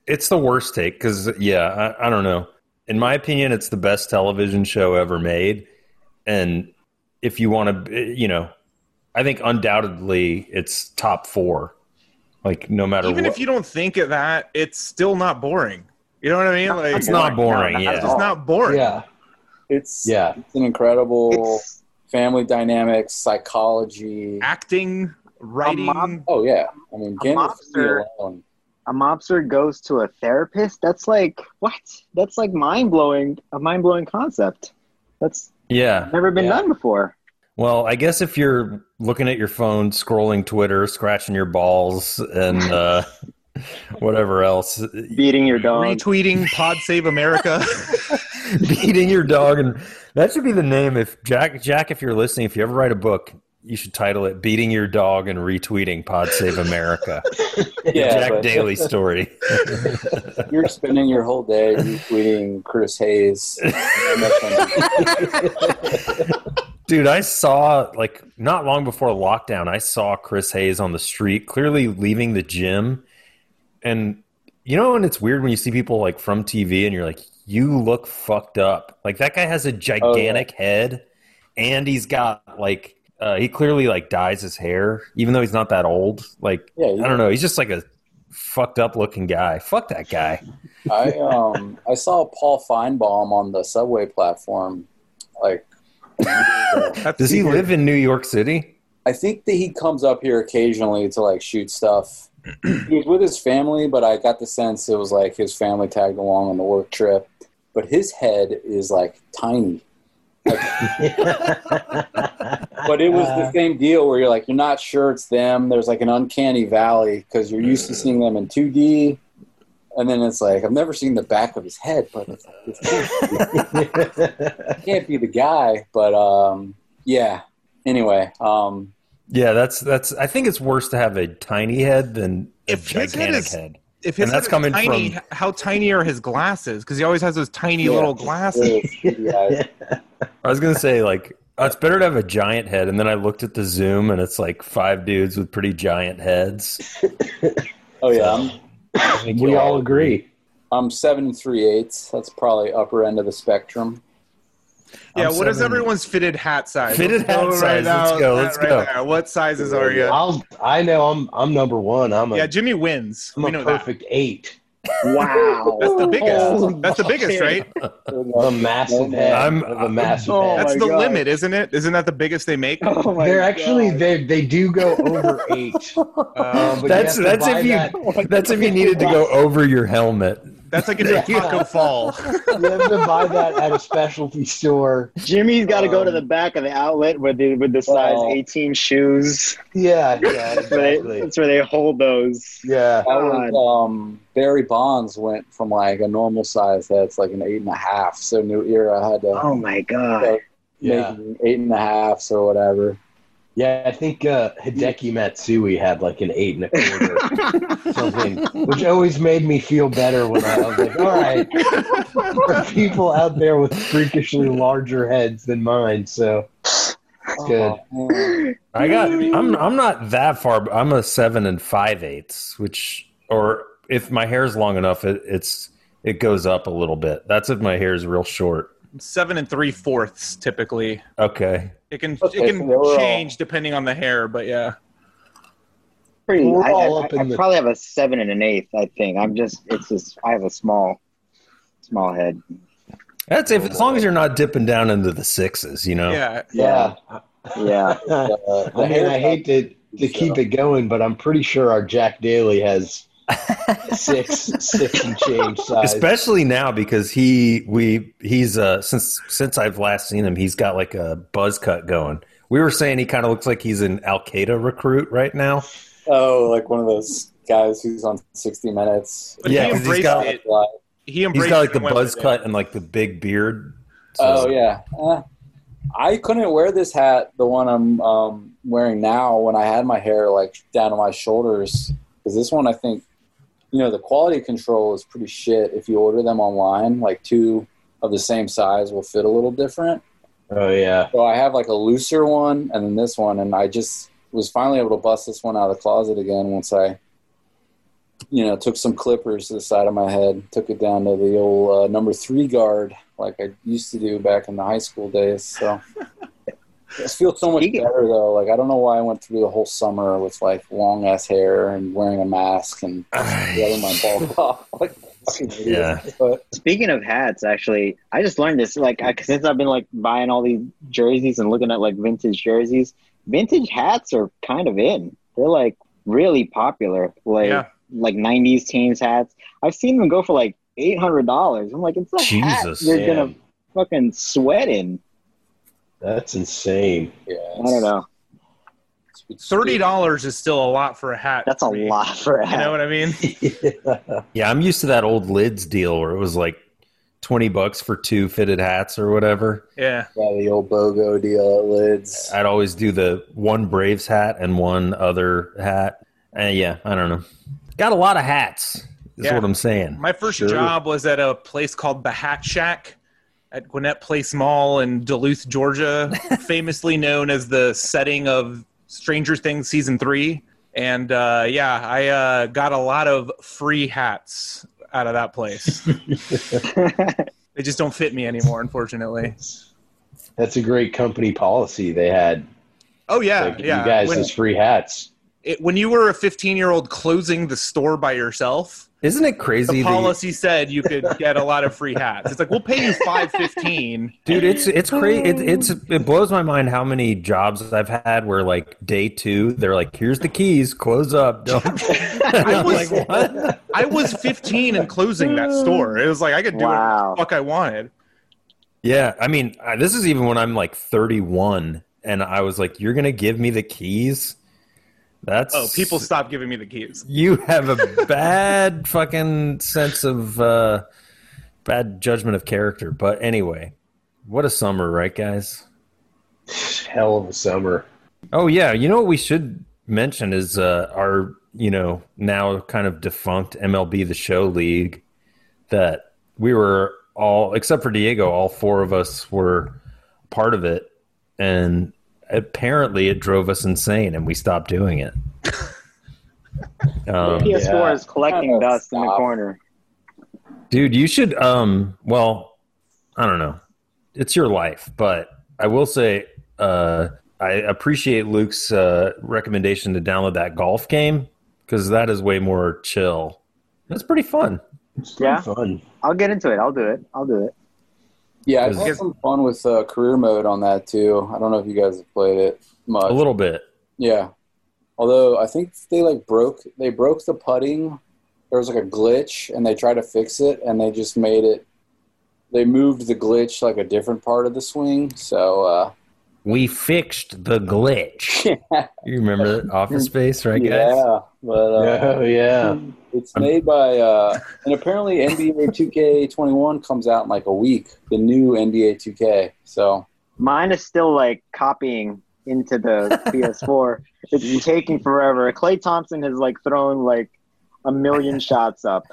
Speaker 1: it's the worst take because yeah, I, I don't know. In my opinion, it's the best television show ever made, and if you want to, you know, I think undoubtedly it's top four. Like no matter
Speaker 2: even
Speaker 1: what,
Speaker 2: if you don't think of that, it's still not boring. You know what I mean? Like
Speaker 1: it's not boring.
Speaker 12: No, not
Speaker 1: yeah,
Speaker 12: at
Speaker 2: It's just not boring.
Speaker 3: Yeah.
Speaker 11: it's
Speaker 3: Yeah.
Speaker 11: it's an incredible
Speaker 12: It's
Speaker 11: family dynamics, psychology.
Speaker 2: Acting, writing.
Speaker 12: mob-
Speaker 11: Oh yeah, I mean, Gandalf
Speaker 12: mobster.
Speaker 11: alone.
Speaker 12: a mobster goes to a therapist. That's like what? That's like mind blowing. A mind blowing concept. That's
Speaker 1: yeah.
Speaker 12: never been
Speaker 3: Yeah.
Speaker 12: done before.
Speaker 1: Well, I guess if you're looking at your phone, scrolling Twitter, scratching your balls, and uh, whatever else,
Speaker 12: Beating your dog.
Speaker 2: retweeting Pod Save America.
Speaker 1: beating your dog and that should be the name if jack jack if you're listening if you ever write a book you should title it "Beating Your Dog and Retweeting Pod Save America."
Speaker 11: Yeah,
Speaker 1: Jack
Speaker 11: but-
Speaker 1: Daly story.
Speaker 11: You're spending your whole day retweeting Curtis Hayes.
Speaker 1: Dude, I saw like not long before lockdown, I saw Chris Hayes on the street, clearly leaving the gym. And you know, and it's weird when you see people like from TV and you're like, you look fucked up. Like that guy
Speaker 11: Oh,
Speaker 1: has a gigantic head and he's got like uh, he clearly like dyes his hair, even though he's not that old. Like
Speaker 11: Yeah, he-
Speaker 1: I don't know, he's just like a fucked up looking guy. Fuck that guy.
Speaker 11: I um I saw Paul Feinbaum on the subway platform. Like,
Speaker 1: Does he live in New York City?
Speaker 11: I think that he comes up here occasionally to like shoot stuff. he was with his family, but I got the sense it was like his family tagged along on the work trip. But his head is like tiny. but it was the same deal where you're like you're not sure it's them. There's like an uncanny valley because you're used to seeing them in 2D, and then it's like I've never seen the back of his head, but it's, it's- can't be the guy. But um, yeah. Anyway, um,
Speaker 1: Yeah, that's that's I think it's worse to have a tiny head than a
Speaker 2: If his head
Speaker 1: gigantic
Speaker 2: is-
Speaker 1: head.
Speaker 2: If his
Speaker 1: And that's
Speaker 2: head is
Speaker 1: coming
Speaker 2: tiny,
Speaker 1: from-
Speaker 2: h- how tiny are his glasses? Because he always has those tiny
Speaker 11: Yeah.
Speaker 2: little glasses.
Speaker 11: yeah.
Speaker 1: I was gonna say like oh, it's better to have a giant head, and then I looked at the Zoom and it's like five dudes with pretty giant heads.
Speaker 11: Oh yeah, I'm,
Speaker 1: I think
Speaker 3: we
Speaker 1: you'll
Speaker 3: all agree.
Speaker 11: I'm seven and three eighths. That's probably upper end of the spectrum.
Speaker 2: yeah,
Speaker 1: I'm
Speaker 2: what is
Speaker 1: seven-
Speaker 2: everyone's fitted hat size?
Speaker 1: Fitted
Speaker 2: Let's go
Speaker 1: hat size, let's
Speaker 2: out-
Speaker 1: go,
Speaker 2: that
Speaker 1: let's
Speaker 2: right
Speaker 1: go.
Speaker 2: there. What sizes are you?
Speaker 3: I'll, I know I'm I'm number one. I'm a
Speaker 2: Yeah, Jimmy wins.
Speaker 3: am
Speaker 2: we
Speaker 3: a
Speaker 2: know
Speaker 3: perfect eight.
Speaker 12: Wow.
Speaker 2: that. That's the biggest.
Speaker 3: Holy
Speaker 2: That's the biggest, right?
Speaker 3: The massive head.
Speaker 1: I'm-
Speaker 3: of a massive
Speaker 12: Oh
Speaker 3: head.
Speaker 2: That's
Speaker 12: my
Speaker 2: the
Speaker 12: God.
Speaker 2: limit, isn't it? Isn't that the biggest they make?
Speaker 12: Oh my
Speaker 3: They're actually
Speaker 12: God.
Speaker 3: they they do go over eight.
Speaker 2: Uh,
Speaker 3: but
Speaker 1: That's
Speaker 3: you have to
Speaker 1: that's
Speaker 3: buy
Speaker 1: if you Oh
Speaker 3: that-
Speaker 1: that's if you needed to go over your helmet.
Speaker 2: that's like if you taco fall.
Speaker 3: you have to buy that at a specialty store.
Speaker 12: Jimmy's got to go to
Speaker 3: Um,
Speaker 12: the back of the outlet with the with the size
Speaker 11: Well-
Speaker 12: 18 shoes.
Speaker 3: Yeah, yeah,
Speaker 12: That's where, they,
Speaker 3: exactly.
Speaker 12: that's where they hold those.
Speaker 3: Yeah.
Speaker 11: I was, um, Barry Bonds went from like a normal size that's like an eight and a half. So new era had to
Speaker 12: Oh my god.
Speaker 3: Yeah.
Speaker 11: make an eight and a half, so whatever.
Speaker 3: Yeah, I think uh, Hideki Matsui had like an eight and a quarter, something, which always made me feel better when I, I was like, all right, there are people out there with freakishly larger heads than mine, so it's
Speaker 2: Uh-huh.
Speaker 3: good.
Speaker 11: Oh, man.
Speaker 1: I got I'm I'm not that far, but I'm a seven and five eighths, which or if my hair is long enough, it, it's it goes up a little bit. That's if my hair is real short.
Speaker 2: Seven and three fourths typically.
Speaker 1: Okay.
Speaker 2: It can
Speaker 11: Okay,
Speaker 2: it
Speaker 11: so
Speaker 2: can
Speaker 11: they're all-
Speaker 2: change depending on the hair, but yeah.
Speaker 12: Pretty,
Speaker 3: We're
Speaker 12: I,
Speaker 3: all
Speaker 12: I-
Speaker 3: up
Speaker 12: I-
Speaker 3: in
Speaker 12: I
Speaker 3: the-
Speaker 12: probably have a seven and an eighth. I think I'm just it's just I have a small, small head.
Speaker 1: That's if as long as you're not dipping down into the sixes, you know.
Speaker 2: Yeah.
Speaker 3: Yeah.
Speaker 12: Yeah,
Speaker 11: Uh, the
Speaker 3: I mean, I
Speaker 11: haircut-
Speaker 3: hate to, to keep it going, but I'm pretty sure our Jack Daly has six, six and change size.
Speaker 1: especially now because he we he's uh since since I've last seen him, he's got like a buzz cut going. We were saying he kind of looks like he's an Al Qaeda recruit right now.
Speaker 11: Oh, like one of those guys who's on 60 Minutes. Oh,
Speaker 2: But
Speaker 1: Yeah,
Speaker 2: he
Speaker 1: 'cause he's
Speaker 2: embraced
Speaker 1: got-
Speaker 2: it.
Speaker 11: Like,
Speaker 2: He embraced
Speaker 1: He's got like
Speaker 2: it
Speaker 1: the
Speaker 2: and went
Speaker 1: buzz
Speaker 2: with it.
Speaker 1: cut and like the big beard.
Speaker 11: Oh yeah. Eh. I couldn't wear this hat, the one I'm um, wearing now, when I had my hair like down to my shoulders, because this one I think, you know, the quality control is pretty shit. If you order them online, like two of the same size will fit a little different.
Speaker 3: Oh, yeah.
Speaker 11: So I have like a looser one, and then this one, and I just was finally able to bust this one out of the closet again once I, you know, took some clippers to the side of my head, took it down to the old uh, number three guard like I used to do back in the high school days. So it feels so much
Speaker 12: Speaking-
Speaker 11: better though. Like I don't know why I went through the whole summer with like long ass hair and wearing a mask and letting my ball off. Like, fucking idiot.
Speaker 1: Yeah.
Speaker 11: But
Speaker 12: Speaking of hats, actually, I just learned this. Like, I, since I've been like buying all these jerseys and looking at like vintage jerseys, vintage hats are kind of in. They're like really popular. Like,
Speaker 2: Yeah.
Speaker 12: like '90s teams hats. I've seen them go for like eight hundred dollars. I'm like, it's a hat
Speaker 1: Jesus.
Speaker 12: you're
Speaker 3: Damn.
Speaker 12: gonna fucking sweat in.
Speaker 3: That's insane.
Speaker 11: yeah,
Speaker 12: I don't know.
Speaker 2: Thirty dollars is still a lot for a hat.
Speaker 12: That's a
Speaker 2: to me.
Speaker 12: lot for a
Speaker 2: You
Speaker 12: hat.
Speaker 2: know what I mean?
Speaker 1: Yeah, I'm used to that old lids deal where it was like twenty bucks for two fitted hats or whatever.
Speaker 2: Yeah.
Speaker 11: Yeah, the old BOGO deal at Lids.
Speaker 1: I'd always do the one Braves hat and one other hat. And yeah, I don't know. Got a lot of hats. Is
Speaker 2: Yeah.
Speaker 1: what I'm saying.
Speaker 2: My first
Speaker 1: Sure.
Speaker 2: job was at a place called the Hat Shack at Gwinnett Place Mall in Duluth, Georgia, famously known as the setting of Stranger Things season three. And uh, yeah, I uh, got a lot of free hats out of that place. they just don't fit me anymore, unfortunately.
Speaker 3: That's a great company policy they had.
Speaker 2: Oh yeah,
Speaker 3: Like,
Speaker 2: yeah.
Speaker 3: you guys,
Speaker 2: When-
Speaker 3: those free hats.
Speaker 2: it, when you were a 15 year old closing the store by yourself
Speaker 1: Isn't it crazy?
Speaker 2: the
Speaker 1: that-
Speaker 2: policy said you could get a lot of free hats it's like we'll pay you 515
Speaker 1: dude it's it's crazy
Speaker 2: oh.
Speaker 1: it, it's it blows my mind how many jobs i've had where like day two they're like here's the keys close up don't
Speaker 2: I was, I was 15 and closing that store it was like i could do whatever the fuck i wanted
Speaker 1: yeah i mean I, this is even when i'm like 31 and i was like you're gonna give me the keys that's
Speaker 2: oh people stopped giving me the keys
Speaker 1: you have a bad fucking sense of uh bad judgment of character but anyway what a summer right guys
Speaker 3: hell of a summer
Speaker 1: oh yeah you know what we should mention is uh our you know now kind of defunct mlb the show league that we were all except for diego all four of us were part of it and apparently it drove us insane and we stopped doing it um,
Speaker 12: PS4 is collecting
Speaker 11: Oh,
Speaker 12: dust in the
Speaker 11: stop.
Speaker 12: corner.
Speaker 1: Dude, you should um well, I don't know. It's your life, but I will say uh I appreciate Luke's uh recommendation to download that golf game cuz that is way more chill. That's pretty fun.
Speaker 3: It's
Speaker 12: pretty Yeah.
Speaker 3: fun.
Speaker 12: I'll get into it. I'll do it. I'll do it.
Speaker 11: Yeah, I've
Speaker 1: Because-
Speaker 11: had some fun with uh, career mode on that too. I don't know if you guys have played it much.
Speaker 1: A little bit.
Speaker 11: Yeah. Although I think they like broke they broke the putting. There was like a glitch and they tried to fix it and they just made it they moved the glitch like a different part of the swing. So uh
Speaker 1: We fixed the glitch. you remember that Office Space, right guys?
Speaker 11: yeah, but uh,
Speaker 3: Oh yeah,
Speaker 11: it's made by uh and apparently NBA 2K21 comes out in like a week, the new NBA 2K. So
Speaker 12: Mine is still like copying into the PS4. It's taking forever. Clay Thompson has like thrown like a million shots up.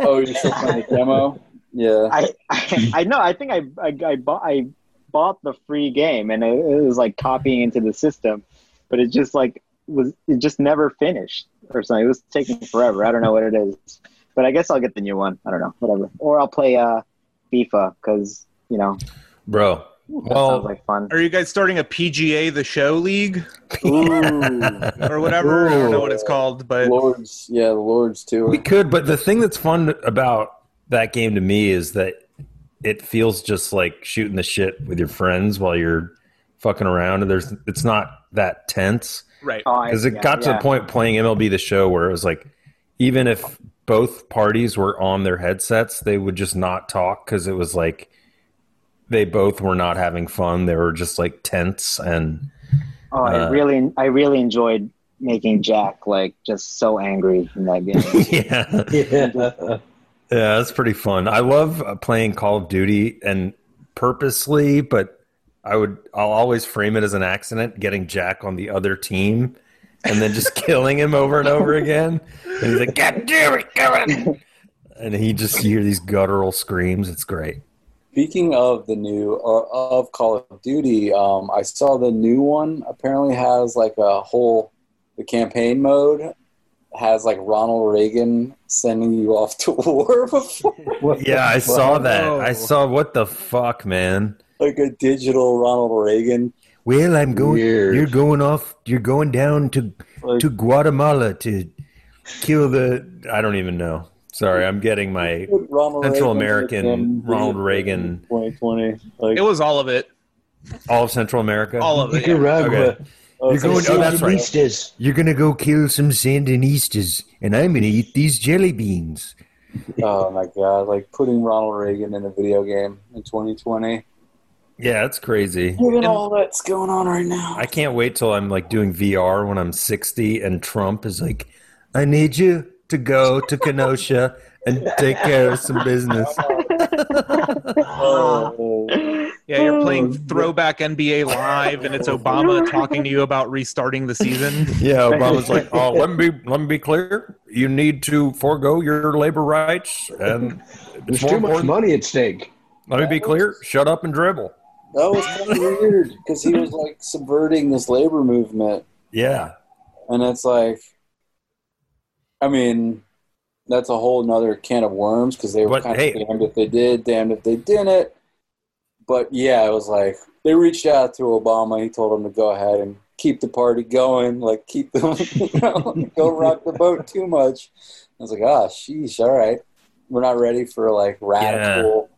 Speaker 11: oh, you're still playing the demo? Yeah.
Speaker 12: I I, I know. I think I I, I, bought, I bought the free game and it, it was like copying into the system, but it just like was it just never finished or something. It was taking forever. I don't know what it is, but I guess I'll get the new one. I don't know, whatever. Or I'll play uh FIFA because you know
Speaker 1: Bro.
Speaker 12: that sounds
Speaker 1: Well,
Speaker 12: like fun.
Speaker 2: are you guys starting a pga the show league or whatever i don't know what it's called but
Speaker 11: Lords, yeah, the Lords too.
Speaker 1: we could, but the thing that's fun about that game to me is that it feels just like shooting the shit with your friends while you're fucking around and there's it's not that tense
Speaker 2: right
Speaker 12: Oh, I-
Speaker 1: because it
Speaker 12: yeah,
Speaker 1: got to
Speaker 12: yeah.
Speaker 1: the point playing mlb the show where it was like even if both parties were on their headsets they would just not talk because it was like they both were not having fun they were just like tense and
Speaker 12: Oh, I
Speaker 1: uh,
Speaker 12: really I really enjoyed making Jack like just so angry in that game.
Speaker 1: yeah
Speaker 3: yeah.
Speaker 1: Yeah, that's pretty fun. I love uh, playing Call of Duty and purposely, but I would I'll always frame it as an accident getting Jack on the other team and then just killing him over and over again. And he's like, God damn it, God damn it." And he just you hear these guttural screams. It's great.
Speaker 11: Speaking of the new or of Call of Duty, um, I saw the new one apparently has like a whole the campaign mode has like Ronald Reagan sending you off to war before
Speaker 1: Yeah, I saw that.
Speaker 2: No.
Speaker 1: I saw what the fuck, man.
Speaker 11: Oh. like a digital Ronald Reagan.
Speaker 1: Well, I'm going.
Speaker 3: Weird.
Speaker 1: You're going off. You're going down to
Speaker 11: Like-
Speaker 1: to Guatemala to kill the. I don't even know. Sorry, I'm getting my
Speaker 11: Ronald
Speaker 1: Central
Speaker 11: Reagan
Speaker 1: American
Speaker 11: in
Speaker 1: Ronald Reagan.
Speaker 11: 2020. Like,
Speaker 2: it was all of it
Speaker 1: all of Central America.
Speaker 2: all of it yeah.
Speaker 3: Nicaragua.
Speaker 1: Okay.
Speaker 11: oh,
Speaker 1: You're
Speaker 11: so
Speaker 1: going-
Speaker 11: it's-
Speaker 1: oh, that's right.
Speaker 3: Sandinistas.
Speaker 1: You're gonna go kill some Sandinistas, and I'm gonna eat these jelly beans.
Speaker 11: oh my god! Like putting Ronald Reagan in a video game in 2020.
Speaker 1: Yeah, that's crazy.
Speaker 11: Given all that's going on right now,
Speaker 1: I can't wait till I'm like doing VR when I'm 60, and Trump is like, "I need you to go to Kenosha and take care of some business."
Speaker 2: Yeah, you're
Speaker 1: Oh.
Speaker 2: playing throwback NBA Live, and it's Obama talking to you about restarting the season.
Speaker 1: Yeah, Obama's like, oh, let me be, let me be clear. You need to forego your labor rights, and
Speaker 3: There's too much money at stake.
Speaker 1: Let me be clear. Shut up and dribble.
Speaker 11: That was kind of weird because he was like subverting this labor movement,
Speaker 1: Yeah,
Speaker 11: and it's like, I mean, that's a whole nother can of worms because they were
Speaker 1: But,
Speaker 11: kind
Speaker 1: hey-
Speaker 11: of damned if they did, damned if they didn't. But yeah, it was like they reached out to Obama. He told him to go ahead and keep the party going, like keep the you know, don't rock the boat too much. I was like, ah, sheesh, all right, we're not ready for like radical.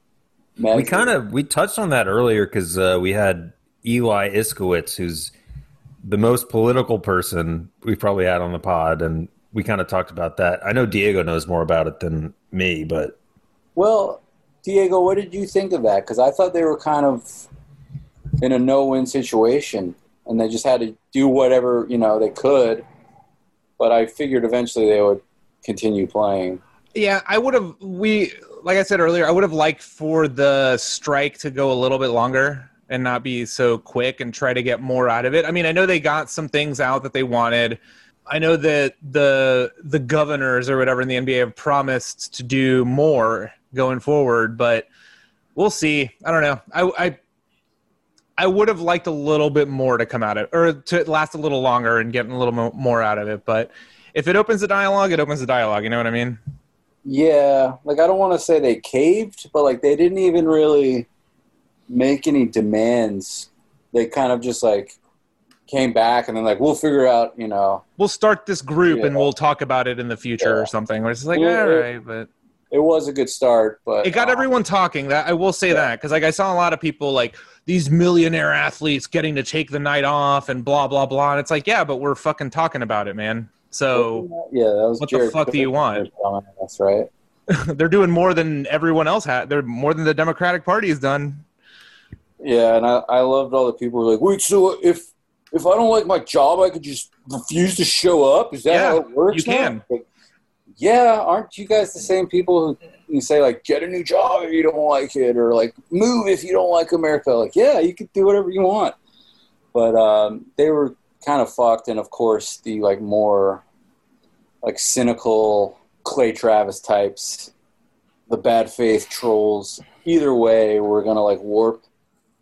Speaker 1: we
Speaker 11: measures.
Speaker 1: kind of we touched on that earlier because uh, we had Eli Iskowitz, who's the most political person we've probably had on the pod, and we kind of talked about that. I know Diego knows more about it than me, but
Speaker 11: Well, Diego, what did you think of that? Because I thought they were kind of in a no-win situation, and they just had to do whatever you know they could. But I figured eventually they would continue playing.
Speaker 2: Yeah, I would have we like I said earlier, I would have liked for the strike to go a little bit longer and not be so quick and try to get more out of it. I mean, I know they got some things out that they wanted. I know that the the governors or whatever in the NBA have promised to do more going forward, but we'll see. I don't know. I I, I would have liked a little bit more to come out of or to last a little longer and get a little mo- more out of it, but if it opens the dialogue, it opens the dialogue, you know what I mean?
Speaker 11: Yeah, like I don't want to say they caved, but like they didn't even really make any demands. They kind of just like came back and then like we'll figure out, you know,
Speaker 2: we'll start this group and
Speaker 11: Yeah.
Speaker 2: we'll talk about it in the future
Speaker 11: Yeah.
Speaker 2: or something. Where it's just like,
Speaker 11: Yeah.
Speaker 2: all right, but
Speaker 11: it was a good start, but
Speaker 2: it got
Speaker 11: uh,
Speaker 2: everyone talking. That I will say that because like I saw a lot of people like these millionaire athletes getting to take the night off and blah blah blah, and it's like, yeah, but we're fucking talking about it, man. So
Speaker 11: Yeah, that was
Speaker 2: What the
Speaker 11: Jared
Speaker 2: fuck do you want?
Speaker 11: That's right.
Speaker 2: they're doing more than everyone else had. They're more than the Democratic Party has done.
Speaker 11: Yeah, and I, I loved all the people who were like, wait, so if if I don't like my job, I could just refuse to show up? Is that
Speaker 2: Yeah,
Speaker 11: how it works?
Speaker 2: you
Speaker 11: now?"
Speaker 2: can.
Speaker 11: Like, yeah, aren't you guys the same people who you say like, get a new job if you don't like it, or like, move if you don't like America? Like, yeah, you can do whatever you want. But um, they were kind of fucked, and of course, the like more like cynical Clay Travis types, the bad faith trolls. Either way, we're gonna like warp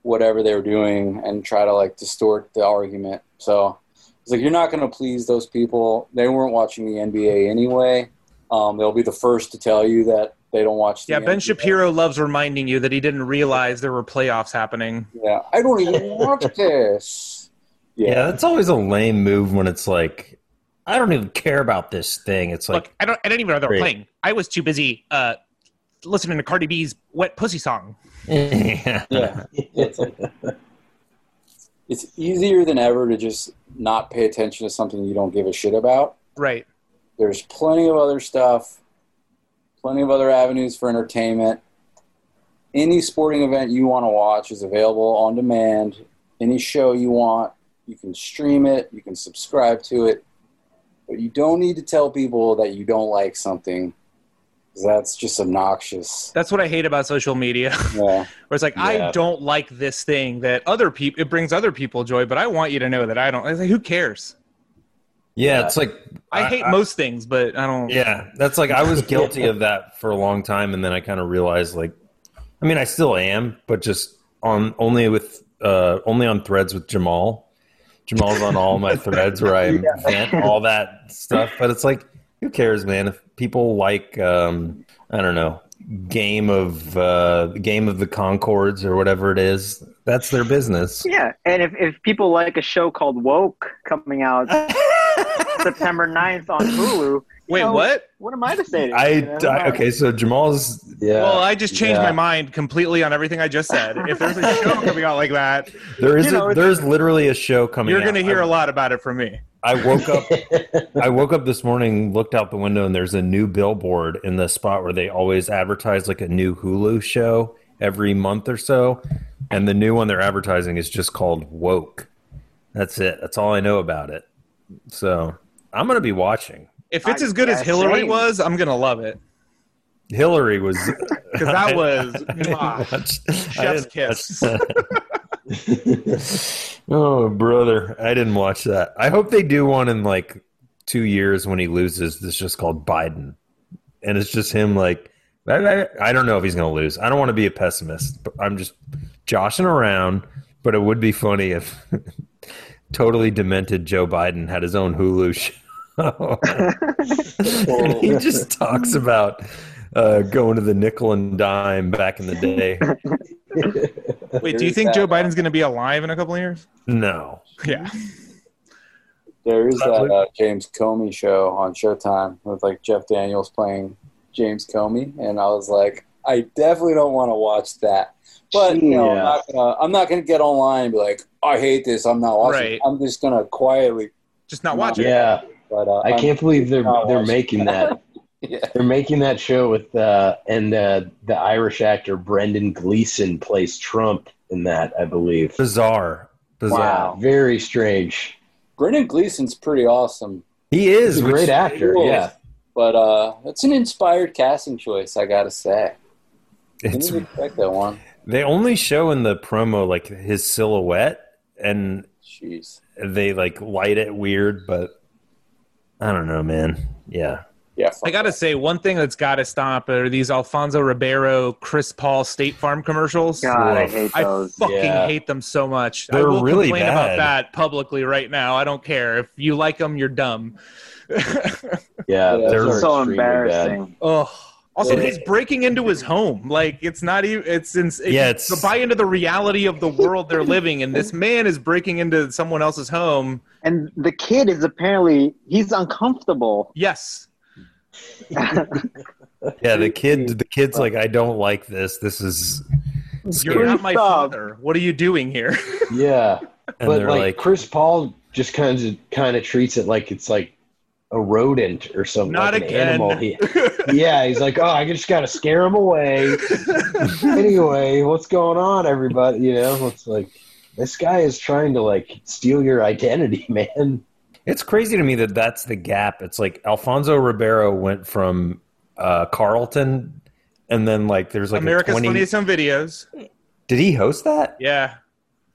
Speaker 11: whatever they were doing and try to like distort the argument. So it's like you're not going to please those people. They weren't watching the NBA anyway. Um, they'll be the first to tell you that they don't watch. The
Speaker 2: Yeah, Ben
Speaker 11: NBA.
Speaker 2: Shapiro loves reminding you that he didn't realize there were playoffs happening.
Speaker 11: Yeah, I don't even watch this.
Speaker 1: yeah.
Speaker 11: Yeah,
Speaker 1: that's always a lame move when it's like, I don't even care about this thing. It's like,
Speaker 2: Look, I don't, I didn't even know they were
Speaker 1: Great.
Speaker 2: playing. I was too busy uh, listening to Cardi B's "Wet Pussy" song.
Speaker 1: yeah,
Speaker 11: yeah. It's, like, it's easier than ever to just not pay attention to something you don't give a shit about.
Speaker 2: Right.
Speaker 11: there's plenty of other stuff, plenty of other avenues for entertainment. Any sporting event you want to watch is available on demand. Any show you want, you can stream it, you can subscribe to it. But you don't need to tell people that you don't like something. 'cause That's just obnoxious.
Speaker 2: That's what I hate about social media.
Speaker 11: Yeah.
Speaker 2: Where it's like, I
Speaker 3: Yeah.
Speaker 2: don't like this thing that other people, it brings other people joy, but I want you to know that I don't. It's like, who cares?
Speaker 1: It's like,
Speaker 2: I, hate most things, but I don't.
Speaker 1: Yeah, that's like I was guilty of that for a long time, and then I kind of realized, like, I mean, I still am, but just on only with uh, only on threads with Jamal. Jamal's on all my threads where I vent all that stuff, but it's like, who cares, man? If people like, um, I don't know, game of uh, game of the Concords or whatever it is, that's their business.
Speaker 12: Yeah, and if, if people like a show called Woke coming out September 9th on Hulu,
Speaker 2: Wait,
Speaker 12: know,
Speaker 2: what?
Speaker 12: what am I to say? To
Speaker 1: I,
Speaker 12: you? You know,
Speaker 1: I okay, so Jamal's
Speaker 3: Yeah.
Speaker 2: well, I just changed
Speaker 3: yeah.
Speaker 2: my mind completely on everything I just said. If there's a show coming out like that,
Speaker 1: there is
Speaker 12: You know,
Speaker 1: a,
Speaker 12: it's-
Speaker 1: there's literally a show coming.
Speaker 2: you're
Speaker 1: out.
Speaker 2: going to hear
Speaker 1: I-
Speaker 2: a lot about it from me.
Speaker 1: I woke up. I woke up this morning, looked out the window, and there's a new billboard in the spot where they always advertise like a new Hulu show every month or so, and the new one they're advertising is just called Woke. That's it. That's all I know about it. So I'm gonna be watching.
Speaker 2: If it's
Speaker 12: I-
Speaker 2: as good as
Speaker 12: yeah,
Speaker 2: Hillary
Speaker 12: same.
Speaker 2: was, I'm going to love it.
Speaker 1: Hillary was
Speaker 2: 'Cause that was-
Speaker 1: I didn't
Speaker 2: ah,
Speaker 1: watch- I
Speaker 2: chef's
Speaker 1: didn't
Speaker 2: kiss.
Speaker 1: watch that. oh brother, I didn't watch that. I hope they do one in like two years when he loses. That's just called Biden, and it's just him like I, I, I don't know if he's going to lose. I don't want to be a pessimist, but I'm just joshing around. But it would be funny if totally demented Joe Biden had his own Hulu show. And he just talks about uh, going to the nickel and dime back in the day.
Speaker 2: Wait, do you think Joe Biden's going to be alive in a couple of years?
Speaker 1: No.
Speaker 2: Yeah.
Speaker 11: There is that uh, James Comey show on Showtime with like Jeff Daniels playing James Comey, and I was like, I definitely don't want to watch that. But you know, I'm,
Speaker 12: Yeah.
Speaker 11: not gonna, I'm not gonna get online and be like, I hate this. I'm not watching.
Speaker 2: Right.
Speaker 11: it. I'm just gonna quietly
Speaker 2: just not watch it.
Speaker 3: Yeah.
Speaker 11: But uh,
Speaker 3: I
Speaker 11: I'm-
Speaker 3: can't believe they're
Speaker 11: not
Speaker 3: they're
Speaker 11: watching
Speaker 3: making that. They're making that show with uh, and uh, the Irish actor Brendan Gleeson plays Trump in that, I believe.
Speaker 1: Bizarre,
Speaker 11: Bizarre.
Speaker 3: Wow, very strange.
Speaker 11: Brendan Gleeson's pretty awesome.
Speaker 1: He is
Speaker 3: He's a great actor.
Speaker 11: Cool.
Speaker 3: Yeah,
Speaker 11: But uh, it's an inspired casting choice, I gotta say.
Speaker 1: It's-
Speaker 11: Didn't expect that one.
Speaker 1: They only show in the promo like his silhouette, and
Speaker 11: Jeez.
Speaker 1: they like light it weird, but I don't know, man. Yeah.
Speaker 11: Yeah.
Speaker 2: I gotta say, one thing that's gotta stop are these Alfonso Ribeiro, Chris Paul State Farm commercials.
Speaker 12: God, I hate
Speaker 2: I
Speaker 12: those.
Speaker 2: fucking
Speaker 3: Yeah.
Speaker 2: hate them so much. I
Speaker 1: They're
Speaker 2: will
Speaker 1: really
Speaker 2: complain about
Speaker 1: bad.
Speaker 2: that publicly right now. I don't care if you like them, you're dumb.
Speaker 3: yeah.
Speaker 11: Yeah,
Speaker 3: those
Speaker 1: they're
Speaker 3: are
Speaker 12: It's so
Speaker 3: extremely bad.
Speaker 12: embarrassing.
Speaker 2: Oh, also,
Speaker 11: Yeah.
Speaker 2: he's breaking into his home. Like it's not even. It's in, it's,
Speaker 1: Yeah, it's-
Speaker 2: to buy into the reality of the world they're living, in. this man is breaking into someone else's home.
Speaker 12: And the kid is apparently he's uncomfortable.
Speaker 2: Yes,
Speaker 1: Yeah, the kid the kid's like, I don't like this. This is
Speaker 2: you're
Speaker 1: scary.
Speaker 2: not my
Speaker 12: Stop.
Speaker 2: father. What are you doing here?
Speaker 3: Yeah,
Speaker 1: and
Speaker 3: but
Speaker 1: they're
Speaker 3: like,
Speaker 1: like,
Speaker 3: Chris Paul just kind of kind of treats it like it's like a rodent or something,
Speaker 2: Not
Speaker 3: like
Speaker 2: again.
Speaker 3: an animal. He- yeah, he's like, oh, I just gotta scare him away. anyway, what's going on, everybody? You know, it's like this guy is trying to like steal your identity, man.
Speaker 1: It's crazy to me that that's the gap. It's like Alfonso Ribeiro went from uh, Carlton, and then like there's like
Speaker 2: America's
Speaker 1: a 20.
Speaker 2: Funniest Home Videos.
Speaker 1: Did he host that?
Speaker 2: Yeah,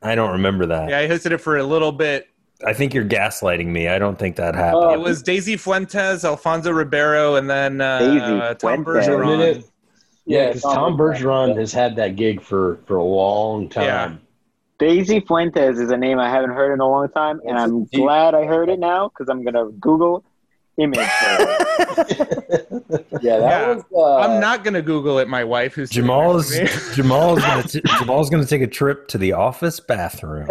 Speaker 1: I don't remember that.
Speaker 2: yeah, I hosted it for a little bit.
Speaker 1: I think you're gaslighting me. I don't think that happened.
Speaker 11: Oh,
Speaker 2: It was Daisy Fuentes, Alfonso Ribeiro, and then uh,
Speaker 12: Daisy
Speaker 2: Tom
Speaker 12: Fuentes.
Speaker 3: Isn't
Speaker 2: Bergeron.
Speaker 3: it? Yeah,
Speaker 11: Yeah,
Speaker 3: because
Speaker 11: Tom
Speaker 3: Tom
Speaker 11: Bergeron.
Speaker 3: Bergeron has had that gig for for a long
Speaker 2: Yeah.
Speaker 3: time.
Speaker 12: Daisy Fuentes is a name I haven't heard in a long time, and
Speaker 11: That's
Speaker 12: I'm
Speaker 11: a deep-
Speaker 12: glad I heard it now because I'm gonna Google image. her.
Speaker 11: Yeah, that
Speaker 2: Yeah.
Speaker 11: was. Uh,
Speaker 2: I'm not gonna Google it. My wife, who's sitting
Speaker 1: Jamal is
Speaker 2: next to me.
Speaker 1: Jamal's gonna t- Jamal's gonna take a trip to the office bathroom.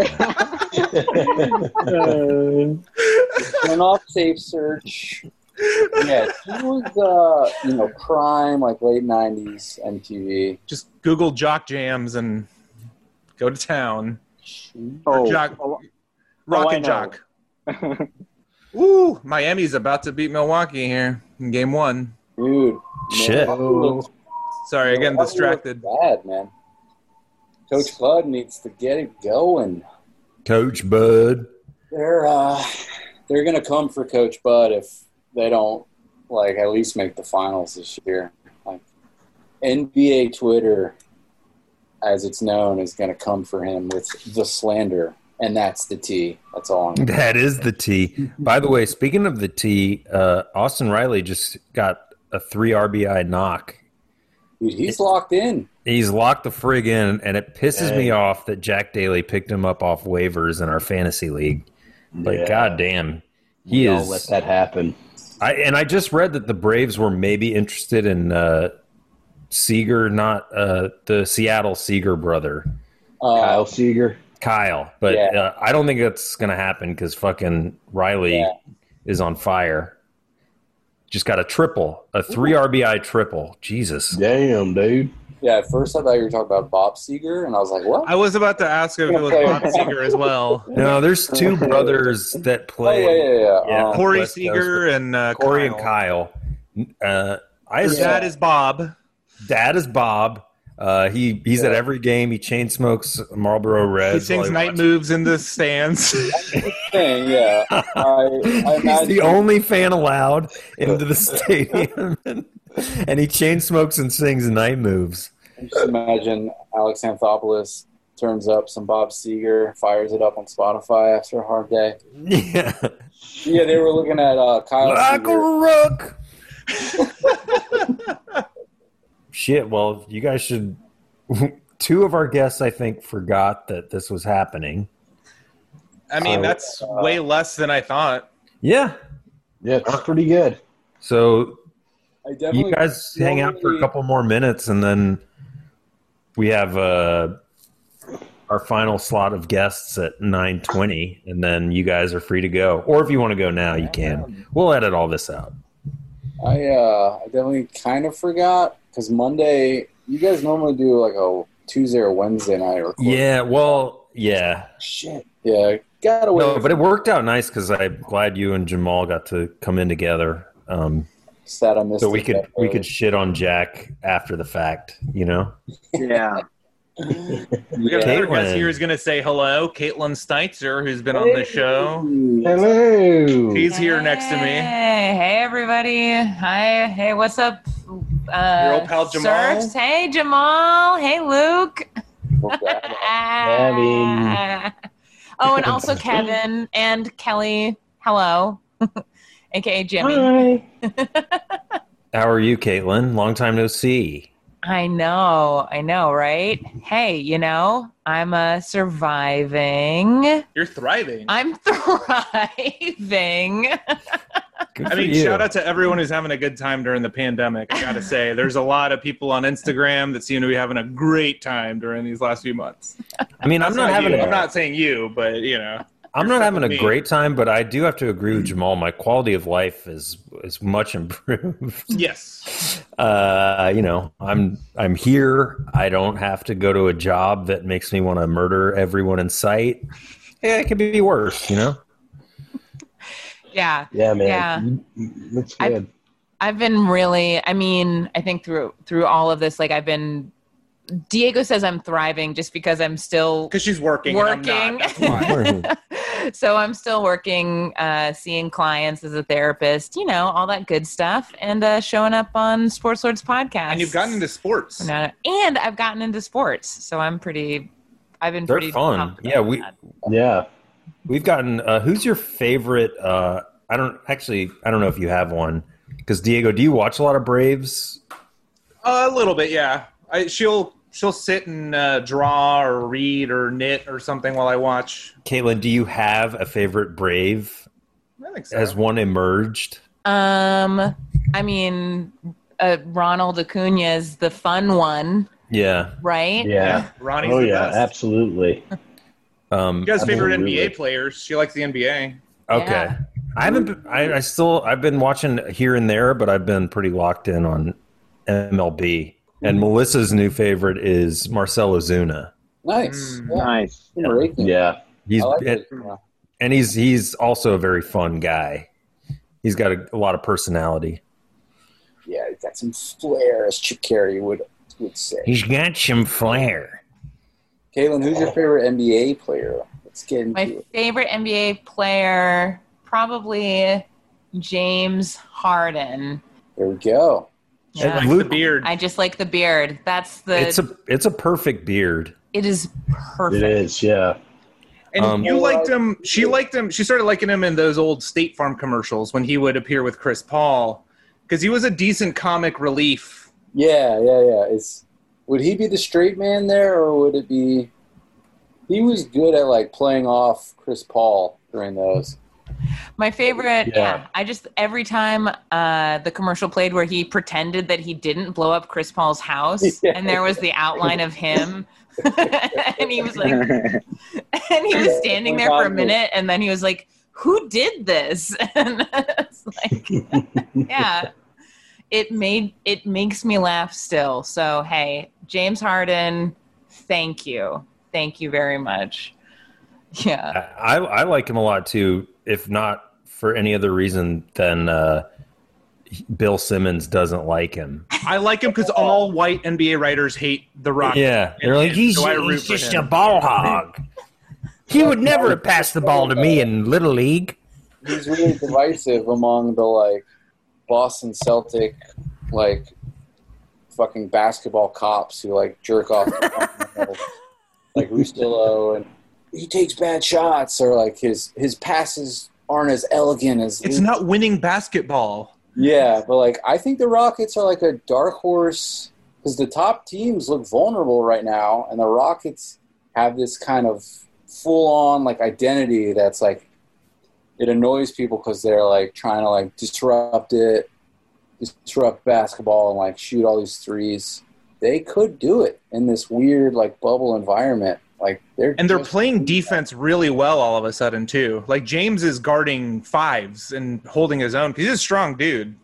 Speaker 11: turn off safe search. Yeah, she was, uh, you know, prime like late '90s MTV.
Speaker 2: just Google jock jams and go to town.
Speaker 12: oh,
Speaker 2: Jock-
Speaker 12: oh,
Speaker 2: Rock
Speaker 12: Oh, I
Speaker 2: and
Speaker 12: know.
Speaker 2: jock. Ooh, Miami's about to beat Milwaukee here in game one.
Speaker 11: Dude,
Speaker 1: Shit.
Speaker 11: Milwaukee
Speaker 2: Sorry, I'm getting
Speaker 11: looks
Speaker 2: distracted.
Speaker 11: Bad man. Coach Bud needs to get it going.
Speaker 1: Coach Bud.
Speaker 11: They're uh, they're gonna come for Coach Bud if they don't like at least make the finals this year. Like NBA Twitter, as it's known, is gonna come for him with the slander, and that's the T. That's all. I'm
Speaker 1: That is the T. By the way, speaking of the T, uh, Austin Riley just got a three RBI knock.
Speaker 11: Dude, he's locked in.
Speaker 1: He's locked the frig in, and it pisses
Speaker 3: Dang.
Speaker 1: me off that Jack Daly picked him up off waivers in our fantasy league. Like,
Speaker 3: Yeah.
Speaker 1: goddamn,
Speaker 3: We
Speaker 1: he
Speaker 3: all
Speaker 1: is.
Speaker 3: let that happen.
Speaker 1: I and I just read that the Braves were maybe interested in uh, Seager, not uh, the Seattle Seager brother,
Speaker 11: Uh,
Speaker 3: Kyle Seager.
Speaker 1: Kyle. But
Speaker 11: Yeah.
Speaker 1: uh, I don't think that's going to happen because fucking Riley
Speaker 11: Yeah.
Speaker 1: is on fire. Just got a triple, a three RBI triple. Jesus.
Speaker 3: Damn, dude.
Speaker 11: Yeah, at first I thought you were talking about Bob Seeger, and I was like, what?
Speaker 2: I was about to ask if it was Bob Seeger as well.
Speaker 1: No, there's two brothers that
Speaker 11: Oh,
Speaker 1: play.
Speaker 11: yeah, yeah, yeah.
Speaker 1: Yeah.
Speaker 11: Um,
Speaker 2: Corey
Speaker 1: West Coast.
Speaker 2: Seager and uh,
Speaker 1: Corey
Speaker 2: Kyle.
Speaker 1: and Kyle. Uh, I
Speaker 2: His
Speaker 1: assume
Speaker 2: dad is Bob.
Speaker 1: dad is Bob. Uh, he he's at every game. He chain smokes Marlboro Red.
Speaker 2: He sings night moves in the stands.
Speaker 11: Thing, yeah. I, I
Speaker 1: He's the
Speaker 11: imagine-
Speaker 1: only fan allowed into the stadium, and he chain smokes and sings night moves.
Speaker 11: Just imagine Alex Anthopoulos turns up some Bob Seger, fires it up on Spotify after a hard day.
Speaker 1: Yeah.
Speaker 11: Yeah, they were looking at uh, Kyle. Seeger.
Speaker 1: Michael Rook. Shit. Well, you guys should. Two of our guests, I think, forgot that this was happening.
Speaker 2: I mean,
Speaker 1: So,
Speaker 2: that's way less than I thought.
Speaker 1: Yeah.
Speaker 3: Yeah, it's pretty good.
Speaker 1: So
Speaker 11: I
Speaker 1: you
Speaker 11: definitely
Speaker 1: guys hang out for a couple more minutes, and then we have uh, our final slot of guests at nine twenty, and then you guys are free to go. Or if you want to go now, you can. We'll edit all this out.
Speaker 11: I uh, I definitely kind of forgot because Monday you guys normally do like a Tuesday or Wednesday night or
Speaker 1: Yeah. Well. Yeah.
Speaker 11: shit. Yeah, got away.
Speaker 1: No, but it worked out nice because I'm glad you and Jamal got to come in together. Um,
Speaker 11: Sad I missed.
Speaker 1: so we
Speaker 11: it
Speaker 1: could
Speaker 11: that
Speaker 1: we
Speaker 11: early.
Speaker 1: could shit on Jack after the fact, you know.
Speaker 12: Yeah.
Speaker 2: We got another
Speaker 1: Caitlin.
Speaker 2: guest here who's going to say hello, Caitlin Steitzer, who's been on the show.
Speaker 3: Hello.
Speaker 2: She's here next to me.
Speaker 13: Hey, hey everybody. Hi. Hey, what's up? Uh,
Speaker 2: Your old pal Jamal?
Speaker 13: Serfs? Hey Jamal. Hey Luke.
Speaker 11: Well, that-
Speaker 3: Kevin.
Speaker 13: oh, and also Kevin and Kelly. Hello. AKA Jimmy.
Speaker 1: How are you, Caitlin? Long time no see.
Speaker 13: I know. I know, right? Hey, you know, I'm uh, surviving.
Speaker 2: You're thriving.
Speaker 13: I'm thriving.
Speaker 1: Good
Speaker 2: I
Speaker 1: for
Speaker 2: mean,
Speaker 1: you.
Speaker 2: shout out to everyone who's having a good time during the pandemic. I gotta say, there's a lot of people on Instagram that seem to be having a great time during these last few months.
Speaker 1: I mean, I'm
Speaker 2: That's
Speaker 1: not having
Speaker 2: you.
Speaker 1: a,
Speaker 2: I'm not saying you, but you know,
Speaker 1: I'm not having a
Speaker 2: me.
Speaker 1: great time, but I do have to agree with Jamal. My quality of life is is much improved.
Speaker 2: yes,
Speaker 1: Uh, you know, I'm I'm here. I don't have to go to a job that makes me want to murder everyone in sight. Yeah, it could be worse, you know.
Speaker 13: yeah.
Speaker 3: Yeah, man.
Speaker 13: Yeah.
Speaker 3: You- you- That's
Speaker 13: I-
Speaker 3: good.
Speaker 13: I've been really I mean, I think through through all of this, like I've been Diego says I'm thriving just because I'm still
Speaker 2: because she's working. and I'm
Speaker 13: Working.
Speaker 2: not. That's why.
Speaker 13: so I'm still working, uh, seeing clients as a therapist, you know, all that good stuff, and uh, showing up on Sports Lords podcast.
Speaker 2: and you've gotten into sports.
Speaker 13: and, uh, and I've gotten into sports, so I'm pretty. I've been
Speaker 1: They're
Speaker 13: pretty
Speaker 1: fun.
Speaker 13: pumped
Speaker 1: Yeah,
Speaker 13: about
Speaker 1: we
Speaker 13: that.
Speaker 3: yeah.
Speaker 1: We've gotten. Uh, who's your favorite? Uh, I don't actually. I don't know if you have one. Because Diego, do you watch a lot of Braves?
Speaker 2: Uh, a little bit, yeah. I, she'll she'll sit and uh, draw or read or knit or something while I watch.
Speaker 1: Caitlin, do you have a favorite Brave?
Speaker 2: I think so.
Speaker 1: Has one emerged?
Speaker 13: Um, I mean, uh, Ronald Acuna is the fun one,
Speaker 1: Yeah.
Speaker 13: right?
Speaker 3: Yeah.
Speaker 2: Ronnie's
Speaker 3: Oh
Speaker 2: the
Speaker 3: yeah,
Speaker 2: best.
Speaker 3: absolutely.
Speaker 1: Um,
Speaker 2: You guys' favorite
Speaker 3: Absolutely.
Speaker 2: NBA players? She likes the NBA.
Speaker 1: Okay.
Speaker 13: Yeah.
Speaker 1: I haven't. Been, I, I still. I've been watching here and there, but I've been pretty locked in on MLB.
Speaker 13: Hmm.
Speaker 1: And Melissa's new favorite is Marcelo Zuna.
Speaker 11: nice.
Speaker 2: Mm.
Speaker 11: Yeah.
Speaker 12: Nice.
Speaker 11: I'm raking.
Speaker 3: Yeah.
Speaker 1: He's
Speaker 11: I like
Speaker 1: and,
Speaker 11: it. Yeah.
Speaker 1: and he's he's also a very fun guy. He's got a, a lot of personality.
Speaker 11: Yeah, he's got some flair, as Chip Carey would would say.
Speaker 1: He's got some flair.
Speaker 11: Caitlin, who's your favorite NBA player? Let's get into
Speaker 13: My
Speaker 11: it.
Speaker 13: favorite NBA player, probably James Harden.
Speaker 11: There we go.
Speaker 2: She
Speaker 13: Yeah.
Speaker 2: likes
Speaker 1: Luke-
Speaker 2: the beard.
Speaker 13: I just like the beard. That's the.
Speaker 1: It's a it's a perfect beard.
Speaker 13: it is perfect.
Speaker 3: It is. Yeah.
Speaker 2: And
Speaker 1: Um,
Speaker 2: you liked him. She liked him. She started liking him in those old State Farm commercials when he would appear with Chris Paul, because he was a decent comic relief.
Speaker 11: Yeah, yeah, yeah. It's would he be the straight man there, or would it be? He was good at like playing off Chris Paul during those.
Speaker 13: My favorite. Yeah.
Speaker 3: Yeah.
Speaker 13: I just every time uh, the commercial played where he pretended that he didn't blow up Chris Paul's house,
Speaker 11: Yeah.
Speaker 13: and there was the outline of him, and he was like, and he was standing there for a minute, and then he was like, "Who did this?" And it's like, yeah. It made it makes me laugh still. So hey, James Harden, thank you, thank you very much. Yeah.
Speaker 1: I, I I like him a lot too. If not for any other reason than uh, Bill Simmons doesn't like him.
Speaker 2: I like him because all white NBA writers hate The Rock.
Speaker 1: Yeah, they're like
Speaker 2: And
Speaker 1: he's,
Speaker 2: so I root
Speaker 1: he's
Speaker 2: for
Speaker 1: just a
Speaker 2: him.
Speaker 1: ball hog. He would never have passed the ball to me in little league.
Speaker 11: he's really divisive among the like Boston Celtic like fucking basketball cops who like jerk off like Rustillo and he takes bad shots or like his his passes aren't as elegant as
Speaker 2: It's not winning basketball.
Speaker 11: yeah but like I think the Rockets are like a dark horse because the top teams look vulnerable right now and the Rockets have this kind of full on like identity that's like it annoys people because they're like trying to like disrupt it, disrupt basketball, and like shoot all these threes. They could do it in this weird like bubble environment. Like they're
Speaker 2: And they're
Speaker 11: just-
Speaker 2: playing defense really well all of a sudden too. Like James is guarding fives and holding his own. He's a strong dude.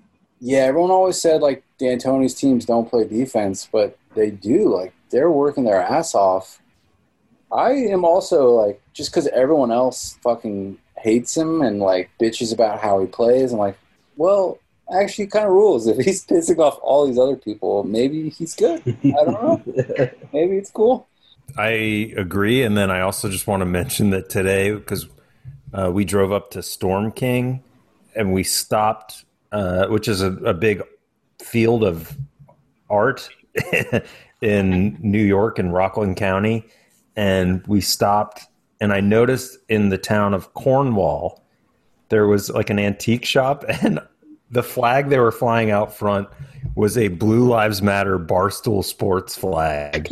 Speaker 11: yeah. Everyone always said like D'Antoni's teams don't play defense, but they do. Like they're working their ass off. I am also like just because everyone else fucking hates him and like bitches about how he plays. I'm like, well, actually, kind of rules. If he's pissing off all these other people, maybe he's good. I don't know. maybe it's cool.
Speaker 1: I agree, and then I also just want to mention that today because uh, we drove up to Storm King and we stopped, uh, which is a, a big field of art in New York in Rockland County, and we stopped, and I noticed in the town of Cornwall there was like an antique shop and. The flag they were flying out front was a Blue Lives Matter Barstool Sports flag.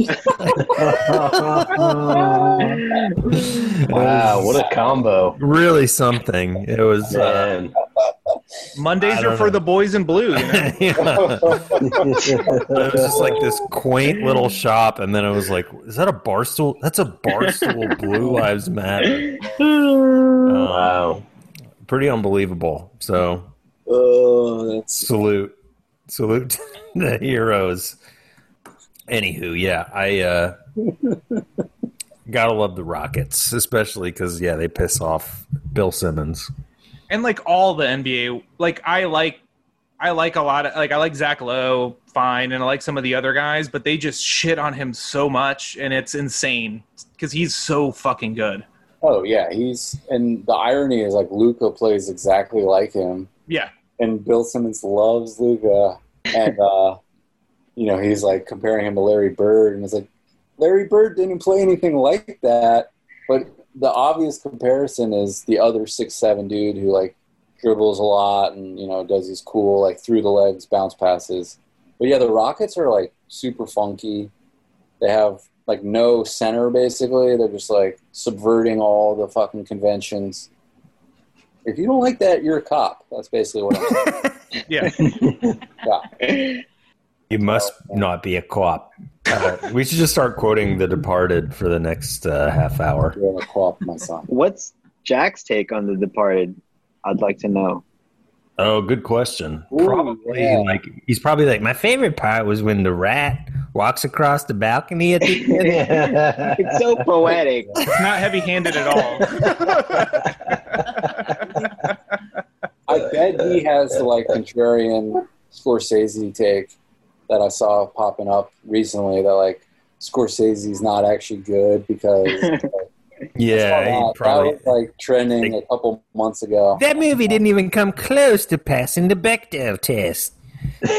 Speaker 3: Wow, what a combo.
Speaker 1: Really something. It was uh,
Speaker 2: Mondays
Speaker 1: I
Speaker 2: are
Speaker 1: don't
Speaker 2: for
Speaker 1: know.
Speaker 2: the boys in blue. You know?
Speaker 1: yeah. it was just like this quaint little shop and then I was like, is that a barstool? That's a barstool blue lives matter.
Speaker 2: Uh,
Speaker 1: wow. Pretty unbelievable. So
Speaker 11: Oh, that's
Speaker 1: salute. Salute to the heroes. Anywho, yeah, I uh gotta love the Rockets, especially because yeah, they piss off Bill Simmons.
Speaker 2: and like all the NBA, like I like, I like a lot of like I like Zach Lowe fine, and I like some of the other guys, but they just shit on him so much, and it's insane because he's so fucking good.
Speaker 11: Oh yeah, he's and the irony is like Luca plays exactly like him,
Speaker 2: Yeah,
Speaker 11: and Bill Simmons loves Luca, and uh, you know he's like comparing him to Larry Bird, and it's like Larry Bird didn't play anything like that, but the obvious comparison is the other six seven dude who like dribbles a lot and you know does these cool like through the legs bounce passes. But yeah, the Rockets are like super funky. They have like no center basically. They're just like subverting all the fucking conventions. If you don't like that, you're a cop. That's basically what I'm saying.
Speaker 2: yeah.
Speaker 1: You must
Speaker 11: Oh,
Speaker 1: not be a co-op. Uh, we should just start quoting The Departed for the next uh, half hour.
Speaker 11: You're a co-op, my son.
Speaker 12: What's Jack's take on The Departed? I'd like to know.
Speaker 1: Oh, good question.
Speaker 11: Ooh,
Speaker 1: probably
Speaker 11: yeah.
Speaker 1: like he's probably like my favorite part was when the rat walks across the balcony at the end.
Speaker 12: It's so poetic.
Speaker 2: It's not heavy-handed at all.
Speaker 11: I bet he has the like contrarian Scorsese take that I saw popping up recently that like Scorsese's not actually good because
Speaker 1: yeah,
Speaker 11: Uh,
Speaker 1: he probably.
Speaker 11: that was like trending a couple months ago.
Speaker 1: That movie didn't even come close to passing the Bechdel test.
Speaker 2: but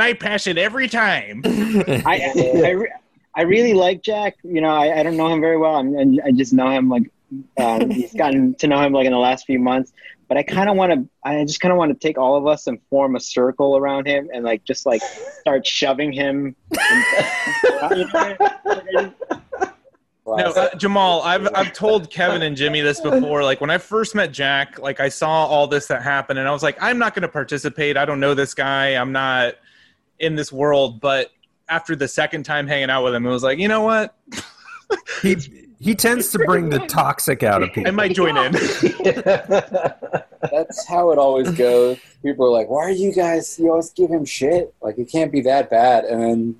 Speaker 2: I pass it every time.
Speaker 12: Uh, I, I, re- I really like Jack. You know, I, I don't know him very well, and, and I just know him like um, he's gotten to know him like in the last few months. But I kind of want to. I just kind of want to take all of us and form a circle around him and like just like start shoving him.
Speaker 2: No, uh, Jamal, I've I've told Kevin and Jimmy this before. Like when I first met Jack, like I saw all this that happened, and I was like, I'm not going to participate. I don't know this guy. I'm not in this world. But after the second time hanging out with him, it was like, you know what?
Speaker 1: He he tends to bring the toxic out of
Speaker 2: I
Speaker 1: people.
Speaker 2: might join in.
Speaker 11: That's how it always goes. People are like, "Why are you guys? You always give him shit. Like it can't be that bad." And then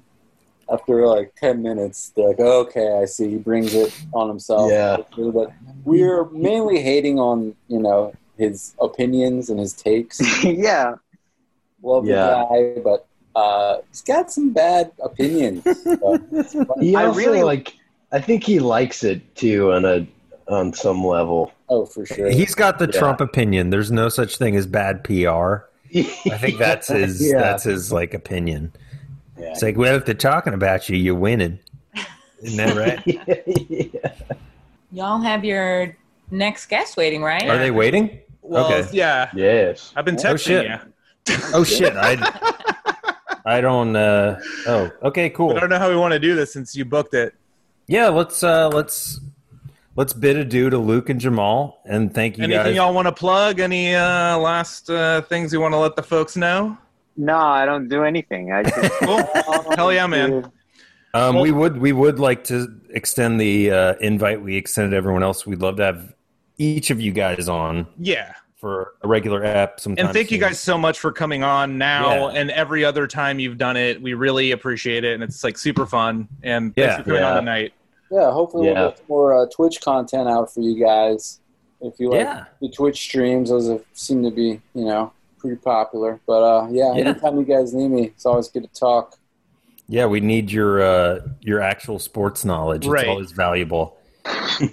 Speaker 11: after like ten minutes, they're like, "Okay, I see." He brings it on himself.
Speaker 3: Yeah.
Speaker 11: But we're mainly hating on you know his opinions and his takes.
Speaker 12: yeah.
Speaker 11: Love
Speaker 3: Yeah.
Speaker 11: the guy, but uh, he's got some bad opinions.
Speaker 3: He
Speaker 11: I
Speaker 3: also,
Speaker 11: really-
Speaker 3: like. I think he likes it too on a on some level.
Speaker 11: Oh, for sure.
Speaker 1: He's got the
Speaker 3: Yeah.
Speaker 1: Trump opinion. There's no such thing as bad PR. I think that's his.
Speaker 3: Yeah.
Speaker 1: That's his like opinion.
Speaker 3: Yeah.
Speaker 1: It's like, well, if they're talking about you, you're winning. Isn't that right?
Speaker 13: Y'all have your next guest waiting, right?
Speaker 1: Are they waiting?
Speaker 2: Well, yeah.
Speaker 3: Yes.
Speaker 2: I've been
Speaker 1: Oh,
Speaker 2: texting
Speaker 1: shit.
Speaker 2: you.
Speaker 1: Oh shit! I I don't. Uh, oh, okay, cool.
Speaker 2: I don't know how we want to do this since you booked it.
Speaker 1: Yeah, let's uh, let's let's bid adieu to Luke and Jamal, and thank you
Speaker 2: Anything
Speaker 1: guys.
Speaker 2: y'all want to plug? Any uh, last uh, things you want to let the folks know?
Speaker 12: No, I don't do anything. I just,
Speaker 2: Cool. Hell yeah, man.
Speaker 1: Um, we would we would like to extend the uh, invite we extended to everyone else. We'd love to have each of you guys on
Speaker 2: Yeah.
Speaker 1: for a regular app sometime.
Speaker 2: And thank you
Speaker 1: soon.
Speaker 2: guys so much for coming on now
Speaker 1: Yeah.
Speaker 2: and every other time you've done it. We really appreciate it. And it's like super fun. And
Speaker 1: Yeah.
Speaker 2: thanks for coming on
Speaker 3: Yeah.
Speaker 2: tonight.
Speaker 11: Yeah, hopefully
Speaker 3: Yeah.
Speaker 11: we'll get more uh, Twitch content out for you guys. If you like
Speaker 1: Yeah.
Speaker 11: the Twitch streams, those have, seem to be, you know, pretty popular. But uh, yeah,
Speaker 1: Yeah.
Speaker 11: anytime you guys need me, it's always good to talk.
Speaker 1: Yeah, we need your uh, your actual sports knowledge. It's
Speaker 2: Right.
Speaker 1: always valuable.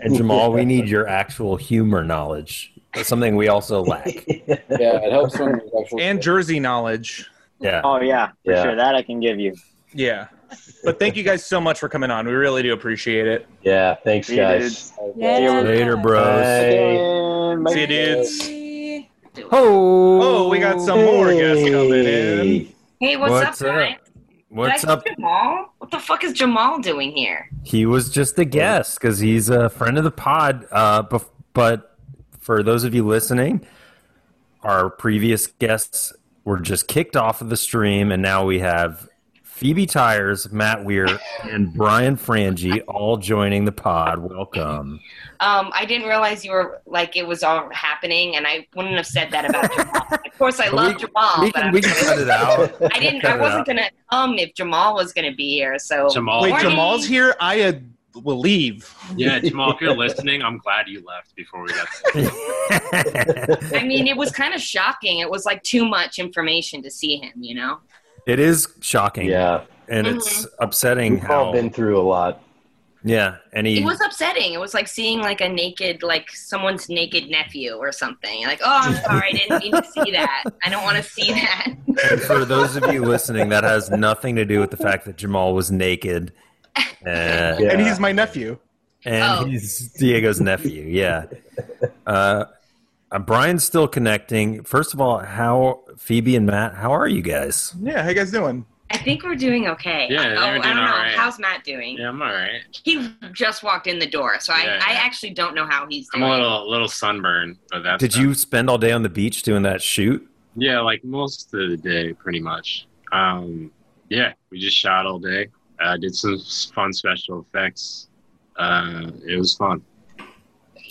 Speaker 1: And Jamal, we need your actual humor knowledge. That's something we also lack.
Speaker 11: Yeah, it helps when there's actual
Speaker 2: And Jersey knowledge.
Speaker 1: Yeah.
Speaker 12: oh yeah, for
Speaker 3: Yeah.
Speaker 12: sure. That I can give you.
Speaker 2: Yeah. But thank you guys so much for coming on. We really do appreciate it.
Speaker 3: Yeah. Thanks,
Speaker 12: See you,
Speaker 3: guys.
Speaker 13: Yeah.
Speaker 1: Later, bros.
Speaker 3: Bye.
Speaker 12: And my-
Speaker 2: See you, dudes.
Speaker 13: Hey,
Speaker 1: Oh,
Speaker 2: Oh, we got some more guests coming in.
Speaker 3: Hey.
Speaker 14: what's,
Speaker 1: What's
Speaker 14: up, guys?
Speaker 1: up? What's
Speaker 14: Did I
Speaker 1: up?
Speaker 14: see Jamal? What the fuck is Jamal doing here?
Speaker 1: He was just a guest because he's a friend of the pod. Uh, bef- but for those of you listening, our previous guests were just kicked off of the stream, and now we have Phoebe Tires, Matt Weir, and Brian Frangie all joining the pod. Welcome.
Speaker 14: Um, I didn't realize you were like it was all happening, and I wouldn't have said that about Jamal. Of course, I
Speaker 1: We-
Speaker 14: love Jamal,
Speaker 1: We
Speaker 14: but
Speaker 1: can
Speaker 14: I'm
Speaker 1: we can cut it out.
Speaker 14: I didn't.
Speaker 1: Cut
Speaker 14: I
Speaker 1: it
Speaker 14: wasn't
Speaker 1: out.
Speaker 14: gonna come if Jamal was gonna be here. So
Speaker 15: Jamal.
Speaker 2: Wait,
Speaker 14: Morning.
Speaker 2: Jamal's here. I uh, will leave.
Speaker 15: Yeah, Jamal, if you're listening, I'm glad you left before we got.
Speaker 14: I mean, it was kind of shocking. It was like too much information to see him. You know.
Speaker 1: it is shocking,
Speaker 3: Yeah.
Speaker 1: and it's
Speaker 14: Mm-hmm.
Speaker 1: upsetting
Speaker 3: We've all
Speaker 1: how.
Speaker 3: been through a lot.
Speaker 1: yeah, and he
Speaker 14: It was upsetting. It was like seeing like a naked, like someone's naked nephew or something. Like, oh, I'm sorry, I didn't mean to see that. I don't want to see that.
Speaker 1: And for those of you listening, that has nothing to do with the fact that Jamal was naked. Uh,
Speaker 3: Yeah.
Speaker 2: And he's my nephew.
Speaker 1: And
Speaker 14: Oh.
Speaker 1: he's Diego's nephew. Yeah. Uh, uh, Brian's still connecting. First of all, how Phoebe and Matt, how are you guys?
Speaker 2: Yeah, how you guys doing?
Speaker 14: I think we're doing okay.
Speaker 15: Yeah, they
Speaker 14: oh,
Speaker 15: were
Speaker 14: I
Speaker 15: doing
Speaker 14: don't know.
Speaker 15: all right.
Speaker 14: How's Matt doing?
Speaker 15: Yeah, I'm all right.
Speaker 14: He just walked in the door, so
Speaker 15: Yeah.
Speaker 14: I, I actually don't know how he's
Speaker 15: I'm
Speaker 14: doing.
Speaker 15: a little little sunburned, but that's
Speaker 1: Did you spend all day on the beach doing that shoot?
Speaker 15: Yeah, like most of the day, pretty much. Um, yeah, we just shot all day. Uh, did some s- fun special effects. Uh, it was fun.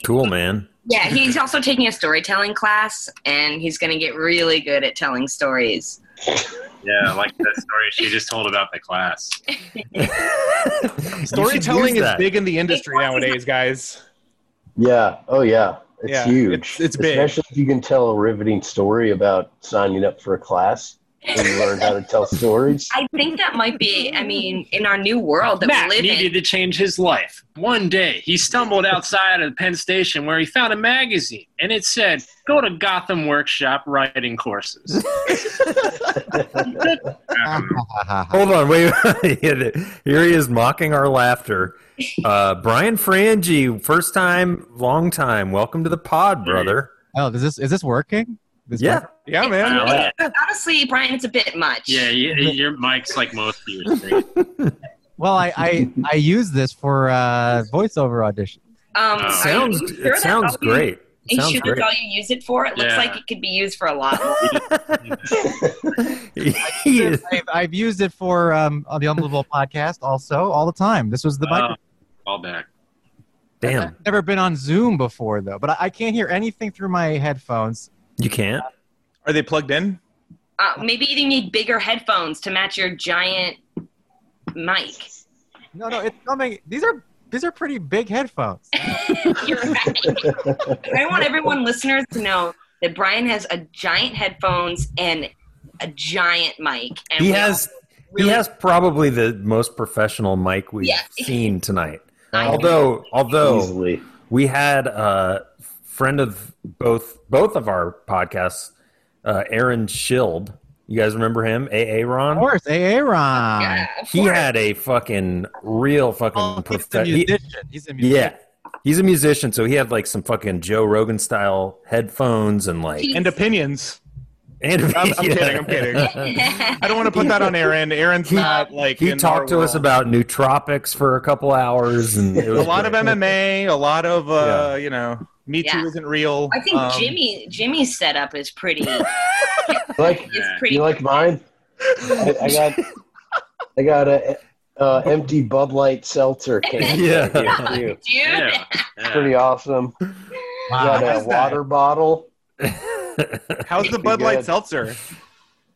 Speaker 1: Cool, man.
Speaker 14: Yeah, he's also taking a storytelling class, and he's going to get really good at telling stories.
Speaker 15: Yeah, like that story she just told about the class.
Speaker 2: Storytelling is big in the industry
Speaker 14: It was-
Speaker 2: nowadays, guys.
Speaker 3: Yeah. Oh, yeah. It's
Speaker 2: Yeah,
Speaker 3: huge.
Speaker 2: it's- it's big.
Speaker 3: Especially if you can tell a riveting story about signing up for a class and you learn how to tell stories.
Speaker 14: I think that might be, I mean, in our new world that
Speaker 15: Matt
Speaker 14: we live
Speaker 15: needed to
Speaker 14: in.
Speaker 15: change his life. One day, he stumbled outside of Penn Station where he found a magazine, and it said, "Go to Gotham Workshop writing courses." Um,
Speaker 1: Hold on, wait. Here he is mocking our laughter. Uh, Brian Frangie, first time, long time. Welcome to the pod, brother.
Speaker 16: Oh, is this is this working? This
Speaker 1: Yeah.
Speaker 16: work-
Speaker 2: Yeah, man.
Speaker 15: yeah,
Speaker 14: Honestly, Brian, it's a bit much.
Speaker 15: yeah, you- your mic's like most viewers. think.
Speaker 16: Well, I, I I use this for uh, voiceover audition.
Speaker 2: Uh,
Speaker 14: Um,
Speaker 15: It
Speaker 14: are you
Speaker 1: sounds
Speaker 14: sure
Speaker 1: it
Speaker 14: that's
Speaker 1: sounds
Speaker 14: all you-
Speaker 1: great.
Speaker 14: Are you
Speaker 1: sounds
Speaker 14: sure that's
Speaker 1: great.
Speaker 14: all you use it for? It looks
Speaker 15: Yeah.
Speaker 14: like it could be used for a lot more.
Speaker 1: He is-
Speaker 16: I've, I've used it for um, the Unbelievable podcast also all the time. This was the mic.
Speaker 15: Uh, all back.
Speaker 1: damn,
Speaker 16: I've never been on Zoom before though, but I, I can't hear anything through my headphones.
Speaker 1: you can't.
Speaker 2: Are they plugged in?
Speaker 14: Uh, maybe you need bigger headphones to match your giant mic.
Speaker 16: No, no, it's coming. These are these are pretty big headphones.
Speaker 14: You're right. I want everyone listeners to know that Brian has a giant headphones and a giant mic. And
Speaker 1: He
Speaker 14: we all-
Speaker 1: has he has probably the most professional mic we've
Speaker 14: Yeah.
Speaker 1: seen tonight.
Speaker 14: I know.
Speaker 1: although although we had a friend of both both of our podcasts, uh, Aaron Schild. You guys remember him? AA Ron. Of
Speaker 16: course, AA Ron.
Speaker 1: he had a fucking real fucking
Speaker 16: Oh,
Speaker 1: profe- he-
Speaker 16: He's a
Speaker 1: yeah. He's a musician, so he had like some fucking Joe Rogan style headphones and like
Speaker 2: And
Speaker 1: opinions. And I'm,
Speaker 2: I'm kidding, I'm kidding. I don't want to put that on Aaron. Aaron's not like
Speaker 1: he
Speaker 2: in our
Speaker 1: talked to us
Speaker 2: world.
Speaker 1: about nootropics for a couple hours, and it was
Speaker 2: a lot
Speaker 1: great.
Speaker 2: of MMA, a lot of uh, you know, Me Too
Speaker 14: Yeah.
Speaker 2: isn't real.
Speaker 14: I think
Speaker 2: um,
Speaker 14: Jimmy Jimmy's setup is pretty.
Speaker 3: Like you like mine? I, I got I got a, uh empty Bud Light seltzer can.
Speaker 1: Yeah.
Speaker 3: Dude.
Speaker 14: Yeah.
Speaker 3: Pretty awesome.
Speaker 2: Wow.
Speaker 3: got a
Speaker 2: How's that?
Speaker 3: water bottle.
Speaker 2: How's the Bud Light
Speaker 3: Good.
Speaker 2: seltzer?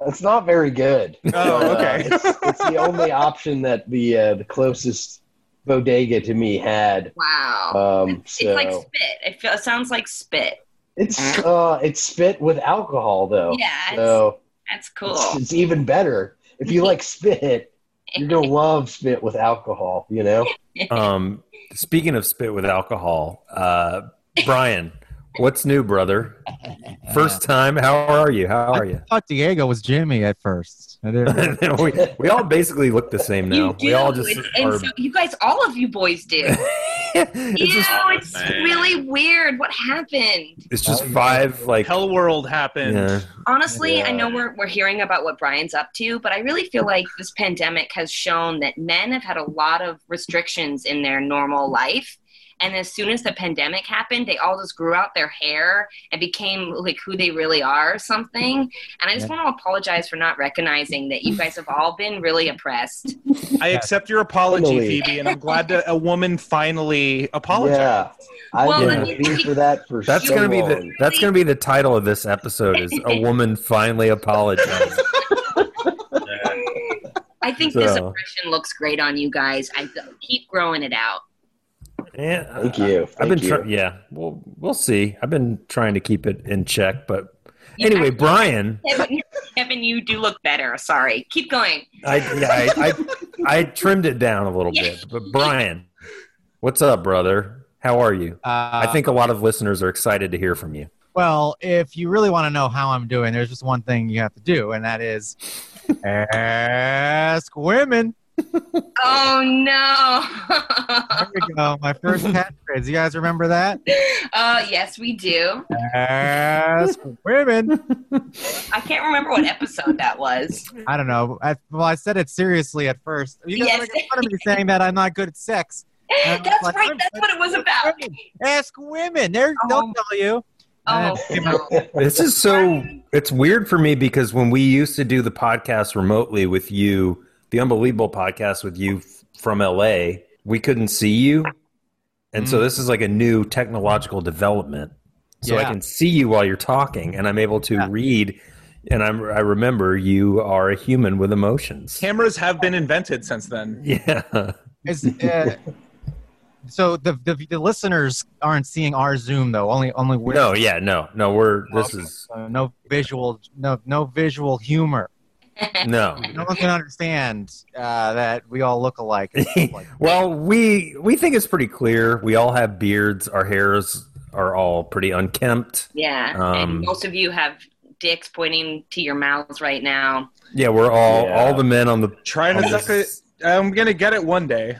Speaker 3: It's not very good.
Speaker 2: Oh,
Speaker 3: But, uh,
Speaker 2: okay.
Speaker 3: it's, it's the only option that the uh, the closest bodega to me had.
Speaker 14: Wow.
Speaker 3: Um, so
Speaker 14: It's like spit. It, feel, it sounds like spit.
Speaker 3: it's uh, it's spit with alcohol though.
Speaker 14: Yeah, it's
Speaker 3: So
Speaker 14: That's cool.
Speaker 3: it's, it's even better if you like spit. You're gonna love spit with alcohol. You know.
Speaker 1: um, speaking of spit with alcohol, uh, Brian, what's new, brother? First time. How are you? How are you?
Speaker 16: Uh, I thought Diego was Jimmy at first. I didn't.
Speaker 1: we, we all basically look the same now.
Speaker 14: You
Speaker 1: we all
Speaker 14: do,
Speaker 1: just
Speaker 14: it's-
Speaker 1: are
Speaker 14: and so you guys, all of you boys do. Ew, it's
Speaker 1: Man.
Speaker 14: really weird. What happened?
Speaker 1: It's just five like
Speaker 2: hell world happened.
Speaker 14: Honestly, I
Speaker 2: Yeah.
Speaker 14: know we're, we're hearing about what Brian's up to, but I really feel like this pandemic has shown that men have had a lot of restrictions in their normal life. And as soon as the pandemic happened, they all just grew out their hair and became like who they really are or something. And I just
Speaker 2: Yeah.
Speaker 14: want to apologize for not recognizing that you guys have all been really oppressed.
Speaker 2: I accept your apology,
Speaker 3: Finally.
Speaker 2: Phoebe, and I'm glad that a woman finally apologized.
Speaker 3: Yeah. I've
Speaker 14: Well,
Speaker 3: been
Speaker 14: let me-
Speaker 3: waiting for that for
Speaker 1: That's
Speaker 3: so
Speaker 1: gonna be
Speaker 3: long.
Speaker 1: the that's gonna be the title of this episode is a woman finally apologized.
Speaker 14: I think this
Speaker 1: So-
Speaker 14: oppression looks great on you guys. I keep growing it out.
Speaker 1: Yeah,
Speaker 3: Thank you.
Speaker 1: I've been
Speaker 3: Thank
Speaker 1: trying.
Speaker 3: you.
Speaker 1: Yeah, we'll we'll see. I've been trying to keep it in check, but anyway, Brian,
Speaker 14: Kevin, Kevin, you do look better. Sorry. Keep going.
Speaker 1: I yeah, I, I I trimmed it down a little bit. But Brian, what's up, brother? How are you?
Speaker 16: Uh,
Speaker 1: I think a lot of listeners are excited to hear from you.
Speaker 16: Well, if you really want to know how I'm doing, there's just one thing you have to do, and that is ask women.
Speaker 14: Oh no.
Speaker 16: There we go. My first catchphrase. You guys remember that?
Speaker 14: Uh, yes, we do.
Speaker 16: Ask women.
Speaker 14: I can't remember what episode that was.
Speaker 16: I don't know. I, well, I said it seriously at first. You guys
Speaker 14: Yes.
Speaker 16: are making fun of me saying that I'm not good at sex. And I'm
Speaker 14: That's
Speaker 16: like,
Speaker 14: right.
Speaker 16: I'm
Speaker 14: That's what it was about.
Speaker 16: Ask women. They're, They'll tell you.
Speaker 14: Oh, no.
Speaker 1: This is so it's weird for me because when we used to do the podcast remotely with you, the unbelievable podcast with you f- from LA, we couldn't see you. And
Speaker 16: Mm.
Speaker 1: so this is like a new technological development. So I
Speaker 16: Yeah.
Speaker 1: can see you while you're talking and I'm able to read and I'm I remember you are a human with emotions.
Speaker 2: Cameras have been invented since then.
Speaker 1: Yeah.
Speaker 16: It's, uh, so the, the the listeners aren't seeing our Zoom though. Only only we're
Speaker 1: No, yeah, no. No, we're this is
Speaker 16: Uh, no visual no no visual humor.
Speaker 1: no.
Speaker 16: No one can understand uh, that we all look alike.
Speaker 1: Well, we we think it's pretty clear. We all have beards. Our hairs are all pretty unkempt.
Speaker 14: Yeah.
Speaker 1: Um,
Speaker 14: and most of you have dicks pointing to your mouths right now.
Speaker 1: Yeah, we're all all the men on the
Speaker 2: Trying to
Speaker 1: always,
Speaker 2: suck it. I'm gonna get it one day.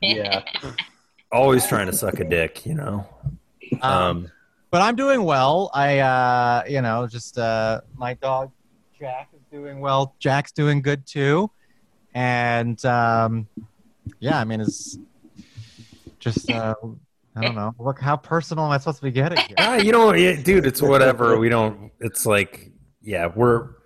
Speaker 3: Yeah.
Speaker 1: always trying to suck a dick, you know. Um,
Speaker 16: but I'm doing well. I uh, you know just uh, my dog Jack is doing well. Jack's doing good too, and um, yeah, I mean it's just uh, I don't know. Look, how personal am I supposed to be getting here?
Speaker 1: ah, you know, yeah, dude, it's whatever. We don't. It's like, yeah, we're.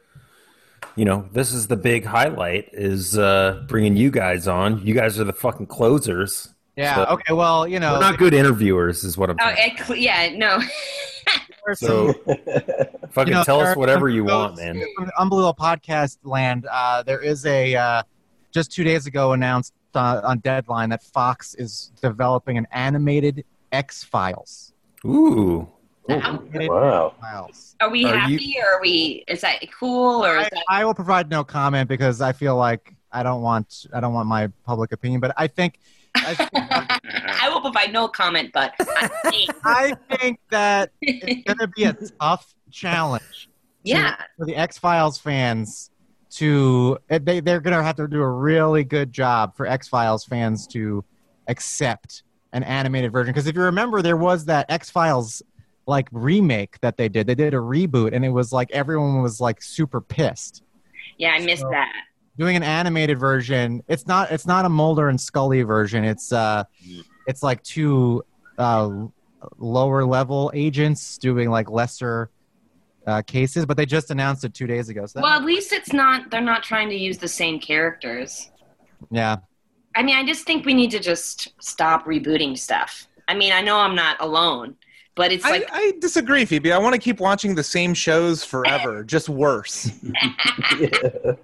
Speaker 1: You know, this is the big highlight is uh bringing you guys on. You guys are the fucking closers.
Speaker 16: Yeah.
Speaker 1: So-
Speaker 16: okay. Well, you know,
Speaker 1: We're not good interviewers, is what I'm.
Speaker 14: Oh,
Speaker 1: trying
Speaker 14: it, cle- yeah, no.
Speaker 16: there's
Speaker 1: So, fucking
Speaker 16: You know,
Speaker 1: tell us
Speaker 16: there-
Speaker 1: whatever you want, man.
Speaker 16: from unbelievable podcast land, uh, there is a uh, just two days ago announced uh, on Deadline that Fox is developing an animated X Files.
Speaker 1: Ooh,
Speaker 3: Wow.
Speaker 14: Are we
Speaker 16: Are
Speaker 14: happy
Speaker 16: you-
Speaker 14: or are we? Is that cool or is that?
Speaker 16: I will provide no comment because I feel like I don't want I don't want my public opinion, but I think
Speaker 14: I will provide no comment, but
Speaker 16: I think that it's going to be a tough challenge. to-
Speaker 14: Yeah.
Speaker 16: for the X Files fans to eh, they they're going to have to do a really good job for X Files fans to accept an animated version because if you remember there was that X Files like remake that they did. They did a reboot and it was like everyone was like super pissed.
Speaker 14: yeah, I missed that.
Speaker 16: Doing an animated version, it's not it's not a Mulder and Scully version. It's uh it's like two uh lower level agents doing like lesser uh, cases, but they just announced it two days ago. So that-
Speaker 14: Well, at least it's not. They're not trying to use the same characters.
Speaker 16: yeah,
Speaker 14: I mean, I just think we need to just stop rebooting stuff. I mean, I know I'm not alone, but it's
Speaker 2: I,
Speaker 14: like
Speaker 2: I disagree, Phoebe. I want to keep watching the same shows forever, just worse.
Speaker 14: all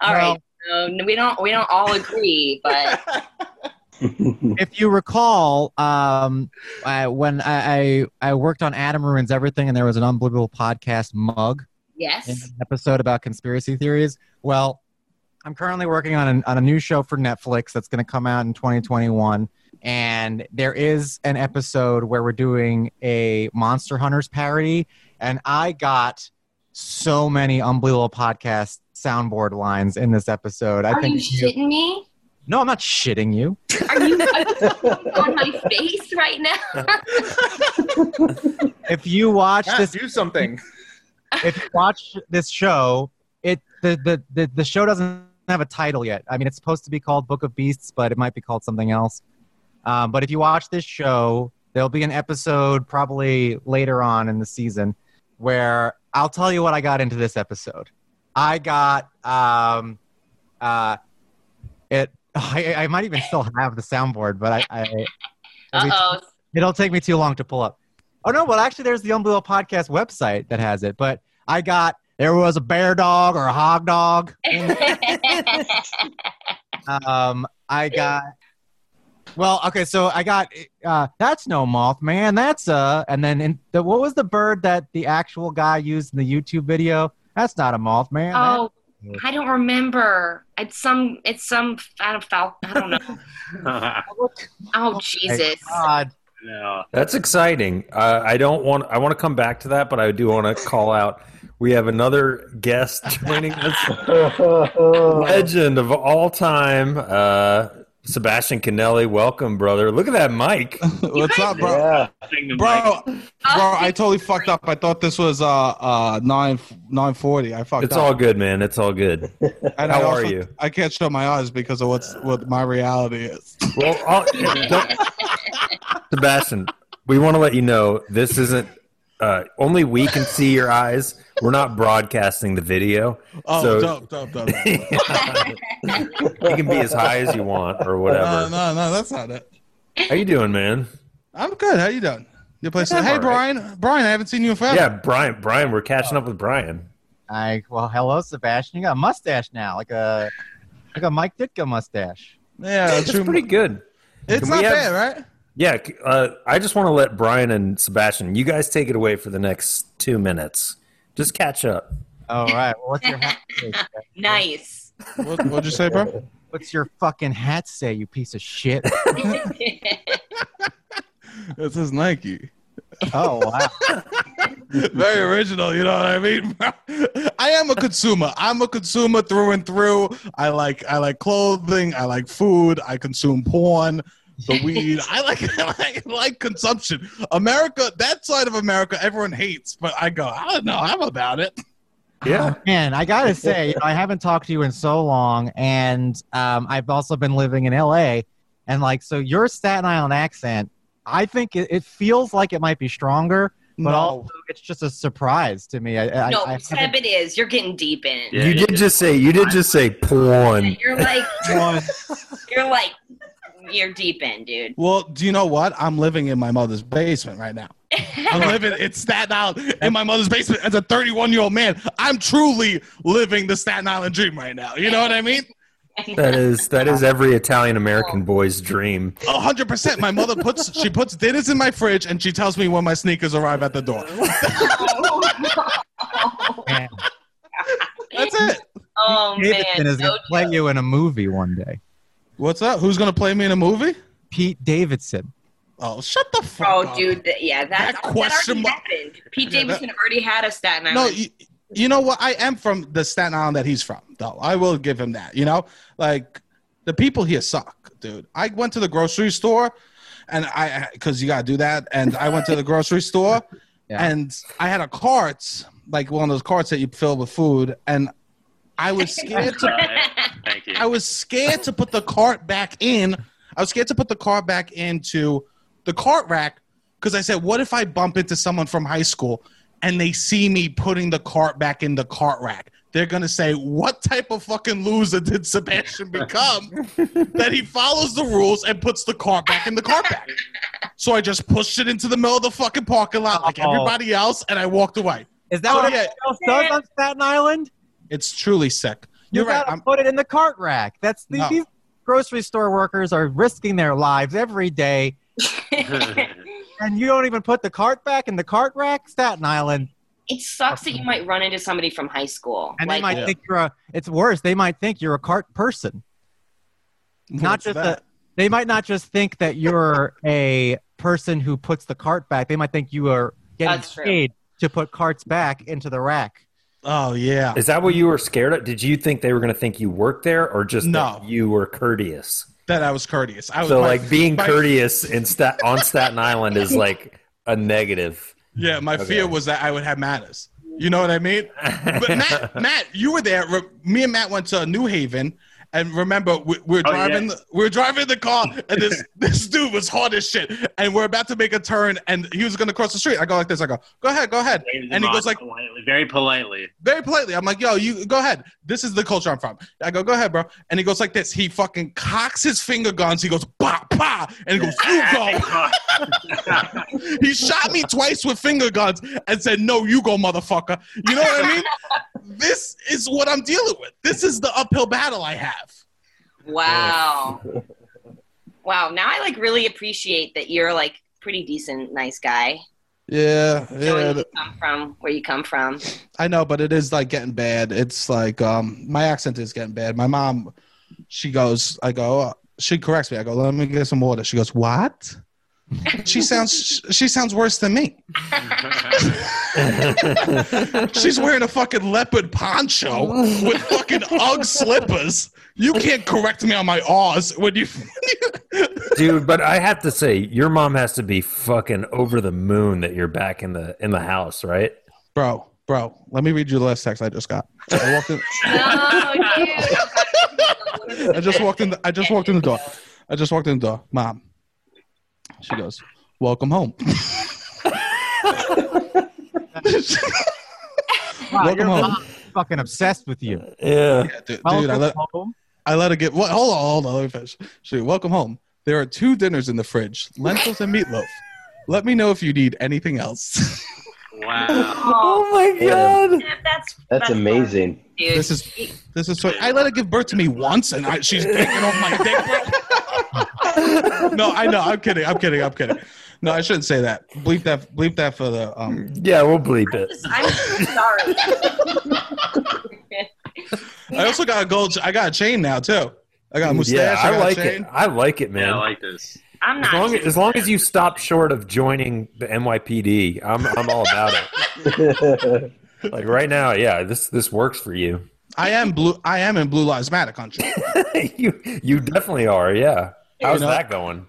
Speaker 14: right. So we don't we don't all agree, but
Speaker 16: if you recall, um, I, when I, I I worked on Adam ruins everything, and there was an unbelievable podcast mug
Speaker 14: yes.
Speaker 16: episode about conspiracy theories. Well, I'm currently working on an, on a new show for Netflix that's going to come out in 2021, and there is an episode where we're doing a Monster Hunters parody, and I got so many unbelievable podcast soundboard lines in this episode. I
Speaker 14: Are you
Speaker 16: think
Speaker 14: shitting me?
Speaker 16: no, I'm not shitting you.
Speaker 14: Are you on my face right now?
Speaker 16: if you watch
Speaker 2: Yeah,
Speaker 16: this
Speaker 2: do something
Speaker 16: if you watch this show it the, the the the show doesn't have a title yet i mean it's supposed to be called book of beasts but it might be called something else um, but if you watch this show there'll be an episode probably later on in the season where i'll tell you what i got into this episode i got um uh it i, I might even still have the soundboard but i, I
Speaker 14: Uh oh.
Speaker 16: It'll take me too long to pull up. Oh no, well actually there's the Unbelievable Podcast website that has it, but I got there was a bear dog or a hog dog. Um I got well, okay, so I got uh, that's no moth, man. That's uh, and then in the, what was the bird that the actual guy used in the YouTube video? That's not a moth, man. That-
Speaker 14: Oh, I don't remember. It's some. It's some. I don't. fal- I don't know. Oh Jesus.
Speaker 16: God.
Speaker 15: No.
Speaker 1: That's exciting. Uh, I don't want. I want to come back to that, but I do want to call out. We have another guest joining us,
Speaker 17: Oh.
Speaker 1: legend of all time, uh, Sebastian Canelli. Welcome, brother. Look at that mic.
Speaker 17: What's up, bro? Bro, bro, I totally fucked up. I thought this was uh uh nine nine forty. I fucked
Speaker 1: It's
Speaker 17: up.
Speaker 1: all good, man. It's all good.
Speaker 17: And I
Speaker 1: How
Speaker 17: also-
Speaker 1: are you?
Speaker 17: I can't shut my eyes because of what's what my reality is.
Speaker 1: Well, uh, Oh, Sebastian, we want to let you know this isn't uh, only we can see your eyes. We're not broadcasting the video,
Speaker 17: oh,
Speaker 1: so
Speaker 17: dope, dope, dope.
Speaker 1: you can be as high as you want or
Speaker 17: No,
Speaker 1: whatever.
Speaker 17: Uh, no, no, that's not it.
Speaker 1: How you doing, man?
Speaker 17: I'm good. How you doing? Your place?
Speaker 1: I'm
Speaker 17: hey,
Speaker 1: all right.
Speaker 17: Brian. Brian, I haven't seen you in forever.
Speaker 1: Yeah, Brian. Brian, we're catching up with Brian.
Speaker 16: I well, hello, Sebastian. You got a mustache now, like a like a Mike Ditka mustache.
Speaker 17: Yeah,
Speaker 1: it's pretty good.
Speaker 17: It's
Speaker 1: Can we
Speaker 17: not
Speaker 1: have-
Speaker 17: bad, right?
Speaker 1: Yeah, c- uh, I just want to let Brian and Sebastian, you guys take it away for the next two minutes. Just catch up.
Speaker 16: All right. Well, what's your hat?
Speaker 14: nice.
Speaker 17: What, what'd you say, bro?
Speaker 16: What's your fucking hat say, you piece of shit?
Speaker 17: It says Nike.
Speaker 16: Oh wow.
Speaker 17: Very original, you know what I mean? I am a consumer. I'm a consumer through and through. I like I like clothing, I like food, I consume porn, the weed. I like I like, like consumption. America, that side of America everyone hates, but I go, I don't know, I'm about it.
Speaker 1: Yeah.
Speaker 16: Oh, man, I gotta say, you know, I haven't talked to you in so long, and um, I've also been living in LA, and like, so your Staten Island accent, I think it, it feels like it might be stronger, but also it's just a surprise to me. I, I,
Speaker 14: no,
Speaker 16: I haven't-
Speaker 14: Seb, it is. You're getting deep in it.
Speaker 1: you did just say you did just say porn.
Speaker 14: You're like. you're like. You're deep in, dude.
Speaker 17: Well, do you know what? I'm living in my mother's basement right now. I'm living in Staten Island in my mother's basement as a 31 year old man. I'm truly living the Staten Island dream right now. You know what I mean?
Speaker 1: That is that is every Italian American boy's dream.
Speaker 17: A hundred percent. My mother puts she puts dinners in my fridge and she tells me when my sneakers arrive at the door. That's it.
Speaker 13: Oh man,
Speaker 16: Davidson is
Speaker 13: so
Speaker 16: gonna play you in a movie one day.
Speaker 17: What's up? Who's gonna play me in a movie?
Speaker 16: Pete Davidson.
Speaker 17: Oh, shut the fuck
Speaker 14: oh,
Speaker 17: up.
Speaker 14: dude, th- yeah, that, that
Speaker 17: question
Speaker 14: already happened. Pete
Speaker 17: Yeah, that-
Speaker 14: Davidson already had a Staten Island.
Speaker 17: No, you, you know what? I am from the Staten Island that he's from, though. I will give him that. You know, like the people here suck, dude. I went to the grocery store, and I because you gotta do that, and I went to the grocery store, and I had a cart, like one of those carts that you fill with food, and I was scared to.
Speaker 15: Thank you.
Speaker 17: I was scared to put the cart back in. I was scared to put the cart back into the cart rack because I said, "What if I bump into someone from high school and they see me putting the cart back in the cart rack? They're gonna say, "What type of fucking loser did Sebastian become that he follows the rules and puts the cart back in the cart rack?" So I just pushed it into the middle of the fucking parking lot like
Speaker 16: Uh-oh.
Speaker 17: everybody else, and I walked away.
Speaker 16: Is that what everyone else does on Staten Island?
Speaker 17: It's truly sick.
Speaker 16: You
Speaker 17: You're right.
Speaker 16: gotta put it in the cart rack. That's the,
Speaker 17: No.
Speaker 16: these grocery store workers are risking their lives every day, and you don't even put the cart back in the cart rack. Staten Island,
Speaker 14: it sucks that you might run into somebody from high school.
Speaker 16: and they
Speaker 14: like,
Speaker 16: might think you're a. It's worse. They might think you're a cart person. not
Speaker 14: What's
Speaker 16: just
Speaker 14: that?
Speaker 16: a, They might not just think that you're a person who puts the cart back. They might think you are getting
Speaker 14: That's true.
Speaker 16: paid to put carts back into the rack.
Speaker 17: Oh yeah.
Speaker 1: Is that what you were scared of? Did you think they were going to think you worked there, or just
Speaker 17: No.
Speaker 1: that you were courteous?
Speaker 17: That I was courteous. I was
Speaker 1: so
Speaker 17: my-
Speaker 1: like being
Speaker 17: my-
Speaker 1: courteous in stat on Staten Island is like a negative.
Speaker 17: Yeah, my fear was that I would have manners. You know what I mean? But Matt, Matt, you were there. Re- Me and Matt went to New Haven, and remember, we, we were
Speaker 15: Oh, yeah.
Speaker 17: driving. the, we were driving the car, and this this dude was hard as shit. And we're about to make a turn, and he was gonna cross the street. I go like this. I go, go ahead, go ahead. And he goes like,
Speaker 15: politely, very politely.
Speaker 17: very politely. I'm like, yo, you go ahead. This is the culture I'm from. I go, go ahead, bro. And he goes like this. He fucking cocks his finger guns. He goes, bah, bah. And he goes, you go. he shot me twice with finger guns and said, no, you go, motherfucker. You know what I mean? this is what I'm dealing with. This is the uphill battle I have.
Speaker 14: wow, wow. Now I like really appreciate that you're like pretty decent, nice guy.
Speaker 17: Yeah,
Speaker 14: Knowing you come from where you come from.
Speaker 17: I know, but it is like getting bad. It's like um, my accent is getting bad. My mom, she goes, I go, uh, she corrects me. I go, let me get some water. She goes, what? she sounds, she sounds worse than me. She's wearing a fucking leopard poncho with fucking UGG slippers. You can't correct me on my R's when you.
Speaker 1: Dude, but I have to say, your mom has to be fucking over the moon that you're back in the in the house, right?
Speaker 17: Bro, bro, let me read you the last text I just got. I walked in.
Speaker 16: Oh,
Speaker 17: I just walked in. The, I just walked in the door. I just walked in the door. Mom. She goes, "Welcome home."
Speaker 16: Wow,
Speaker 17: Welcome
Speaker 16: your
Speaker 17: home.
Speaker 16: mom's fucking obsessed with you.
Speaker 1: Yeah,
Speaker 17: dude,
Speaker 16: Welcome
Speaker 17: dude, I let
Speaker 16: home.
Speaker 17: I let her get. What? Hold on, hold on. Let me finish. She, welcome home. There are two dinners in the fridge: lentils and meatloaf. Let me know if you need anything else.
Speaker 15: Wow.
Speaker 14: Oh
Speaker 1: my
Speaker 14: god, that's
Speaker 3: That's amazing.
Speaker 14: dude.
Speaker 17: This is this is. So, I let her give birth to me once, and I, she's picking on my dick. bro. no, I know. I'm kidding. I'm kidding. I'm kidding. No, I shouldn't say that. Bleep that. Bleep that for the. Um,
Speaker 1: Yeah, we'll bleep it.
Speaker 14: I'm sorry.
Speaker 17: I also got a gold. I got a chain now too. I got a mustache.
Speaker 1: yeah, I,
Speaker 17: got a
Speaker 1: like
Speaker 17: chain.
Speaker 1: it. I like it, man.
Speaker 15: Yeah, I like this.
Speaker 14: I'm
Speaker 1: as
Speaker 14: not.
Speaker 1: long as, as long as you stop short of joining the NYPD, I'm I'm all about it. like right now, yeah, this this works for you.
Speaker 17: I am blue. I am in Blue Lives Matter country.
Speaker 1: you you definitely are. Yeah. How's
Speaker 17: You know-
Speaker 1: that going?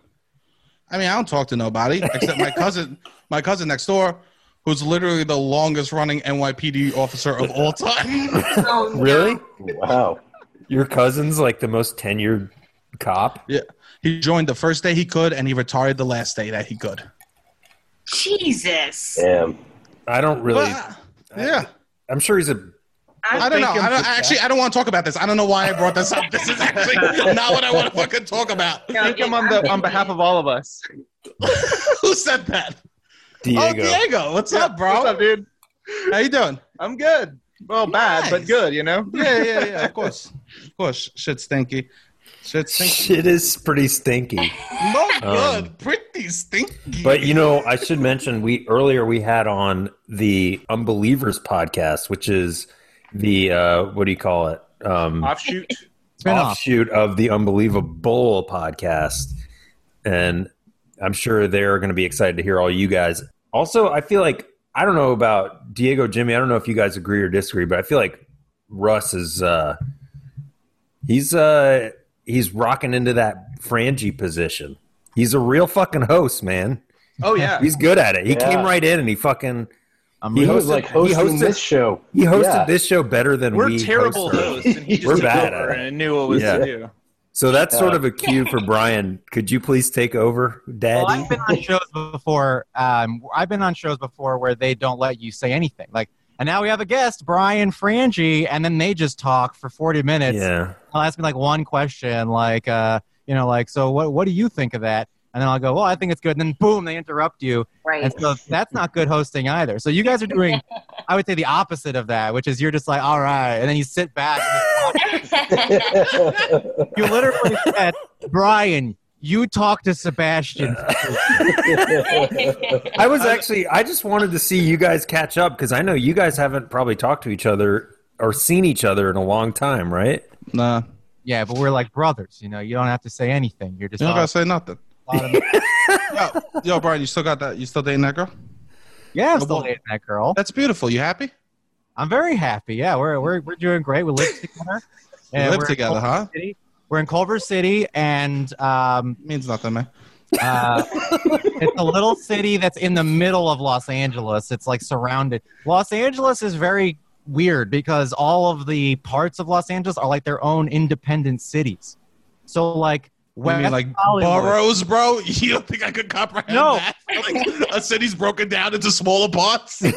Speaker 17: I mean, I don't talk to nobody except my cousin, my cousin next door, who's literally the longest running NYPD officer of all time.
Speaker 1: Really?
Speaker 3: Wow.
Speaker 1: Your cousin's like the most tenured cop.
Speaker 17: Yeah, he joined the first day he could, and he retired the last day that he could.
Speaker 14: Jesus.
Speaker 3: Damn.
Speaker 1: I don't really.
Speaker 17: But, yeah,
Speaker 1: I'm sure he's a.
Speaker 17: I don't know. I don't, actually, I don't want to talk about this. I don't know why I brought this up. This is actually not what I want to fucking talk about.
Speaker 14: Thank
Speaker 2: him on the on behalf of all of us.
Speaker 17: Who said that?
Speaker 1: Diego.
Speaker 17: Oh, Diego, what's up, bro?
Speaker 2: What's up, dude?
Speaker 17: How you doing?
Speaker 2: I'm good. Well, bad but good, you know.
Speaker 17: Yeah, yeah, yeah. Of course, of course. Shit's stinky. Shit's stinky.
Speaker 1: Shit is pretty stinky.
Speaker 17: No
Speaker 1: Um,
Speaker 17: good. Pretty stinky.
Speaker 1: But you know, I should mention we earlier we had on the Unbelievers podcast, which is the uh, what do you call it? Um,
Speaker 2: Offshoot.
Speaker 1: offshoot of the Unbelievable podcast, and I'm sure they're going to be excited to hear all you guys. Also, I feel like I don't know about Diego, Jimmy. I don't know if you guys agree or disagree, but I feel like Russ is uh, he's uh, he's rocking into that Frangie position. He's a real fucking host, man.
Speaker 2: Oh yeah,
Speaker 1: He's good at it. He
Speaker 2: Yeah.
Speaker 1: came right in and he fucking.
Speaker 10: I'm
Speaker 1: he
Speaker 10: really- He
Speaker 1: hosted,
Speaker 10: was like hosting this show.
Speaker 1: He hosted
Speaker 10: Yeah.
Speaker 1: this show better than
Speaker 2: We're
Speaker 1: we
Speaker 2: terrible
Speaker 1: hosted.
Speaker 2: hosts, and he just
Speaker 1: We're
Speaker 2: took
Speaker 1: bad
Speaker 2: over
Speaker 1: at it.
Speaker 2: and knew what was to do.
Speaker 1: So that's sort
Speaker 16: Yeah.
Speaker 1: of a cue for Brian. Could you please take over, Daddy?
Speaker 16: Well, I've been on shows before. Um, I've been on shows before where they don't let you say anything. Like, and now we have a guest, Brian Frangie, and then they just talk for forty minutes.
Speaker 1: Yeah.
Speaker 16: I'll ask me like one question, like, uh, you know, like, so what? What do you think of that? And then I'll go, well, I think it's good. And then boom, they interrupt you.
Speaker 14: Right.
Speaker 16: And so that's not good hosting either. So you guys are doing, I would say, the opposite of that, which is you're just like, all right, and then you sit back. you literally said, Brian, you talk to Sebastian.
Speaker 1: I was actually, I just wanted to see you guys catch up because I know you guys haven't probably talked to each other or seen each other in a long time, right?
Speaker 10: Nah.
Speaker 16: yeah, but we're like brothers. You know, you don't have to say anything. You're just.
Speaker 17: You don't
Speaker 16: all-
Speaker 17: gotta say nothing. yo, yo, Brian, you still got that? You still dating that girl?
Speaker 16: Yeah, I'm still dating that girl.
Speaker 17: That's beautiful. You happy?
Speaker 16: I'm very happy. Yeah, we're we're we're doing great. We live together.
Speaker 17: We
Speaker 16: And
Speaker 17: live
Speaker 16: we're in
Speaker 17: together,
Speaker 16: Culver
Speaker 17: huh?
Speaker 16: City. We're in Culver City, and um,
Speaker 17: means nothing, man.
Speaker 16: Uh, it's a little city that's in the middle of Los Angeles. It's like surrounded. Los Angeles is very weird because all of the parts of Los Angeles are like their own independent cities. So like,
Speaker 17: What do you mean,
Speaker 16: West
Speaker 17: like
Speaker 16: Hollywood-
Speaker 17: boroughs, bro? You don't think I could comprehend that? Like, a city's broken down into smaller parts.
Speaker 16: you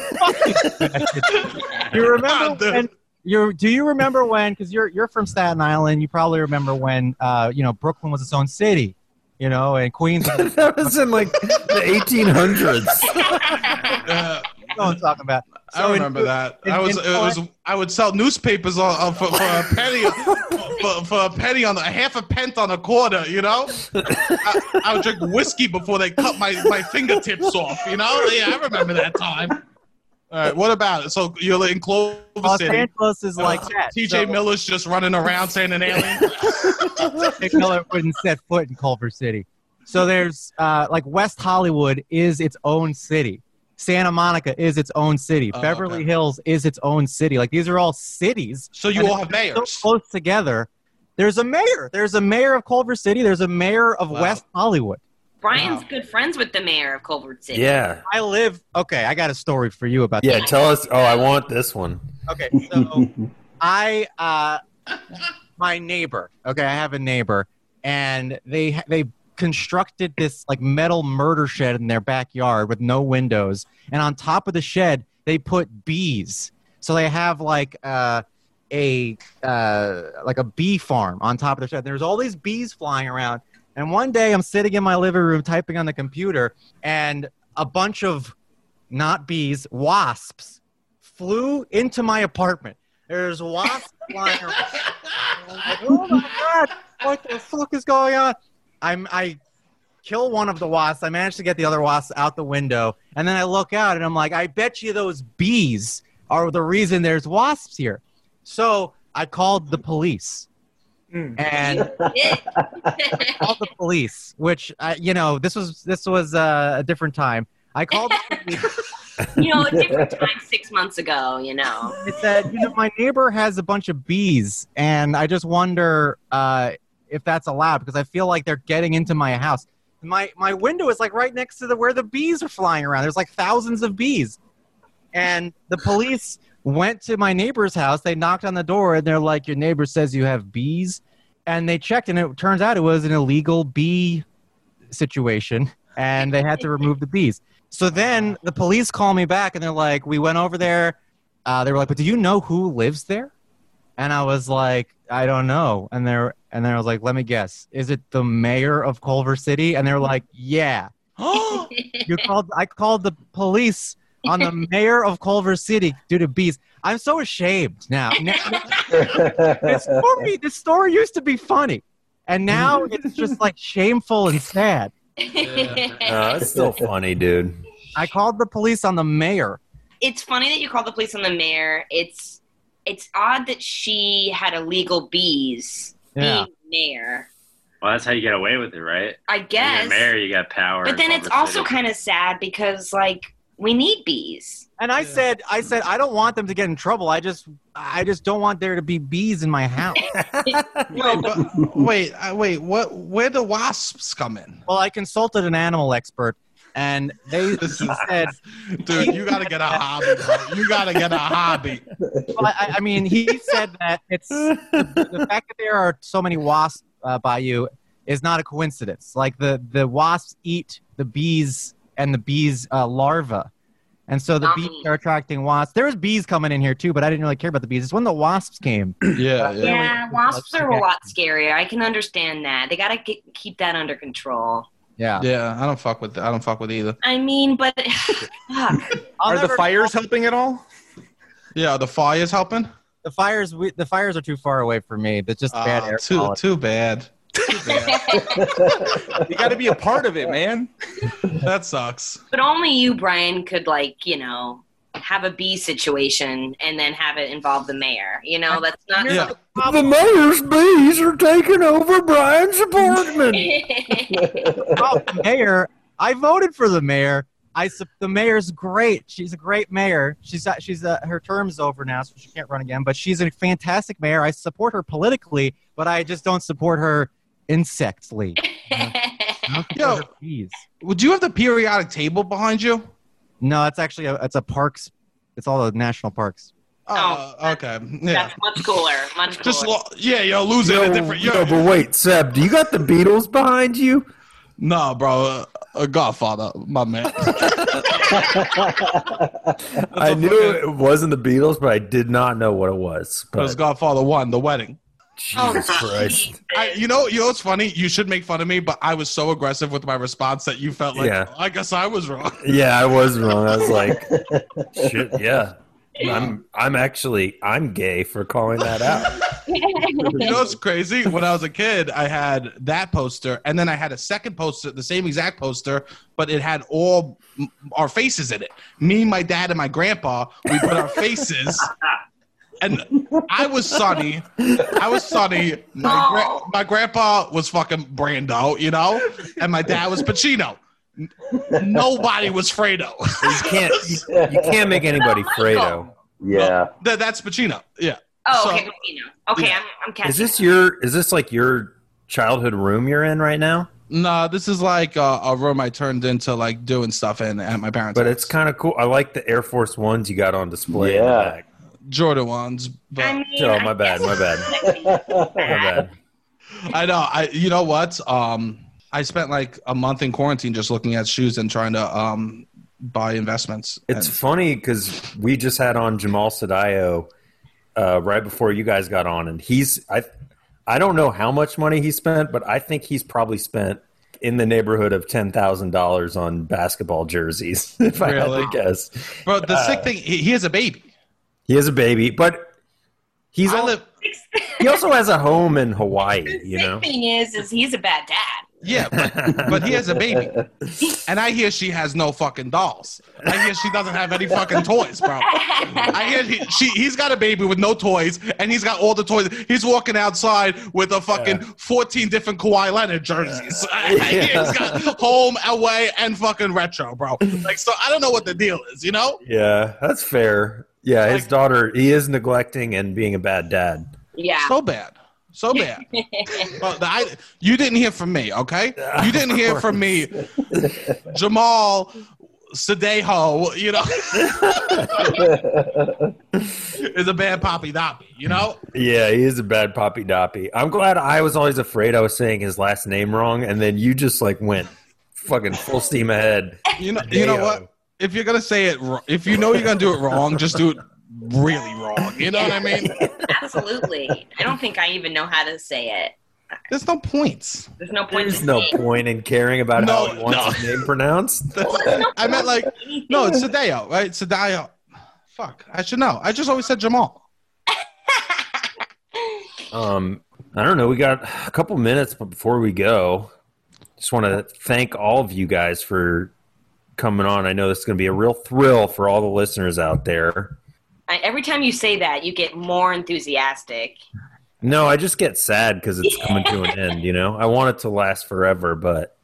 Speaker 16: remember when, you do you remember when because you're you're from Staten Island you probably remember when uh, you know Brooklyn was its own city you know and Queens
Speaker 1: that was in like the 1800s
Speaker 16: I'm talking about
Speaker 17: Uh, I remember that. I was, it was, I would sell newspapers on, on for, for a penny, for, for a penny on a half a pent on a quarter. You know, I, I would drink whiskey before they cut my, my fingertips off. You know, yeah, I remember that time. All right, what about it? So you're in Clover
Speaker 16: Los
Speaker 17: City.
Speaker 16: Angeles is like that,
Speaker 17: TJ
Speaker 16: so-
Speaker 17: Miller's just running around saying an alien.
Speaker 16: Nick Miller wouldn't set foot in Culver City. So there's uh, like West Hollywood is its own city. Santa Monica is its own city. Beverly Hills is its own city. Like these are all cities.
Speaker 17: So you
Speaker 16: And
Speaker 17: all
Speaker 16: they're
Speaker 17: have mayors.
Speaker 16: So close together. There's a mayor. There's a mayor of Culver City. There's a mayor of West Hollywood.
Speaker 14: Brian's good friends with the mayor of Culver City.
Speaker 16: I live. Okay, I got a story for you about
Speaker 1: Yeah,
Speaker 16: that.
Speaker 1: tell us. Oh, I want this one.
Speaker 16: Okay, so I uh, my neighbor. Okay, I have a neighbor, and they they constructed this like metal murder shed in their backyard with no windows, and on top of the shed they put bees. So they have like uh, a uh, like a bee farm on top of their shed. There's all these bees flying around, and one day I'm sitting in my living room typing on the computer, and a bunch of not bees wasps flew into my apartment. There's wasps flying around. I'm like, oh my god, what the fuck is going on? I'm I kill one of the wasps. I manage to get the other wasps out the window, and then I look out and I'm like, I bet you those bees are the reason there's wasps here. So I called the police. And I called the police, which I, you know, this was this was uh, a different time. I called the police.
Speaker 14: You know, a different time six months ago, you know.
Speaker 16: It said, you know, my neighbor has a bunch of bees, and I just wonder uh, if that's allowed because I feel like they're getting into my house. My my window is like right next to the where the bees are flying around. There's like thousands of bees, and the police went to my neighbor's house. They knocked on the door, and they're like, "Your neighbor says you have bees," and they checked, and it turns out it was an illegal bee situation and they had to remove the bees. So then the police call me back and they're like, we went over there. Uh, they were like, but do you know who lives there? And I was like, I don't know. And they're and then I was like, let me guess, is it the mayor of Culver City? And they're like, yeah. you called. I called the police on the mayor of Culver City due to bees. I'm so ashamed now. Now- this story, this story used to be funny, and now it's just like shameful and sad.
Speaker 1: No, Uh, it's still funny, dude.
Speaker 16: I called the police on the mayor.
Speaker 14: it's funny that you call the police on the mayor. It's it's odd that she had illegal bees
Speaker 15: Yeah.
Speaker 14: being mayor.
Speaker 15: Well, that's how you get away with it, right?
Speaker 14: I guess.
Speaker 15: You're mayor, you got power.
Speaker 14: But then
Speaker 15: in
Speaker 14: it's
Speaker 15: Culver
Speaker 14: also
Speaker 15: City.
Speaker 14: kind of sad because like we need bees.
Speaker 16: And I said, I said, I don't want them to get in trouble. I just, I just don't want there to be bees in my house.
Speaker 17: wait, but, wait, uh, wait. What? Where the wasps come in?
Speaker 16: Well, I consulted an animal expert, and they he said,
Speaker 17: "Dude, you gotta get a hobby. bro. You gotta get a hobby."
Speaker 16: Well, I, I mean, he said that it's the, the fact that there are so many wasps uh, by you is not a coincidence. Like the the wasps eat the bees and the bees uh, larvae, and so the bees are attracting wasps. There was bees coming in here too, but I didn't really care about the bees. It's when the wasps came.
Speaker 17: Yeah,
Speaker 14: Yeah, wasps are a
Speaker 16: Okay.
Speaker 14: lot scarier. I can understand that. They gotta get, keep that under control.
Speaker 16: Yeah,
Speaker 17: yeah. I don't fuck with. I don't fuck with either.
Speaker 14: I mean, but
Speaker 2: Are the fires helping at all?
Speaker 17: Yeah, the fires helping.
Speaker 16: The fires, we, the fires are too far away for me. That's just bad
Speaker 17: Ah,
Speaker 16: air
Speaker 17: too-
Speaker 16: quality.
Speaker 17: too bad.
Speaker 2: You got to be a part of it, man.
Speaker 17: That sucks.
Speaker 14: but only you, Brian, could like you know have a bee situation and then have it involve the mayor. You know, that's not
Speaker 1: The mayor's bees are taking over Brian's apartment.
Speaker 16: oh, the mayor. I voted for the mayor. I sup- the mayor's great. She's a great mayor. She's uh, she's uh, her term's over now, so she can't run again. But she's a fantastic mayor. I support her politically, but I just don't support her insectly.
Speaker 17: Yo,
Speaker 16: Please.
Speaker 17: would you have the periodic table behind you?
Speaker 16: No, it's actually a it's a parks. It's all the national parks.
Speaker 17: Oh, okay. Yeah.
Speaker 14: much cooler. Much cooler.
Speaker 17: Just lo- yeah, you're losing a different.
Speaker 1: Yo, but wait, Seb, do you got the Beatles behind you?
Speaker 17: No, bro. uh, A Godfather, my man.
Speaker 1: I knew it wasn't the Beatles, but I did not know what it was.
Speaker 17: It was
Speaker 1: But
Speaker 17: Godfather One, The Wedding.
Speaker 1: Jesus
Speaker 14: Oh.
Speaker 1: Christ.
Speaker 17: I, you know, you know, it's funny. You should make fun of me, but I was so aggressive with my response that you felt like,
Speaker 1: Yeah.
Speaker 17: I guess I was wrong.
Speaker 1: Yeah, I was wrong. I was like, shit, yeah. I'm I'm actually I'm gay for calling that out.
Speaker 17: you know what's crazy? When I was a kid, I had that poster, and then I had a second poster, the same exact poster, but it had all m- our faces in it. Me, my dad, and my grandpa. We put our faces. And I was Sonny. I was Sonny. My, gra- my grandpa was fucking Brando, you know, and my dad was Pacino. N- Nobody was Fredo.
Speaker 1: You can't you, you can't make anybody Fredo.
Speaker 3: Yeah.
Speaker 17: Th- that's Pacino. Yeah.
Speaker 14: Oh,
Speaker 17: So-
Speaker 14: okay, Pacino. Okay, I'm, I'm catching.
Speaker 1: Is this your is this like your childhood room you're in right now?
Speaker 17: Nah, this is like a, a room I turned into like doing stuff in at my parents'
Speaker 1: But it's kind of cool. I like the Air Force Ones you got on display. Yeah. In the
Speaker 17: Yeah.
Speaker 1: back.
Speaker 17: Jordan ones. But
Speaker 14: I mean,
Speaker 1: Oh, my bad. My bad. My bad.
Speaker 17: I know. I you know what? Um, I spent like a month in quarantine just looking at shoes and trying to um buy investments.
Speaker 1: It's funny because we just had on Jamal Sadayo uh, right before you guys got on, and he's I I don't know how much money he spent, but I think he's probably spent in the neighborhood of ten thousand dollars on basketball jerseys. If I
Speaker 17: Really?
Speaker 1: had to guess,
Speaker 17: But the
Speaker 1: Uh,
Speaker 17: sick thing, he, he has a baby.
Speaker 1: he has a baby, but he's
Speaker 17: I
Speaker 1: al-
Speaker 17: live-
Speaker 1: he also has a home in Hawaii. You know,
Speaker 14: Thing is, is he's a bad dad.
Speaker 17: Yeah, but, but he has a baby, and I hear she has no fucking dolls. I hear she doesn't have any fucking toys, bro. I hear he, she he's got a baby with no toys, and he's got all the toys. He's walking outside with a fucking fourteen different Kawhi Leonard jerseys. I, I hear he's got home, away, and fucking retro, bro. Like so, I don't know what the deal is, you know?
Speaker 1: yeah, that's fair. Yeah, his daughter he is neglecting and being a bad dad.
Speaker 14: Yeah.
Speaker 17: So bad. So bad. Well, the- I, you didn't hear from me, okay? You didn't hear from me, Jamal Sadejo, you know? is a bad poppy doppy, you know?
Speaker 1: Yeah, he is a bad poppy doppy. I'm glad I was always afraid I was saying his last name wrong, and then you just like went fucking full steam ahead.
Speaker 17: You know, you know what? If you're gonna say it, wr- if you know you're gonna do it wrong, just do it really wrong. You know what I mean?
Speaker 14: Absolutely. I don't think I even know how to say it.
Speaker 17: There's no points.
Speaker 14: There's no point.
Speaker 1: There's no point in caring about
Speaker 17: No,
Speaker 1: how he wants
Speaker 17: no.
Speaker 1: his name pronounced.
Speaker 17: I meant like, no, it's Sadeo, right? Sadeo. Fuck, I should know. I just always said Jamal.
Speaker 1: Um, I don't know. We got a couple minutes before we go. Just want to thank all of you guys for coming on. I know this is going to be a real thrill for all the listeners out there.
Speaker 14: I, every time you say that, you get more enthusiastic.
Speaker 1: No, I just get sad because it's coming to an end. You know, I want it to last forever, but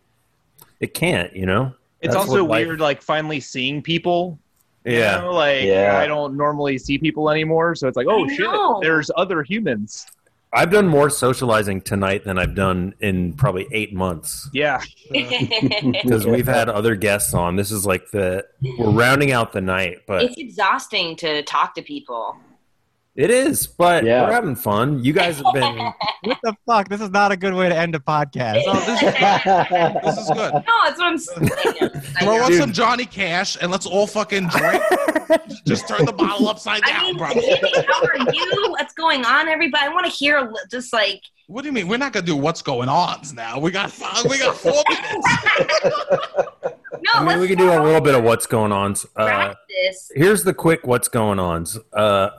Speaker 1: it can't. You know,
Speaker 2: It's
Speaker 1: That's
Speaker 2: also
Speaker 1: what life-
Speaker 2: weird, like finally seeing people. you
Speaker 1: Yeah,
Speaker 2: know, like
Speaker 1: Yeah.
Speaker 2: I don't normally see people anymore, so it's like, oh shit, there's other humans.
Speaker 1: I've done more socializing tonight than I've done in probably eight months
Speaker 2: Yeah,
Speaker 1: because we've had other guests on. This is like the we're rounding out the night, but
Speaker 14: it's exhausting to talk to people.
Speaker 1: it is. But
Speaker 16: Yeah.
Speaker 1: we're having fun. You guys have been.
Speaker 16: What the fuck? This is not a good way to end a podcast.
Speaker 17: This is good.
Speaker 14: No, that's what I'm saying.
Speaker 17: Throw us
Speaker 14: Dude.
Speaker 17: some Johnny Cash and let's all fucking drink. just turn the bottle upside down, bro.
Speaker 14: How are you? What's going on, everybody? I want to hear li- just like
Speaker 17: What do you mean? We're not gonna do what's going on now. We got five, we got four minutes.
Speaker 2: Oh,
Speaker 1: I mean, we could do a little bit of what's going on. Uh,
Speaker 14: this.
Speaker 1: here's the quick what's going on. Uh,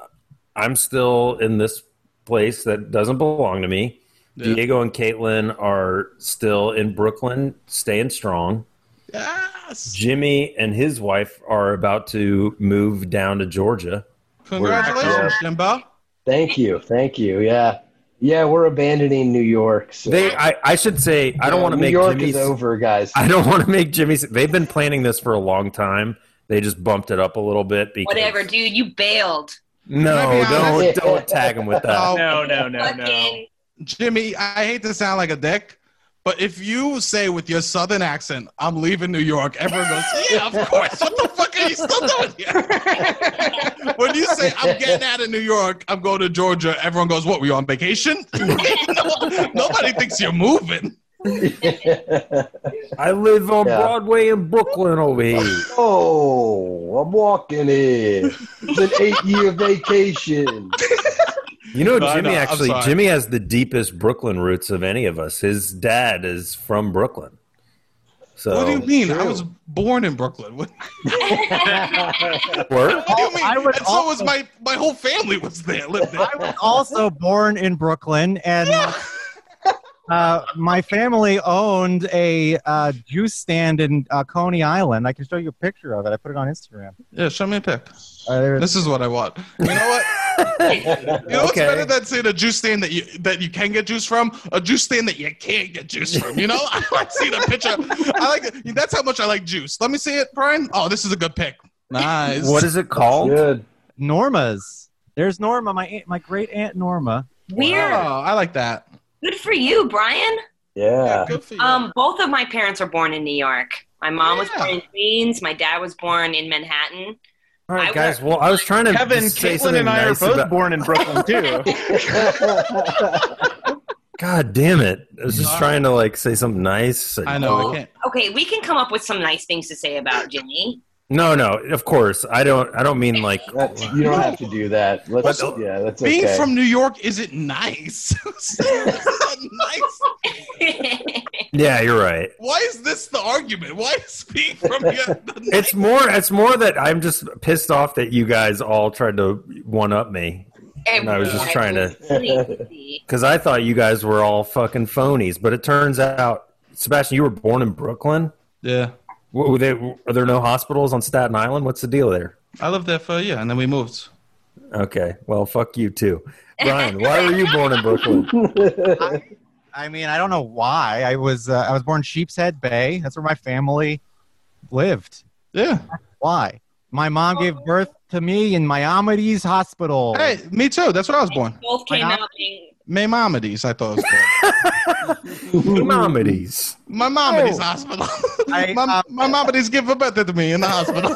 Speaker 1: I'm still in this place that doesn't belong to me. Diego and Caitlin are still in Brooklyn, staying strong.
Speaker 17: Yes.
Speaker 1: Jimmy and his wife are about to move down to Georgia.
Speaker 17: Congratulations, Jimbo.
Speaker 3: Thank you, thank you. Yeah, yeah, we're abandoning New York. So.
Speaker 1: They, I, I should say, I don't
Speaker 3: Yeah,
Speaker 1: want to
Speaker 3: New
Speaker 1: make
Speaker 3: York
Speaker 1: Jimmy
Speaker 3: is
Speaker 1: s-
Speaker 3: over, guys.
Speaker 1: I don't want to make Jimmy. s- They've been planning this for a long time. They just bumped it up a little bit because
Speaker 14: whatever, dude. You bailed.
Speaker 1: no, don't don't tag him with that.
Speaker 2: No, no, no, no.
Speaker 17: Jimmy, I hate to sound like a dick, but if you say with your southern accent, I'm leaving New York, everyone goes, Yeah, of course. What the fuck are you still doing here? when you say I'm getting out of New York, I'm going to Georgia, everyone goes, What, were you on vacation? Nobody thinks you're moving.
Speaker 1: I live on
Speaker 3: Yeah.
Speaker 1: Broadway in Brooklyn over here.
Speaker 3: Oh, I'm walking it. It's an eight-year vacation.
Speaker 1: You know,
Speaker 3: No, I
Speaker 1: Jimmy
Speaker 3: know. I'm
Speaker 1: actually,
Speaker 3: sorry.
Speaker 1: Jimmy has the deepest Brooklyn roots of any of us. His dad is from Brooklyn. So
Speaker 17: What do you mean? I was born in Brooklyn. What,
Speaker 1: Were?
Speaker 17: what do you mean?
Speaker 16: I would
Speaker 17: and so was
Speaker 16: also-
Speaker 17: my my whole family was there. Lived there.
Speaker 16: also born in Brooklyn, and uh, my family owned a uh, juice stand in uh, Coney Island. I can show you a picture of it. I put it on Instagram.
Speaker 17: Yeah, show me a pic.
Speaker 16: Uh,
Speaker 17: this is what I want. You know what? You know
Speaker 16: Okay.
Speaker 17: what's better than seeing a juice stand that you that you can get juice from? A juice stand that you can't get juice from. You know, I like seeing a picture. I like that's how much I like juice. Let me see it, Brian. Oh, this is a good pic. Nice.
Speaker 1: What is it called?
Speaker 16: Norma's. There's Norma, my aunt, my great aunt Norma.
Speaker 14: Weird.
Speaker 17: Wow, I like that.
Speaker 14: Good for you, Brian.
Speaker 3: Yeah.
Speaker 14: Um, both of my parents are born in New York. My mom was born in Queens. My dad was born in Manhattan.
Speaker 1: All right, guys. Well, I was trying to
Speaker 2: Kevin,
Speaker 1: just say
Speaker 2: Caitlin, and I
Speaker 1: nice
Speaker 2: are both
Speaker 1: about-
Speaker 2: born in Brooklyn too.
Speaker 1: God damn it! I was just trying to like say something nice. I
Speaker 14: Well, Okay, we can come up with some nice things to say about Jimmy.
Speaker 1: No, no. Of course, I don't. I don't mean like
Speaker 3: you don't have to do that. Let's,
Speaker 1: But-
Speaker 3: yeah, that's
Speaker 17: Being
Speaker 3: okay.
Speaker 17: from New York isn't nice.
Speaker 14: nice.
Speaker 1: Yeah, you're right.
Speaker 17: Why is this the argument? Why is being from here?
Speaker 1: It's more. It's more that I'm just pissed off that you guys all tried to one up me, and I was just trying to. Because I thought you guys were all fucking phonies, but it turns out, Sebastian, you were born in Brooklyn.
Speaker 17: Yeah.
Speaker 1: What, were they, are there no hospitals on Staten Island? What's the deal there?
Speaker 17: I lived there for a year and then we moved.
Speaker 1: Okay, well, fuck you too, Brian. Why were you born in Brooklyn?
Speaker 16: I, I mean, I don't know why. I was uh, I was born Sheepshead Bay. That's where my family lived.
Speaker 17: Yeah.
Speaker 16: Why? My mom gave birth to me in Miamides Hospital.
Speaker 17: Hey, me too. That's where I was born.
Speaker 14: Both came out being
Speaker 17: Maimonides, I thought it was
Speaker 1: called. Maimonides.
Speaker 17: My Maimonides Hospital. my my Maimonides gave birth to me in the hospital.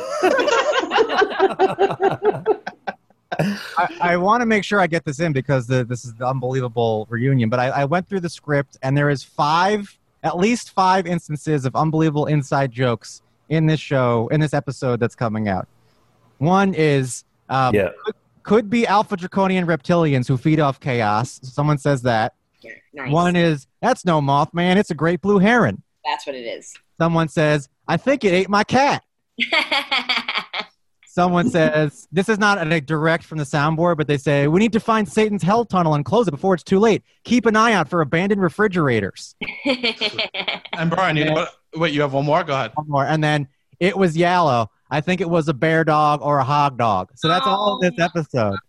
Speaker 16: I, I want to make sure I get this in because the, this is the unbelievable reunion. But I, I went through the script, and there is five, at least five instances of unbelievable inside jokes in this show, in this episode that's coming out. One is um,
Speaker 1: Yeah.
Speaker 16: could, could be alpha draconian reptilians who feed off chaos. Someone says that.
Speaker 14: nice.
Speaker 16: One is that's no moth man, it's a great blue heron.
Speaker 14: That's what it is.
Speaker 16: Someone says I think it ate my cat. someone says this is not a direct from the soundboard but they say we need to find satan's hell tunnel and close it before it's too late keep an eye out for abandoned refrigerators
Speaker 17: And Brian, you know what? Wait, you have one more? Go ahead.
Speaker 16: One more. And then it was yellow i think it was a bear dog or a hog dog so that's all this episode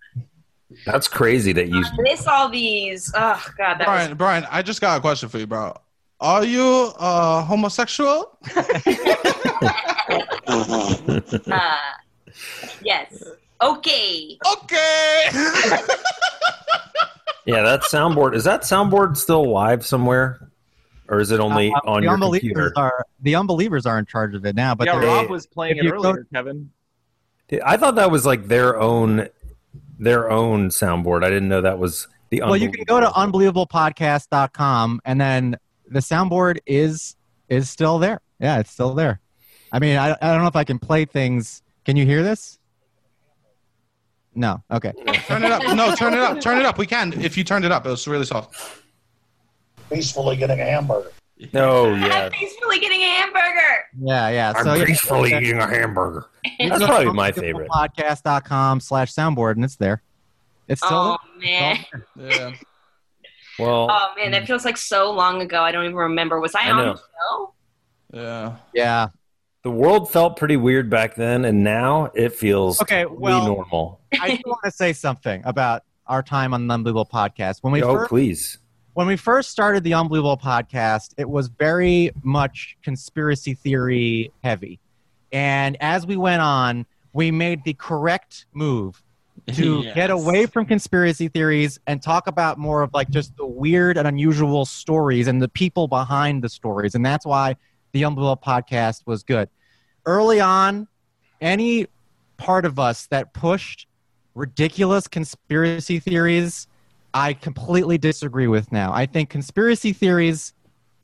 Speaker 1: That's crazy that you.
Speaker 14: Miss all these. Oh God, that
Speaker 17: Brian,
Speaker 14: was
Speaker 17: Brian, I just got a question for you, bro. Are you uh, homosexual?
Speaker 14: uh, yes. Okay.
Speaker 17: Okay.
Speaker 1: Yeah, that soundboard is that soundboard still live somewhere, or is it only
Speaker 16: Uh,
Speaker 1: on
Speaker 16: the
Speaker 1: your
Speaker 16: unbelievers
Speaker 1: computer?
Speaker 16: are the unbelievers are in charge of it now but
Speaker 2: yeah,
Speaker 16: they-
Speaker 2: Rob was playing
Speaker 16: if
Speaker 2: it
Speaker 16: you go-
Speaker 2: earlier, Kevin.
Speaker 1: I thought that was like their own, their own soundboard. I didn't know that was the.
Speaker 16: well you can go to unbelievablepodcast.com and then the soundboard is is still there yeah it's still there i mean i, I don't know if i can play things can you hear this no okay
Speaker 17: turn it up. No, turn it up. Turn it up. We can. If you turned it up, it was really soft.
Speaker 4: peacefully getting a hamburger.
Speaker 1: No,
Speaker 14: I'm peacefully getting a hamburger.
Speaker 16: yeah yeah
Speaker 1: I'm
Speaker 16: so, yeah.
Speaker 1: peacefully eating a hamburger.
Speaker 16: You
Speaker 1: That's
Speaker 16: go
Speaker 1: probably
Speaker 16: to
Speaker 1: my favorite.
Speaker 16: podcast.com slash soundboard and it's there it's
Speaker 14: Oh
Speaker 16: still there.
Speaker 14: man.
Speaker 17: Yeah.
Speaker 1: Well,
Speaker 14: Oh man, that feels like so long ago. I don't even remember. Was I,
Speaker 1: I
Speaker 14: on
Speaker 1: know.
Speaker 14: the show?
Speaker 17: Yeah.
Speaker 16: Yeah.
Speaker 1: The world felt pretty weird back then, and now it feels
Speaker 16: Okay,
Speaker 1: okay.
Speaker 16: well-
Speaker 1: normal.
Speaker 16: I do want to say something about our time on the Unbelievable Podcast. When we
Speaker 1: Oh,
Speaker 16: first,
Speaker 1: please.
Speaker 16: when we first started the Unbelievable Podcast, it was very much conspiracy theory heavy, and as we went on, we made the correct move to
Speaker 18: Yes.
Speaker 16: get away from conspiracy theories and talk about more of like just the weird and unusual stories and the people behind the stories, and that's why the Unbelievable Podcast was good. Early on, any part of us that pushed ridiculous conspiracy theories, I completely disagree with now. I think conspiracy theories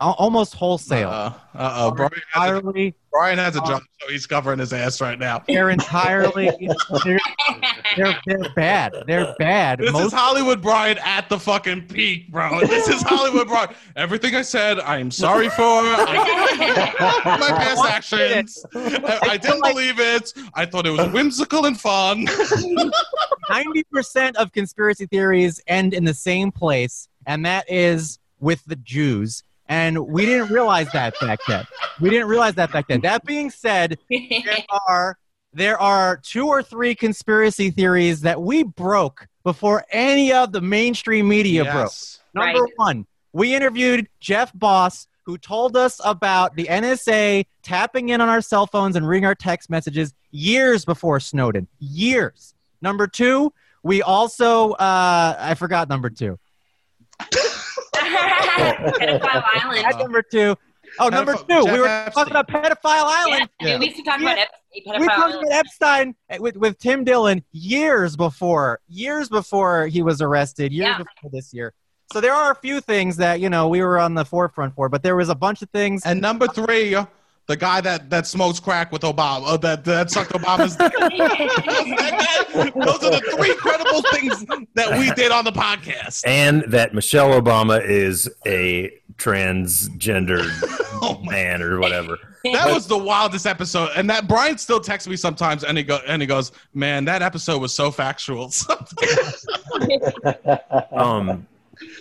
Speaker 16: al- almost wholesale.
Speaker 17: Uh oh. Brian has, a,
Speaker 16: entirely,
Speaker 17: Brian has a job, so he's covering his ass right now.
Speaker 16: they're entirely they're, they're, they're bad. They're bad.
Speaker 17: This is
Speaker 16: Most-
Speaker 17: Hollywood Brian at the fucking peak, bro. This is Hollywood Brian. Everything I said, I am sorry for. I- my past actions. I, I didn't believe it. I thought it was whimsical and fun.
Speaker 16: 90% of conspiracy theories end in the same place, and that is with the Jews. And we didn't realize that back then. We didn't realize that back then. That being said, there are there are two or three conspiracy theories that we broke before any of the mainstream media
Speaker 17: Yes.
Speaker 16: broke. Number
Speaker 17: Right.
Speaker 16: one, we interviewed Jeff Boss, who told us about the NSA tapping in on our cell phones and reading our text messages years before Snowden. Years. Number two, we also uh, I forgot number two.
Speaker 14: Pedophile Island.
Speaker 16: That's number two. Oh, number two.
Speaker 14: Jeff
Speaker 16: We were talking
Speaker 14: Epstein.
Speaker 16: about pedophile island.
Speaker 14: Yeah, dude, we used to talk about Ep- pedophile
Speaker 16: We talked
Speaker 14: island.
Speaker 16: about Epstein eh, with, with Tim Dillon years before, years before he was arrested, years before this year. So there are a few things that you know we were on the forefront for, but there was a bunch of things.
Speaker 17: And number three, the guy that that smokes crack with Obama, uh, that that sucked Obama's. dick. Those are the three credible things that we did on the podcast.
Speaker 1: And that Michelle Obama is a transgendered man or whatever.
Speaker 17: That was the wildest episode, and that Brian still texts me sometimes, and he go and he goes, "Man, that episode was so factual."
Speaker 1: um,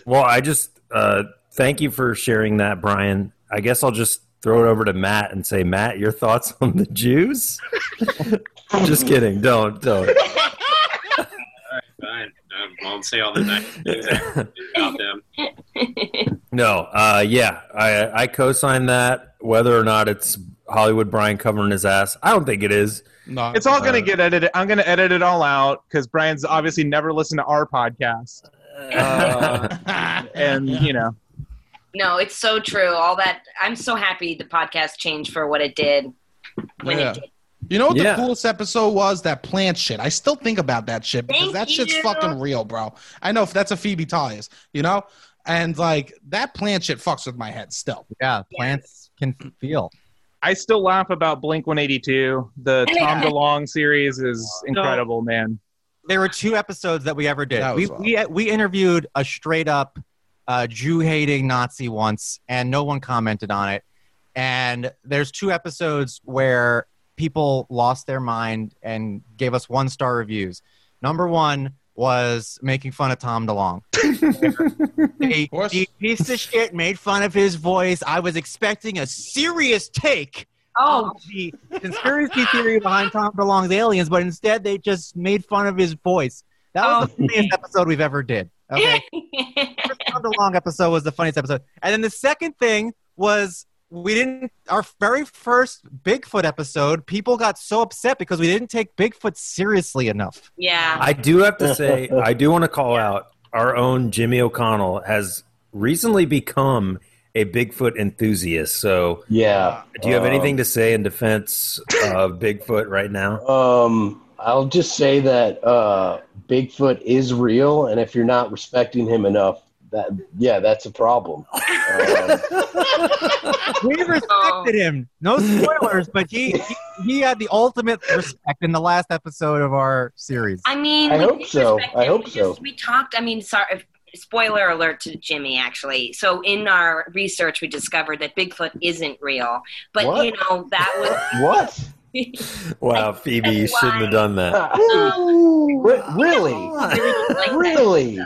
Speaker 1: well, I just uh, thank you for sharing that, Brian. I guess I'll just throw it over to Matt and say, Matt, your thoughts on the Jews? just kidding. Don't don't.
Speaker 3: All right, fine. I won't say all the nice things about them.
Speaker 1: No, uh, yeah, I I co-sign that. Whether or not it's Hollywood Brian covering his ass, I don't think it is.
Speaker 17: No,
Speaker 2: It's all
Speaker 1: Uh,
Speaker 2: gonna get edited. I'm gonna edit it all out because Brian's obviously never listened to our podcast. Uh, and you know,
Speaker 14: No, it's so true. All that I'm so happy the podcast changed for what it did.
Speaker 17: Yeah. You know what
Speaker 1: Yeah.
Speaker 17: the coolest episode was? That plant shit. I still think about that shit because
Speaker 14: Thank
Speaker 17: that shit's
Speaker 14: you.
Speaker 17: fucking real, bro. I know if that's a Phoebe Tyus, you know? And like that plant shit fucks with my head still.
Speaker 16: Yeah, plants can feel.
Speaker 2: I still laugh about Blink 182. The Tom DeLong series is incredible, man.
Speaker 16: There were two episodes that we ever did.
Speaker 2: That
Speaker 16: We,
Speaker 2: was
Speaker 16: we we interviewed a straight up uh, Jew hating Nazi once, and no one commented on it. And there's two episodes where people lost their mind and gave us one star reviews. Number one was making fun of Tom DeLong. They- the piece of shit made fun of his voice. I was expecting a serious take. Oh, the conspiracy theory behind Tom DeLong's aliens, but instead they just made fun of his voice. That was the funniest episode we've ever did. Okay, Tom DeLong episode was the funniest episode, and then the second thing was we didn't our very first Bigfoot episode. People got so upset because we didn't take Bigfoot seriously enough.
Speaker 14: Yeah.
Speaker 1: I do have to say, I do want to call out our own Jimmy O'Connell has recently become a Bigfoot enthusiast. So,
Speaker 3: yeah.
Speaker 1: Do you have
Speaker 3: Um,
Speaker 1: anything to say in defense of Bigfoot right now?
Speaker 3: Um, I'll just say that uh, Bigfoot is real, and if you're not respecting him enough, that yeah, that's a problem.
Speaker 16: we respected him. No spoilers, but he, he he had the ultimate respect in the last episode of our series.
Speaker 14: I mean,
Speaker 16: I
Speaker 14: we
Speaker 16: hope
Speaker 14: did
Speaker 16: so.
Speaker 14: respect
Speaker 16: I
Speaker 14: it.
Speaker 16: hope
Speaker 14: we
Speaker 16: so.
Speaker 14: Just, we talked. I mean, sorry. Spoiler alert to Jimmy. Actually, so in our research, we discovered that Bigfoot isn't real. But
Speaker 1: What?
Speaker 14: you know that
Speaker 3: Um, what?
Speaker 14: was.
Speaker 1: Wow, Phoebe, you shouldn't have done that.
Speaker 3: really? really?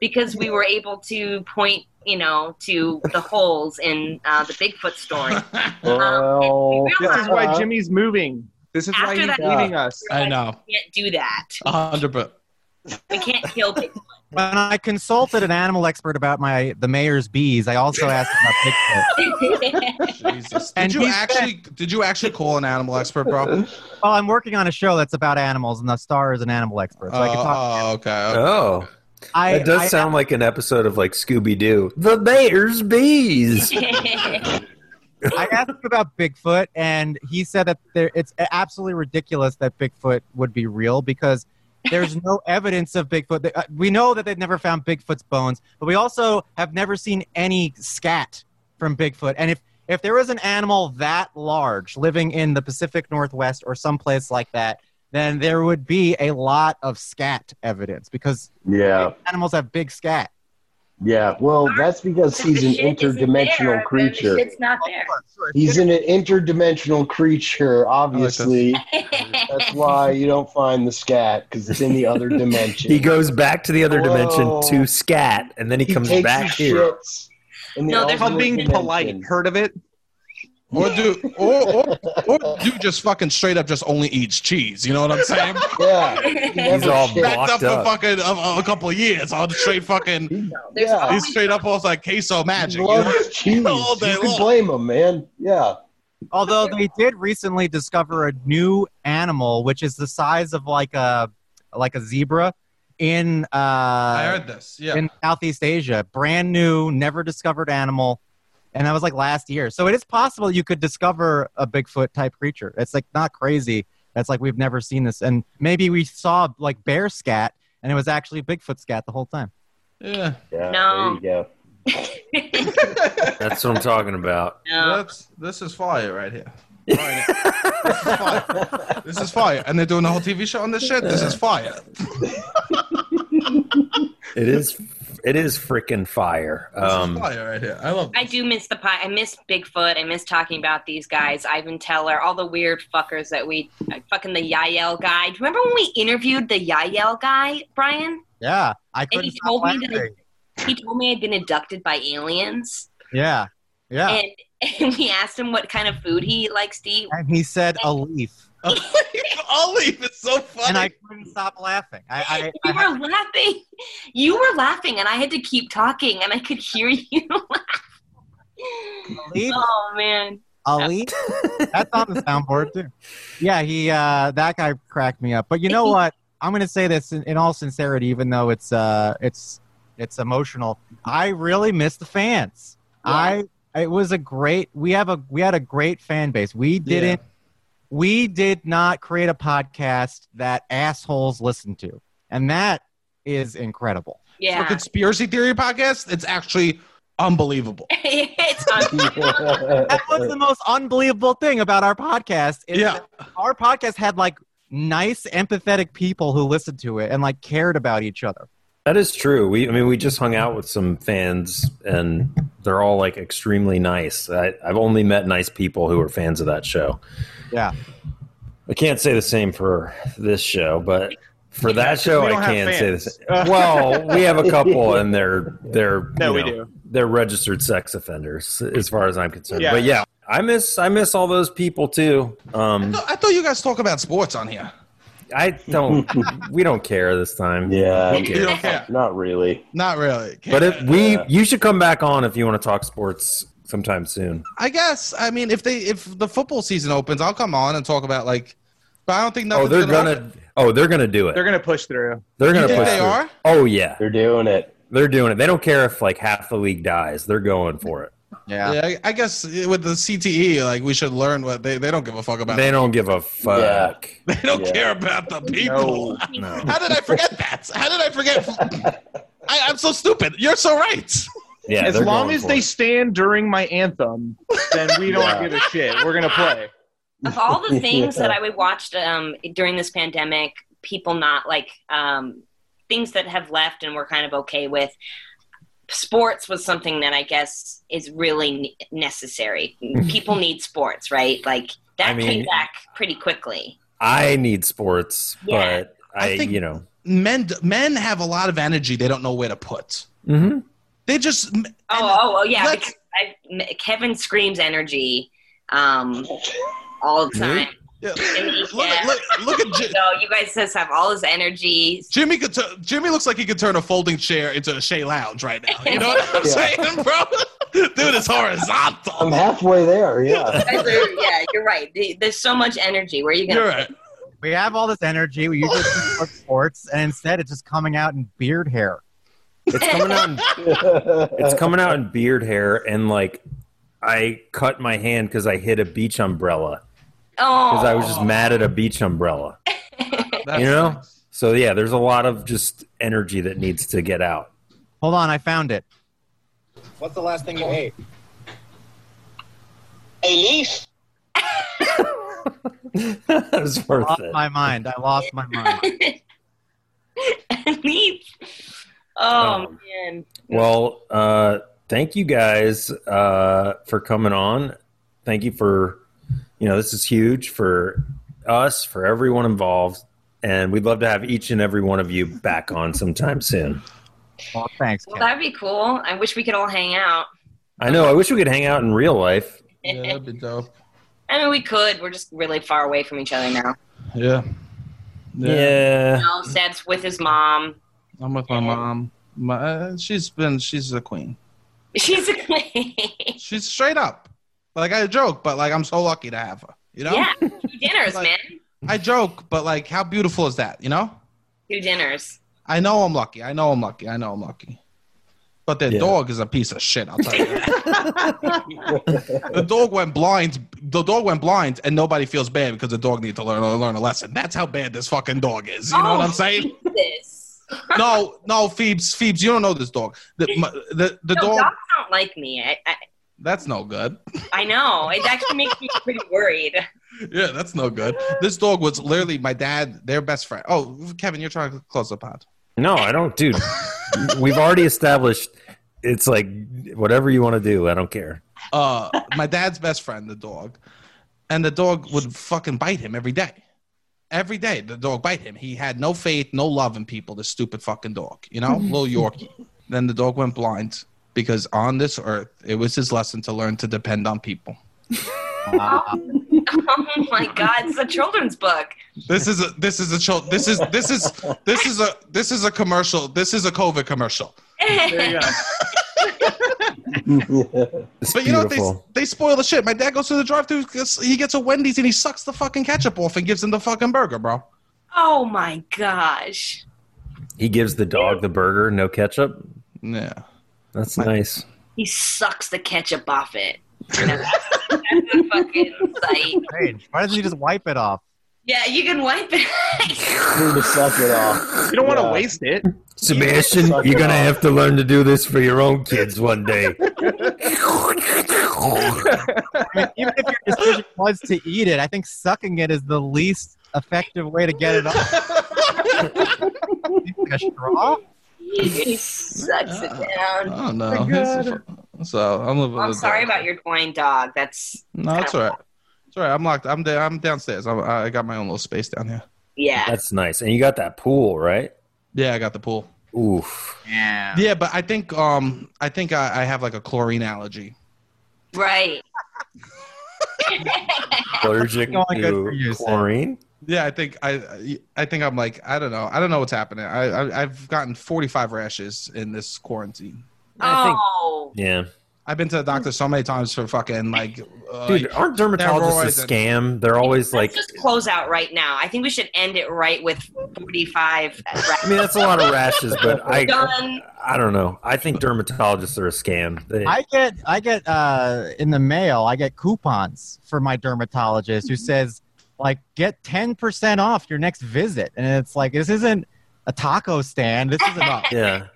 Speaker 14: because we were able to point, you know, to the holes in uh, the Bigfoot story. Um,
Speaker 3: Well,
Speaker 2: This is why Jimmy's moving. This is why
Speaker 14: After
Speaker 2: he's
Speaker 14: that-
Speaker 2: leading us.
Speaker 17: I know. Uh-huh.
Speaker 14: We can't do that.
Speaker 17: A hundred percent.
Speaker 14: We can't kill Bigfoot.
Speaker 16: When I consulted an animal expert about my the mayor's bees, I also asked about Bigfoot.
Speaker 17: Jesus.
Speaker 16: And
Speaker 17: Did you
Speaker 16: he's
Speaker 17: actually did you actually call an animal expert, bro?
Speaker 16: Well, I'm working on a show that's about animals, and the star is an animal expert, so I can
Speaker 17: Oh,
Speaker 16: talk.
Speaker 17: Oh, okay.
Speaker 1: Oh.
Speaker 16: I-
Speaker 1: that does
Speaker 16: I-
Speaker 1: sound like an episode of like Scooby Doo. The Bears Bees.
Speaker 16: I asked him about Bigfoot, and he said that there, it's absolutely ridiculous that Bigfoot would be real because there's no evidence of Bigfoot. They- uh, We know that they've never found Bigfoot's bones, but we also have never seen any scat from Bigfoot. And if if there is an animal that large living in the Pacific Northwest or someplace like that, then there would be a lot of scat evidence because
Speaker 3: Yeah.
Speaker 16: animals have big scat.
Speaker 3: Yeah. Well, that's because he's an interdimensional creature.
Speaker 14: It's not there.
Speaker 3: He's an interdimensional creature, obviously. That's why you don't find the scat because it's in the other dimension.
Speaker 1: He goes back to the other
Speaker 3: Whoa.
Speaker 1: dimension to scat, and then he, comes
Speaker 3: takes his
Speaker 1: back here.
Speaker 3: shits in the
Speaker 2: No,
Speaker 3: alternate
Speaker 2: they're called being
Speaker 3: dimension.
Speaker 2: polite. Heard of it?
Speaker 17: Or do or, or or do just fucking straight up just only eats cheese. You know what I'm saying?
Speaker 3: Yeah.
Speaker 17: He's
Speaker 1: all
Speaker 17: backed
Speaker 1: blocked
Speaker 17: up,
Speaker 1: up.
Speaker 17: for fucking a, a couple of years on straight fucking.
Speaker 14: There's
Speaker 17: He's straight up also like queso magic. You know?
Speaker 3: Loves cheese.
Speaker 17: All day
Speaker 3: you can
Speaker 17: long.
Speaker 3: blame him, man. Yeah.
Speaker 16: Although they did recently discover a new animal, which is the size of like a like a zebra, in uh, I
Speaker 17: heard this. Yeah,
Speaker 16: in Southeast Asia, brand new, never discovered animal, and that was like last year. So it is possible you could discover a Bigfoot type creature. It's like not crazy. That's like we've never seen this, and maybe we saw like bear scat, and it was actually Bigfoot scat the whole time.
Speaker 17: Yeah.
Speaker 3: yeah
Speaker 14: No.
Speaker 3: There you go.
Speaker 1: That's what I'm talking about.
Speaker 17: That's this is fire right here. Fire. this is fire, and they're doing a whole TV show on this shit. This is fire.
Speaker 1: It is, it is freaking fire. Um,
Speaker 17: Fire right here. I love.
Speaker 14: I do miss the pie. I miss Bigfoot. I miss talking about these guys, Ivan Teller, all the weird fuckers that we fucking the Yael guy. Do you remember when we interviewed the Yael guy, Brian?
Speaker 16: Yeah, I
Speaker 14: And
Speaker 16: couldn't.
Speaker 14: he
Speaker 16: stop
Speaker 14: told me
Speaker 16: laughing.
Speaker 14: that he told me I'd been abducted by aliens,
Speaker 16: Yeah, yeah.
Speaker 14: and, and we asked him what kind of food he likes to eat.
Speaker 16: and he said a leaf.
Speaker 17: Olive is so funny.
Speaker 16: And I couldn't stop laughing. I, I,
Speaker 14: You were laughing. You were laughing, and I had to keep talking, and I could hear you.
Speaker 16: I leaf,
Speaker 14: oh man.
Speaker 16: a leaf. That's on the soundboard too. Yeah, he uh, that guy cracked me up. But you know what? I'm gonna say this in, in all sincerity, even though it's uh, it's it's emotional. I really miss the fans. I it was a great. We have a we had a great fan base. We didn't. We did not create a podcast that assholes listen to, and that is incredible.
Speaker 17: For conspiracy theory podcast, it's actually unbelievable.
Speaker 14: it's uh, on.
Speaker 16: that was the most unbelievable thing about our podcast. Is
Speaker 17: Yeah.
Speaker 16: that Our podcast had like nice, empathetic people who listened to it and like cared about each other.
Speaker 1: That is true. We, I mean, we just hung out with some fans, and they're all like extremely nice. I, I've only met nice people who are fans of that show.
Speaker 16: Yeah.
Speaker 1: I can't say the same for this show, but for that show, I
Speaker 2: we don't have
Speaker 1: can say the
Speaker 2: fans.
Speaker 1: same. Well, we have a couple, and they're they're
Speaker 2: No,
Speaker 1: you
Speaker 2: we do.
Speaker 1: They're registered sex offenders, as far as I'm concerned.
Speaker 17: Yeah.
Speaker 1: But yeah, I miss I miss all those people too. Um,
Speaker 17: I thought you guys talk about sports on here.
Speaker 1: I don't. we don't care this time.
Speaker 3: Yeah,
Speaker 1: Who cares?
Speaker 17: You don't care.
Speaker 3: Not really.
Speaker 17: Not really.
Speaker 1: But if we, you should come back on if you want to talk sports sometime soon.
Speaker 17: I guess. I mean, if they if the football season opens, I'll come on and talk about like. But I don't think nothing's
Speaker 1: oh, they're gonna.
Speaker 17: open.
Speaker 1: Oh, they're gonna do it.
Speaker 2: They're gonna push through.
Speaker 1: They're gonna
Speaker 17: You think
Speaker 1: push.
Speaker 17: they
Speaker 1: through.
Speaker 17: are?
Speaker 1: Oh yeah, they're
Speaker 3: doing it.
Speaker 1: They're doing it. They don't care if like half the league dies. They're going for it.
Speaker 17: Yeah. I, I guess with the CTE, like we should learn what they, they don't give a fuck about.
Speaker 1: They don't give a fuck.
Speaker 17: They don't care about the people. How did I forget that? How did I forget? I, I'm so stupid. You're so right.
Speaker 1: Yeah,
Speaker 2: as
Speaker 1: they're
Speaker 2: long
Speaker 1: going
Speaker 2: as
Speaker 1: for
Speaker 2: they
Speaker 1: it.
Speaker 2: stand during my anthem, then we don't
Speaker 1: Yeah.
Speaker 2: give a shit. We're gonna play.
Speaker 14: of all the things
Speaker 2: Yeah.
Speaker 14: that I would watch um, during this pandemic, people not like um, things that have left and we're kind of okay with. Sports was something that I guess is really ne- necessary. people need sports, right? Like that
Speaker 1: I mean-
Speaker 14: came back pretty quickly.
Speaker 1: I need sports,
Speaker 14: Yeah.
Speaker 1: but I,
Speaker 17: I think-
Speaker 1: you know,
Speaker 17: Men men have a lot of energy. They don't know where to put.
Speaker 1: Mhm.
Speaker 17: They just
Speaker 14: Oh, oh, oh, yeah.
Speaker 17: Let's-
Speaker 14: Because I, m- Kevin screams energy um, all the
Speaker 17: Me?
Speaker 14: time.
Speaker 17: Yeah.
Speaker 14: Look,
Speaker 17: at Jim.
Speaker 14: So you guys just have all this energy.
Speaker 17: Jimmy could tu- Jimmy looks like he could turn a folding chair into a Shea Lounge right now. You know what I'm
Speaker 14: Yeah.
Speaker 17: saying, bro? Dude, it's horizontal.
Speaker 3: I'm halfway there. Yeah.
Speaker 14: You guys are- yeah, you're right. The- There's so much energy. Where are you going to
Speaker 16: We have all this energy. We usually talk sports, and instead it's just coming out in beard hair.
Speaker 1: It's coming out. it's coming out in beard hair, and like I cut my hand because I hit a beach umbrella because I was
Speaker 17: Oh.
Speaker 1: just mad at a beach umbrella. you know, so yeah, there's a lot of just energy that needs to get out.
Speaker 16: Hold on, I found it.
Speaker 12: What's the last thing you ate? A leaf.
Speaker 1: that was worth
Speaker 16: lost
Speaker 1: it.
Speaker 16: my mind. I lost my mind.
Speaker 14: Leap. Oh,
Speaker 1: Um,
Speaker 14: man.
Speaker 1: Well, uh, thank you guys uh, for coming on. Thank you for, you know, this is huge for us, for everyone involved. And we'd love to have each and every one of you back on sometime soon.
Speaker 16: Well, thanks.
Speaker 14: Well, that'd be cool. I wish we could all hang out.
Speaker 1: I know. I wish we could hang out in real life.
Speaker 14: Yeah, that'd
Speaker 17: be dope.
Speaker 14: I mean, we could. We're just really far away from each other now.
Speaker 17: Yeah.
Speaker 1: Yeah.
Speaker 14: You know, Seth's with his mom.
Speaker 17: I'm with my mom. My, uh, she's been she's a queen.
Speaker 14: She's a queen.
Speaker 17: She's straight up. Like I joke, but like I'm so lucky to have her. You know?
Speaker 14: Yeah, two dinners, man.
Speaker 17: I joke, but like how beautiful is that, you know?
Speaker 14: Two dinners.
Speaker 17: I know I'm lucky. I know I'm lucky. I know I'm lucky. But their dog is a piece of shit. I'll tell you. that. the dog went blind. The dog went blind, and nobody feels bad because the dog needs to learn learn a lesson. That's how bad this fucking dog is. You know what I'm saying?
Speaker 14: Oh, Jesus.
Speaker 17: No, no, Phoebes, Phoebes, you don't know this dog. The my- the, the
Speaker 14: No,
Speaker 17: dog.
Speaker 14: dogs don't like me. I, I,
Speaker 17: That's no good.
Speaker 14: I know. It actually makes me pretty worried.
Speaker 17: Yeah, that's no good. This dog was literally my dad, their best friend. Oh, Kevin, you're trying to close the pod.
Speaker 1: No, I don't, dude. we've already established it's like whatever you want to do. I don't care.
Speaker 17: Uh, my dad's best friend, the dog, and the dog would fucking bite him every day. Every day, the dog bite him. He had no faith, no love in people. This stupid fucking dog, you know, little Yorkie. Then the dog went blind because on this earth, it was his lesson to learn to depend on people.
Speaker 14: oh my God, it's a children's book.
Speaker 17: This is a this is a child. This is this is this is a this is a commercial. This is a COVID commercial.
Speaker 14: There you go.
Speaker 17: but you know what?
Speaker 1: beautiful.
Speaker 17: They, they spoil the shit. My dad goes to the drive-thru. gets- He gets a Wendy's and he sucks the fucking ketchup off and gives him the fucking burger, bro.
Speaker 14: Oh my gosh.
Speaker 1: He gives the dog the burger, no ketchup.
Speaker 17: Yeah.
Speaker 1: That's nice.
Speaker 14: He sucks the ketchup off it. That's a fucking sight.
Speaker 16: Strange. Why doesn't he just wipe it off?
Speaker 14: Yeah, you can wipe it.
Speaker 3: Need to suck it off.
Speaker 2: You don't want to
Speaker 3: Yeah.
Speaker 2: waste it.
Speaker 1: Sebastian,
Speaker 3: Suck
Speaker 1: you're
Speaker 3: it
Speaker 1: gonna
Speaker 3: off.
Speaker 1: have to learn to do this for your own kids one day.
Speaker 16: I mean, even if your decision was to eat it, I think sucking it is the least effective way to get it off. Like a straw?
Speaker 14: he sucks it down.
Speaker 17: Oh no. So I'm living.
Speaker 14: I'm
Speaker 17: with
Speaker 14: sorry
Speaker 17: that.
Speaker 14: about your blind dog. That's
Speaker 17: No, that's all right. Sorry, I'm locked. I'm da- I'm downstairs. I'm, I got my own little space down here.
Speaker 14: Yeah.
Speaker 1: That's nice. And you got that pool, right?
Speaker 17: Yeah, I got the pool.
Speaker 1: Oof.
Speaker 14: Yeah.
Speaker 17: Yeah, but I think um I think I, I have like a chlorine allergy.
Speaker 14: Right.
Speaker 1: Allergic to chlorine.
Speaker 17: Yeah, I think I I think I'm like I don't know I don't know what's happening. I, I I've gotten 45 rashes in this quarantine.
Speaker 14: Oh.
Speaker 1: Yeah.
Speaker 17: I've been to the doctor so many times for fucking like. Uh,
Speaker 1: Dude, aren't dermatologists a
Speaker 17: steroids and-
Speaker 1: scam? They're always like,
Speaker 14: Just close out right now. I think we should end it right with 45.
Speaker 1: I mean, that's a lot of rashes, but I,
Speaker 14: Done.
Speaker 1: I don't know. I think dermatologists are a scam. They-
Speaker 16: I get I get uh, in the mail. I get coupons for my dermatologist who says like get ten percent off your next visit, and it's like this isn't a taco stand. This is about
Speaker 1: yeah.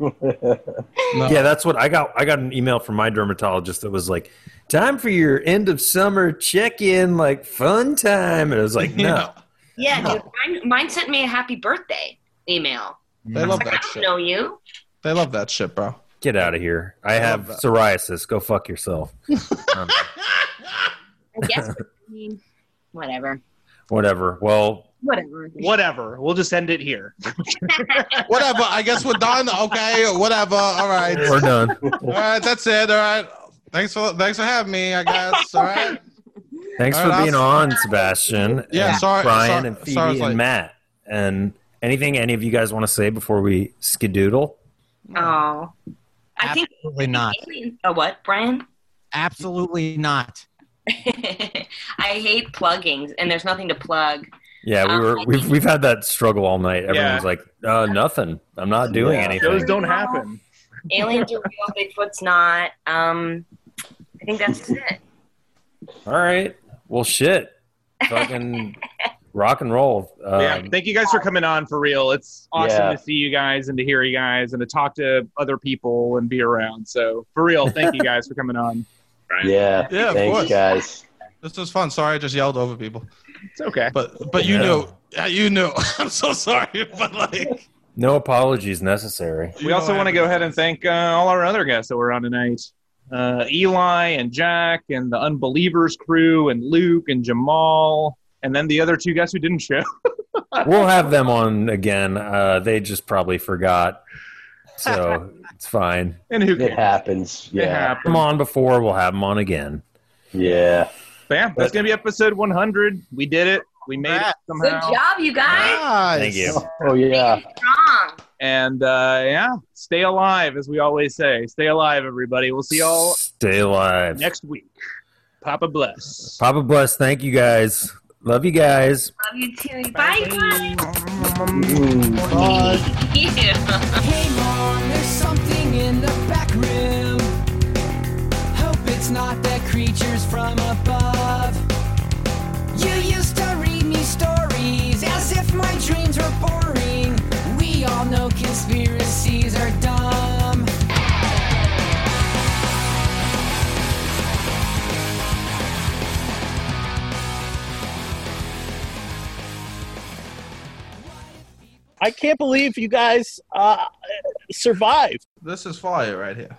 Speaker 1: Yeah, that's what I got. I got an email from my dermatologist that was like, "Time for your end of summer check-in, like fun time," and it was like, "No,
Speaker 14: Yeah, dude. Mine, mine sent me a happy birthday email.
Speaker 17: They love
Speaker 14: I
Speaker 17: that
Speaker 14: don't
Speaker 17: shit.
Speaker 14: know you.
Speaker 17: They love that shit, bro.
Speaker 1: get out of here. I have
Speaker 17: love that.
Speaker 1: psoriasis. Go fuck yourself." Um,
Speaker 14: I guess. I mean, whatever.
Speaker 1: whatever. Well,
Speaker 14: Whatever.
Speaker 2: Whatever. We'll just end it here.
Speaker 17: whatever. I guess we're done. Okay, whatever. All right,
Speaker 1: we're done.
Speaker 17: All right, that's it. All right. Thanks for thanks for having me. I guess. All right.
Speaker 1: Thanks
Speaker 17: All
Speaker 1: for
Speaker 17: right,
Speaker 1: being
Speaker 17: I'll-
Speaker 1: on, Sebastian.
Speaker 17: Yeah,
Speaker 1: and
Speaker 17: sorry-
Speaker 1: Brian
Speaker 17: sorry-
Speaker 1: and Phoebe
Speaker 17: sorry I was late.
Speaker 1: and Matt. And anything any of you guys want to say before we skidoodle?
Speaker 14: Oh. I think.
Speaker 16: Absolutely not.
Speaker 14: Oh, what, Brian?
Speaker 16: Absolutely not.
Speaker 14: I hate pluggings, and there's nothing to plug.
Speaker 1: Yeah, we were we've we've had that struggle all night. Everyone's
Speaker 14: Um, Yeah.
Speaker 1: like, uh, nothing. I'm not doing
Speaker 14: Yeah.
Speaker 1: anything.
Speaker 14: Those don't happen. Aliens are real, Bigfoot's not. Um, I think that's it.
Speaker 1: All right. Well, shit. Fucking rock and roll. Um,
Speaker 2: yeah. Thank you guys for coming on for real. It's awesome
Speaker 1: Yeah.
Speaker 2: to see you guys and to hear you guys and to talk to other people and be around. So for real, thank you guys for coming on.
Speaker 3: Yeah.
Speaker 17: Yeah, of
Speaker 3: Thanks,
Speaker 17: course.
Speaker 3: guys.
Speaker 17: This was fun. Sorry, I just yelled over people.
Speaker 2: It's okay.
Speaker 17: But but you
Speaker 1: Yeah.
Speaker 17: knew. Yeah, you knew. I'm so sorry, but like
Speaker 1: No apologies necessary.
Speaker 2: we also want to go ahead and thank uh, all our other guests that were on tonight uh, Eli and Jack and the Unbelievers crew and Luke and Jamal and then the other two guests who didn't show.
Speaker 1: We'll have them on again. Uh, they just probably forgot, so it's fine.
Speaker 2: And who
Speaker 1: it happens.
Speaker 2: It yeah. happens.
Speaker 1: Come on before we'll have them on again.
Speaker 3: Yeah.
Speaker 2: But yeah, that's going to be episode 100. We did it. We made it
Speaker 14: Good
Speaker 2: somehow.
Speaker 14: job, you guys.
Speaker 1: Thank you.
Speaker 3: Oh yeah.
Speaker 14: Strong.
Speaker 2: And uh, yeah, stay alive, as we always say. Stay alive, everybody. We'll see y'all
Speaker 1: Stay alive.
Speaker 2: next week. Papa bless.
Speaker 1: Papa bless. Thank you guys. Love you guys.
Speaker 14: Love you too. Bye, guys.
Speaker 19: Hey, Mom, there's something in the back room. Hope it's not the creatures from above. You used to read me stories as if my dreams were boring. We all know conspiracies are dumb.
Speaker 4: I can't believe you guys uh, survived. uh,
Speaker 17: this is fire right here.